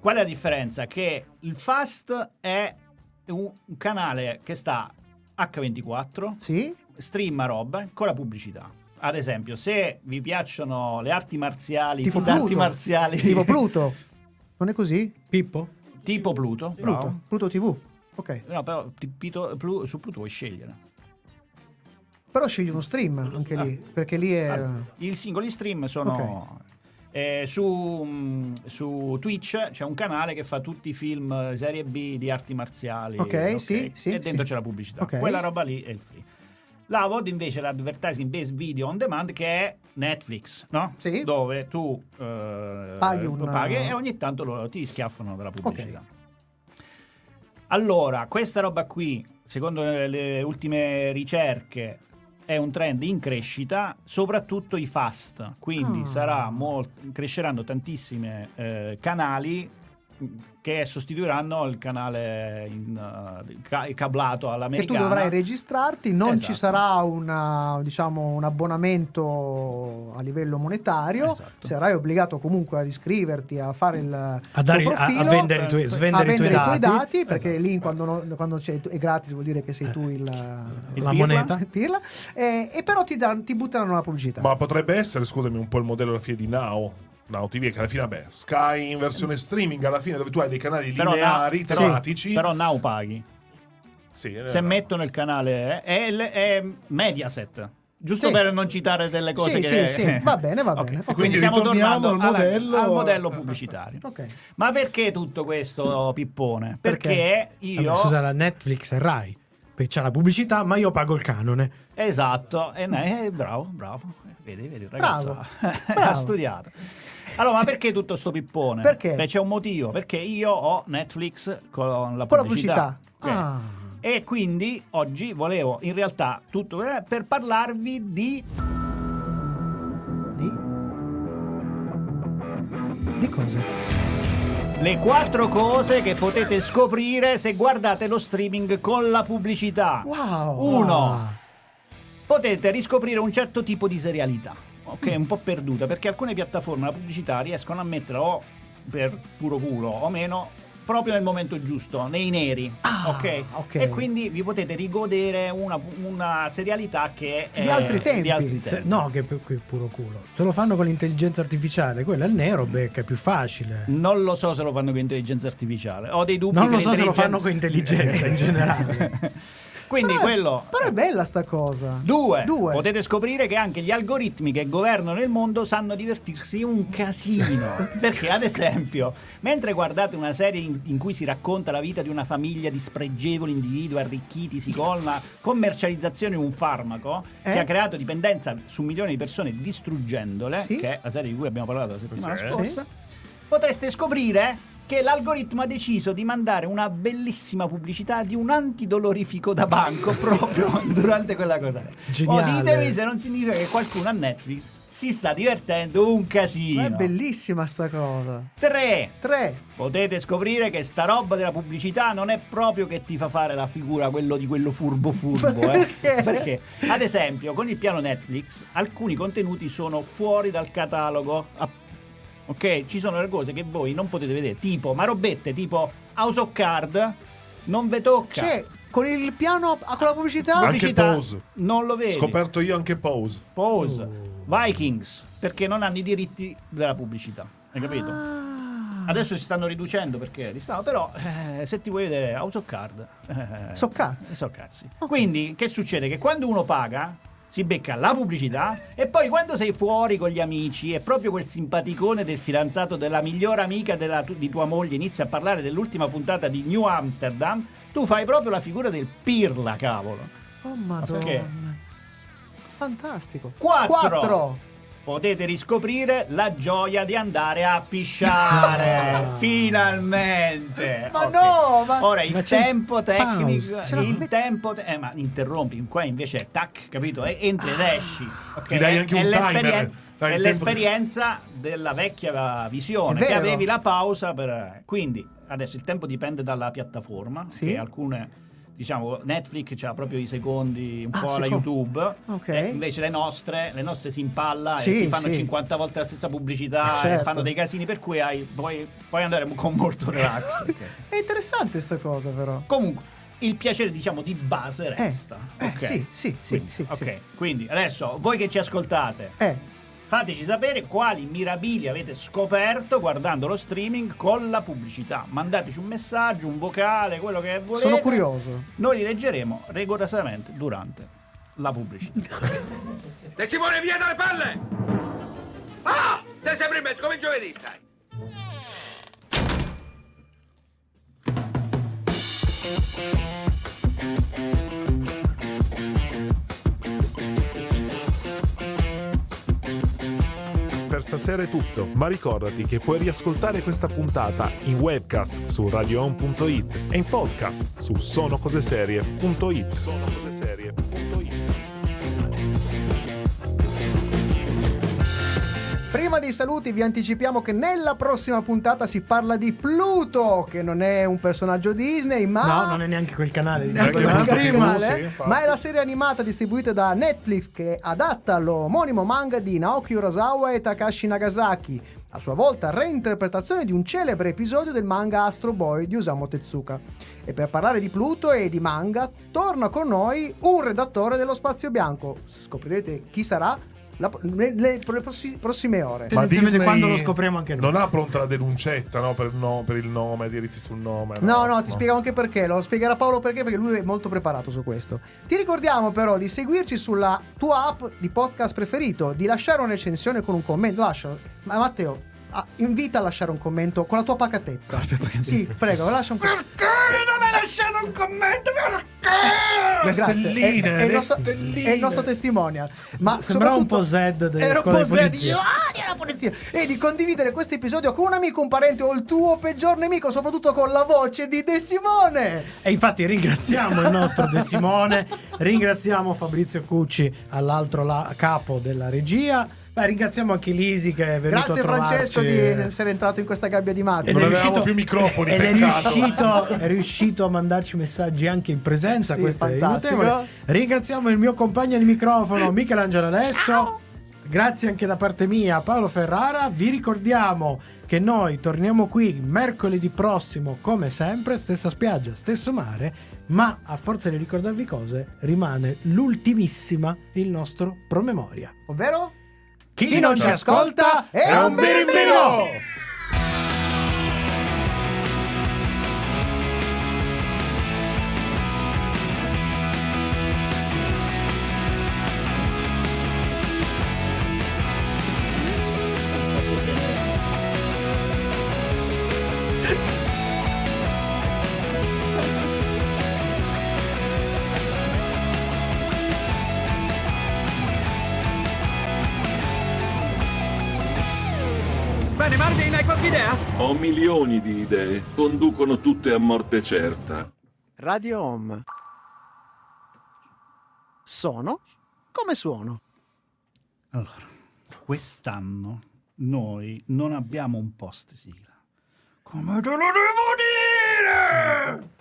Speaker 5: Qual è la differenza? Che il Fast è un un canale che sta H24,
Speaker 2: Sì.
Speaker 5: streama roba con la pubblicità. Ad esempio, se vi piacciono le arti marziali,
Speaker 2: Tipo
Speaker 5: film d'arti
Speaker 2: Pluto.
Speaker 5: marziali
Speaker 2: Tipo Pluto. Non è così?
Speaker 1: Pippo?
Speaker 5: *laughs* tipo Pluto, bravo.
Speaker 2: Pluto, Pluto TV. Ok.
Speaker 5: No, però ti- Pito- Plu- su Pluto puoi scegliere.
Speaker 2: Però scegli uno stream anche lì,
Speaker 5: Ah.
Speaker 2: perché lì è
Speaker 5: Allora, I singoli stream sono. eh, su, mm, su Twitch c'è un canale che fa tutti i film eh, serie B di arti marziali.
Speaker 2: Ok, sì, sì,
Speaker 5: E dentro
Speaker 2: sì.
Speaker 5: c'è la pubblicità.
Speaker 2: Ok.
Speaker 5: Quella roba lì è il free. L'Avod invece è l'advertising based video on demand che è Netflix, no?
Speaker 2: Sì.
Speaker 5: Dove tu eh,
Speaker 2: Paghi un-
Speaker 5: paghi e ogni tanto loro ti schiaffano della pubblicità. Allora, questa roba qui, secondo le, le ultime ricerche, è un trend in crescita, soprattutto i fast, quindi
Speaker 2: Ah.
Speaker 5: sarà mol- cresceranno tantissime eh, canali mh, che sostituiranno il canale in, eh, ca- cablato
Speaker 2: che tu
Speaker 5: all'americana.
Speaker 2: dovrai registrarti, non ci
Speaker 5: Esatto.
Speaker 2: sarà una, diciamo, un abbonamento a livello monetario,
Speaker 5: Esatto.
Speaker 2: sarai obbligato comunque ad iscriverti, a fare il
Speaker 1: A, dare-
Speaker 2: tuo
Speaker 1: a- a
Speaker 2: profilo,
Speaker 1: vendere i tuoi,
Speaker 5: a
Speaker 2: a
Speaker 1: svendere i tuoi
Speaker 2: vendere i tuoi
Speaker 1: dati. Esatto.
Speaker 2: dati, perché lì quando, no- quando c'è- è gratis vuol dire che sei tu il,
Speaker 1: Eh, La
Speaker 5: pirla.
Speaker 1: moneta.
Speaker 2: il pirla, e, e però ti, dan- ti butteranno la pubblicità.
Speaker 4: Ma potrebbe essere, scusami, un po' il modello alla fine di Now. Now TV, che alla fine, vabbè, Sky in versione streaming, alla fine, dove tu hai dei canali
Speaker 5: Però,
Speaker 4: lineari,
Speaker 5: però-
Speaker 4: tematici.
Speaker 5: però now paghi.
Speaker 4: Sì, eh,
Speaker 5: Se
Speaker 4: no.
Speaker 5: mettono il canale eh, è, l- è Mediaset. Giusto
Speaker 2: Sì.
Speaker 5: per non citare delle cose
Speaker 2: Sì,
Speaker 5: che...
Speaker 2: sì, sì, va bene, va
Speaker 5: *laughs* Ok,
Speaker 2: bene, ok.
Speaker 5: Quindi,
Speaker 4: Quindi
Speaker 5: stiamo
Speaker 4: ritorniamo
Speaker 5: tornando
Speaker 4: al
Speaker 5: alla- al
Speaker 4: modello-
Speaker 5: modello, pubblicitario.
Speaker 2: Ok.
Speaker 5: Ma perché tutto questo pippone?
Speaker 2: Perché?
Speaker 5: Perché,
Speaker 1: Vabbè,
Speaker 5: io...
Speaker 1: scusa, la Netflix e Rai. Perché C'è la pubblicità, ma io pago il canone.
Speaker 5: Esatto, e ne- eh, bravo, bravo. Eh, Vedi, vedi, il ragazzo
Speaker 2: Bravo, bravo.
Speaker 5: *laughs* ha studiato. Allora, ma perché tutto sto pippone?
Speaker 2: Perché?
Speaker 5: Beh, c'è un motivo, perché io ho Netflix con la
Speaker 2: Con la
Speaker 5: pubblicità.
Speaker 2: pubblicità.
Speaker 5: Ok.
Speaker 2: Ah.
Speaker 5: E quindi oggi volevo, in realtà, tutto eh, per parlarvi di...
Speaker 2: Di? Di cosa?
Speaker 5: Le quattro cose che potete scoprire se guardate lo streaming con la pubblicità.
Speaker 2: Wow!
Speaker 1: Ah,
Speaker 5: Uno. Potete riscoprire un certo tipo di serialità, ok? Un po' perduta, perché alcune piattaforme la pubblicità riescono a mettere o per puro culo o meno proprio nel momento giusto, nei neri,
Speaker 2: Ah,
Speaker 5: ok?
Speaker 2: ok.
Speaker 5: E quindi vi potete rigodere una, una serialità che è
Speaker 2: Di altri tempi.
Speaker 5: Eh, Di altri
Speaker 1: Se-
Speaker 5: tempi.
Speaker 1: no, che pu- che puro culo. Se lo fanno con l'intelligenza artificiale, quello è il nero, beh, che è più facile.
Speaker 5: Non lo so se lo fanno con intelligenza artificiale. Ho dei dubbi.
Speaker 1: Non
Speaker 5: che
Speaker 1: lo so se lo
Speaker 5: l'intelligenza-
Speaker 1: fanno con intelligenza in generale.
Speaker 5: *laughs* Quindi
Speaker 2: Però è-
Speaker 5: quello
Speaker 2: Però è bella sta cosa.
Speaker 5: Due.
Speaker 2: Due.
Speaker 5: Potete scoprire che anche gli algoritmi che governano il mondo sanno divertirsi un casino.
Speaker 2: *laughs*
Speaker 5: Perché, ad esempio, mentre guardate una serie in, in cui si racconta la vita di una famiglia di spregevoli individui arricchiti, si colma commercializzazione di un farmaco
Speaker 2: Eh?
Speaker 5: che ha creato dipendenza su milioni di persone distruggendole, che è la serie di cui abbiamo parlato la settimana
Speaker 2: Sì.
Speaker 5: scorsa, potreste scoprire che l'algoritmo ha deciso di mandare una bellissima pubblicità di un antidolorifico da
Speaker 2: *laughs*
Speaker 5: banco proprio durante quella cosa.
Speaker 2: Geniale.
Speaker 5: O ditemi se non significa che qualcuno a Netflix si sta divertendo un
Speaker 2: Ma è
Speaker 5: casino.
Speaker 2: bellissima sta cosa.
Speaker 5: 3.
Speaker 2: Tre.
Speaker 5: Potete scoprire che sta roba della pubblicità non è proprio che ti fa fare la figura quello di quello furbo furbo, eh. Perché ad esempio, con il piano Netflix alcuni contenuti sono fuori dal catalogo. Ah, Ok, ci sono le cose che voi non potete vedere, tipo ma robette, tipo House of Card non ve tocca.
Speaker 2: C'è con il piano a quella pubblicità.
Speaker 4: Anche
Speaker 5: pubblicità
Speaker 4: Pose.
Speaker 5: Non lo vedi.
Speaker 4: Scoperto io anche Pose.
Speaker 5: Pose, Vikings, perché non hanno i diritti della pubblicità. Hai
Speaker 2: Ah.
Speaker 5: capito? Ah. Adesso si stanno riducendo perché li stanno, però eh, se ti vuoi vedere House of Card... eh,
Speaker 2: So cazzi.
Speaker 5: So cazzi. Quindi che succede? Che quando uno paga si becca la pubblicità e poi quando sei fuori con gli amici e proprio quel simpaticone del fidanzato della migliore amica della tu- di tua moglie inizia a parlare dell'ultima puntata di New Amsterdam, tu fai proprio la figura del pirla, cavolo.
Speaker 2: Oh madonna.
Speaker 5: Perché?
Speaker 2: Fantastico.
Speaker 5: Quattro.
Speaker 2: Quattro.
Speaker 5: Potete riscoprire la gioia di andare a
Speaker 2: *laughs*
Speaker 5: pisciare. Finalmente!
Speaker 2: Ma
Speaker 5: Eh, Ok.
Speaker 2: no, ma-
Speaker 5: Ora il
Speaker 2: Ma c'è il
Speaker 5: tempo tecnico.
Speaker 2: pause. Ce la
Speaker 5: Il
Speaker 2: met-
Speaker 5: tempo. te- eh, ma interrompi, qua invece è tac, capito? E- entri
Speaker 2: Ah.
Speaker 5: ed esci. ok?
Speaker 4: Ti dai anche
Speaker 5: È
Speaker 4: un
Speaker 5: l'esperien- è
Speaker 4: timer. Dai, il tempo-
Speaker 5: l'esperienza della vecchia visione,
Speaker 2: È
Speaker 5: che
Speaker 2: vero.
Speaker 5: avevi la pausa per... Quindi, adesso il tempo dipende dalla piattaforma,
Speaker 2: Sì.
Speaker 5: che alcune, diciamo, Netflix ha proprio i secondi, un
Speaker 2: Ah,
Speaker 5: po' la
Speaker 2: secondo-
Speaker 5: YouTube,
Speaker 2: Ok.
Speaker 5: e invece le nostre, le nostre si impalla
Speaker 2: Sì,
Speaker 5: e ti fanno
Speaker 2: sì.
Speaker 5: 50 volte la stessa pubblicità
Speaker 2: Certo.
Speaker 5: e fanno dei casini per cui hai, puoi, puoi andare con molto
Speaker 2: *laughs*
Speaker 5: relax.
Speaker 2: È interessante sta cosa però.
Speaker 5: Comunque, il piacere diciamo di base resta.
Speaker 2: eh,
Speaker 5: ok?
Speaker 2: sì, sì, sì,
Speaker 5: Quindi,
Speaker 2: sì,
Speaker 5: ok,
Speaker 2: sì.
Speaker 5: quindi adesso voi che ci ascoltate,
Speaker 2: Eh.
Speaker 5: fateci sapere quali mirabili avete scoperto guardando lo streaming con la pubblicità. Mandateci un messaggio, un vocale, quello che volete.
Speaker 2: Sono curioso.
Speaker 5: Noi li leggeremo rigorosamente durante
Speaker 2: *laughs*
Speaker 5: la pubblicità.
Speaker 12: E Simone, via dalle palle! Ah! Sei sempre in mezzo, come giovedì stai!
Speaker 4: Per stasera è tutto, ma ricordati che puoi riascoltare questa puntata in webcast su radioon.it e in podcast su sonocoseserie.it.
Speaker 2: Prima dei saluti vi anticipiamo che nella prossima puntata si parla di Pluto, che non è un personaggio Disney, ma...
Speaker 1: No, non è neanche quel canale di
Speaker 2: Neanche
Speaker 1: Neanche
Speaker 2: Pluto
Speaker 1: quel
Speaker 2: Animale,
Speaker 1: canale, infatti.
Speaker 2: eh. ma è la serie animata distribuita da Netflix che adatta l'omonimo manga di Naoki Urasawa e Takashi Nagasaki, a sua volta reinterpretazione di un celebre episodio del manga Astro Boy di Osamu Tezuka. E per parlare di Pluto e di manga, torna con noi un redattore dello Spazio Bianco. Scoprirete chi sarà la- nelle prossi- prossime ore.
Speaker 4: Ma
Speaker 1: Tendenzialmente
Speaker 4: Disney
Speaker 1: quando lo scopriamo anche noi.
Speaker 4: Non ha pronta la denuncetta no, per, il no- per il nome, diritti sul nome.
Speaker 2: No, no, ti spiego anche perché, lo spiegherà Paolo perché, perché lui è molto preparato su questo. Ti ricordiamo però di seguirci sulla tua app di podcast preferito, di lasciare una recensione con un commento. Lascia, ma Matteo, ah, invita a lasciare un commento con la tua pacatezza. Sì, prego, lascia un commento.
Speaker 19: non hai lasciato un commento perché?
Speaker 2: Grazie.
Speaker 1: stelline,
Speaker 2: è, è il
Speaker 1: le
Speaker 2: nostro,
Speaker 1: stelline.
Speaker 2: è il nostro testimonial. Ma
Speaker 1: Sembrava un
Speaker 2: soprattutto-
Speaker 1: po' Zed delle
Speaker 2: era un
Speaker 1: scuole
Speaker 2: po'
Speaker 1: di
Speaker 2: Zed,
Speaker 1: polizia.
Speaker 2: io odio la polizia. E di condividere questo episodio con un amico, un parente o il tuo peggior nemico, soprattutto con la voce di De Simone.
Speaker 1: E infatti ringraziamo il nostro De Simone, ringraziamo Fabrizio Cucci all'altro la- capo della regia, ma ringraziamo anche Lisi che è venuto
Speaker 2: Grazie
Speaker 1: a trovarci.
Speaker 2: Francesco di essere entrato in questa gabbia di
Speaker 1: Ed
Speaker 2: Matteo.
Speaker 1: è riuscito,
Speaker 4: microfoni,
Speaker 1: ed è
Speaker 4: peccato.
Speaker 1: riuscito, è riuscito a mandarci messaggi anche in presenza.
Speaker 2: Sì,
Speaker 1: questo è
Speaker 2: fantastico.
Speaker 1: notevole. Ringraziamo il mio compagno di microfono, Michelangelo Alesso. Grazie anche da parte mia, a Paolo Ferrara. Vi ricordiamo che noi torniamo qui mercoledì prossimo, come sempre, stessa spiaggia, stesso mare. Ma a forza di ricordarvi cose, rimane l'ultimissima il nostro promemoria.
Speaker 2: Ovvero?
Speaker 1: Chi, non ci ascolta è un birimbino!
Speaker 2: birimbino!
Speaker 19: Sono
Speaker 20: Marvin, hai qualche idea?
Speaker 10: Ho milioni di idee, conducono tutte a morte certa.
Speaker 2: Radio Home. Sono come suono.
Speaker 5: Allora, quest'anno noi non abbiamo un post sigla. Come te lo devo dire?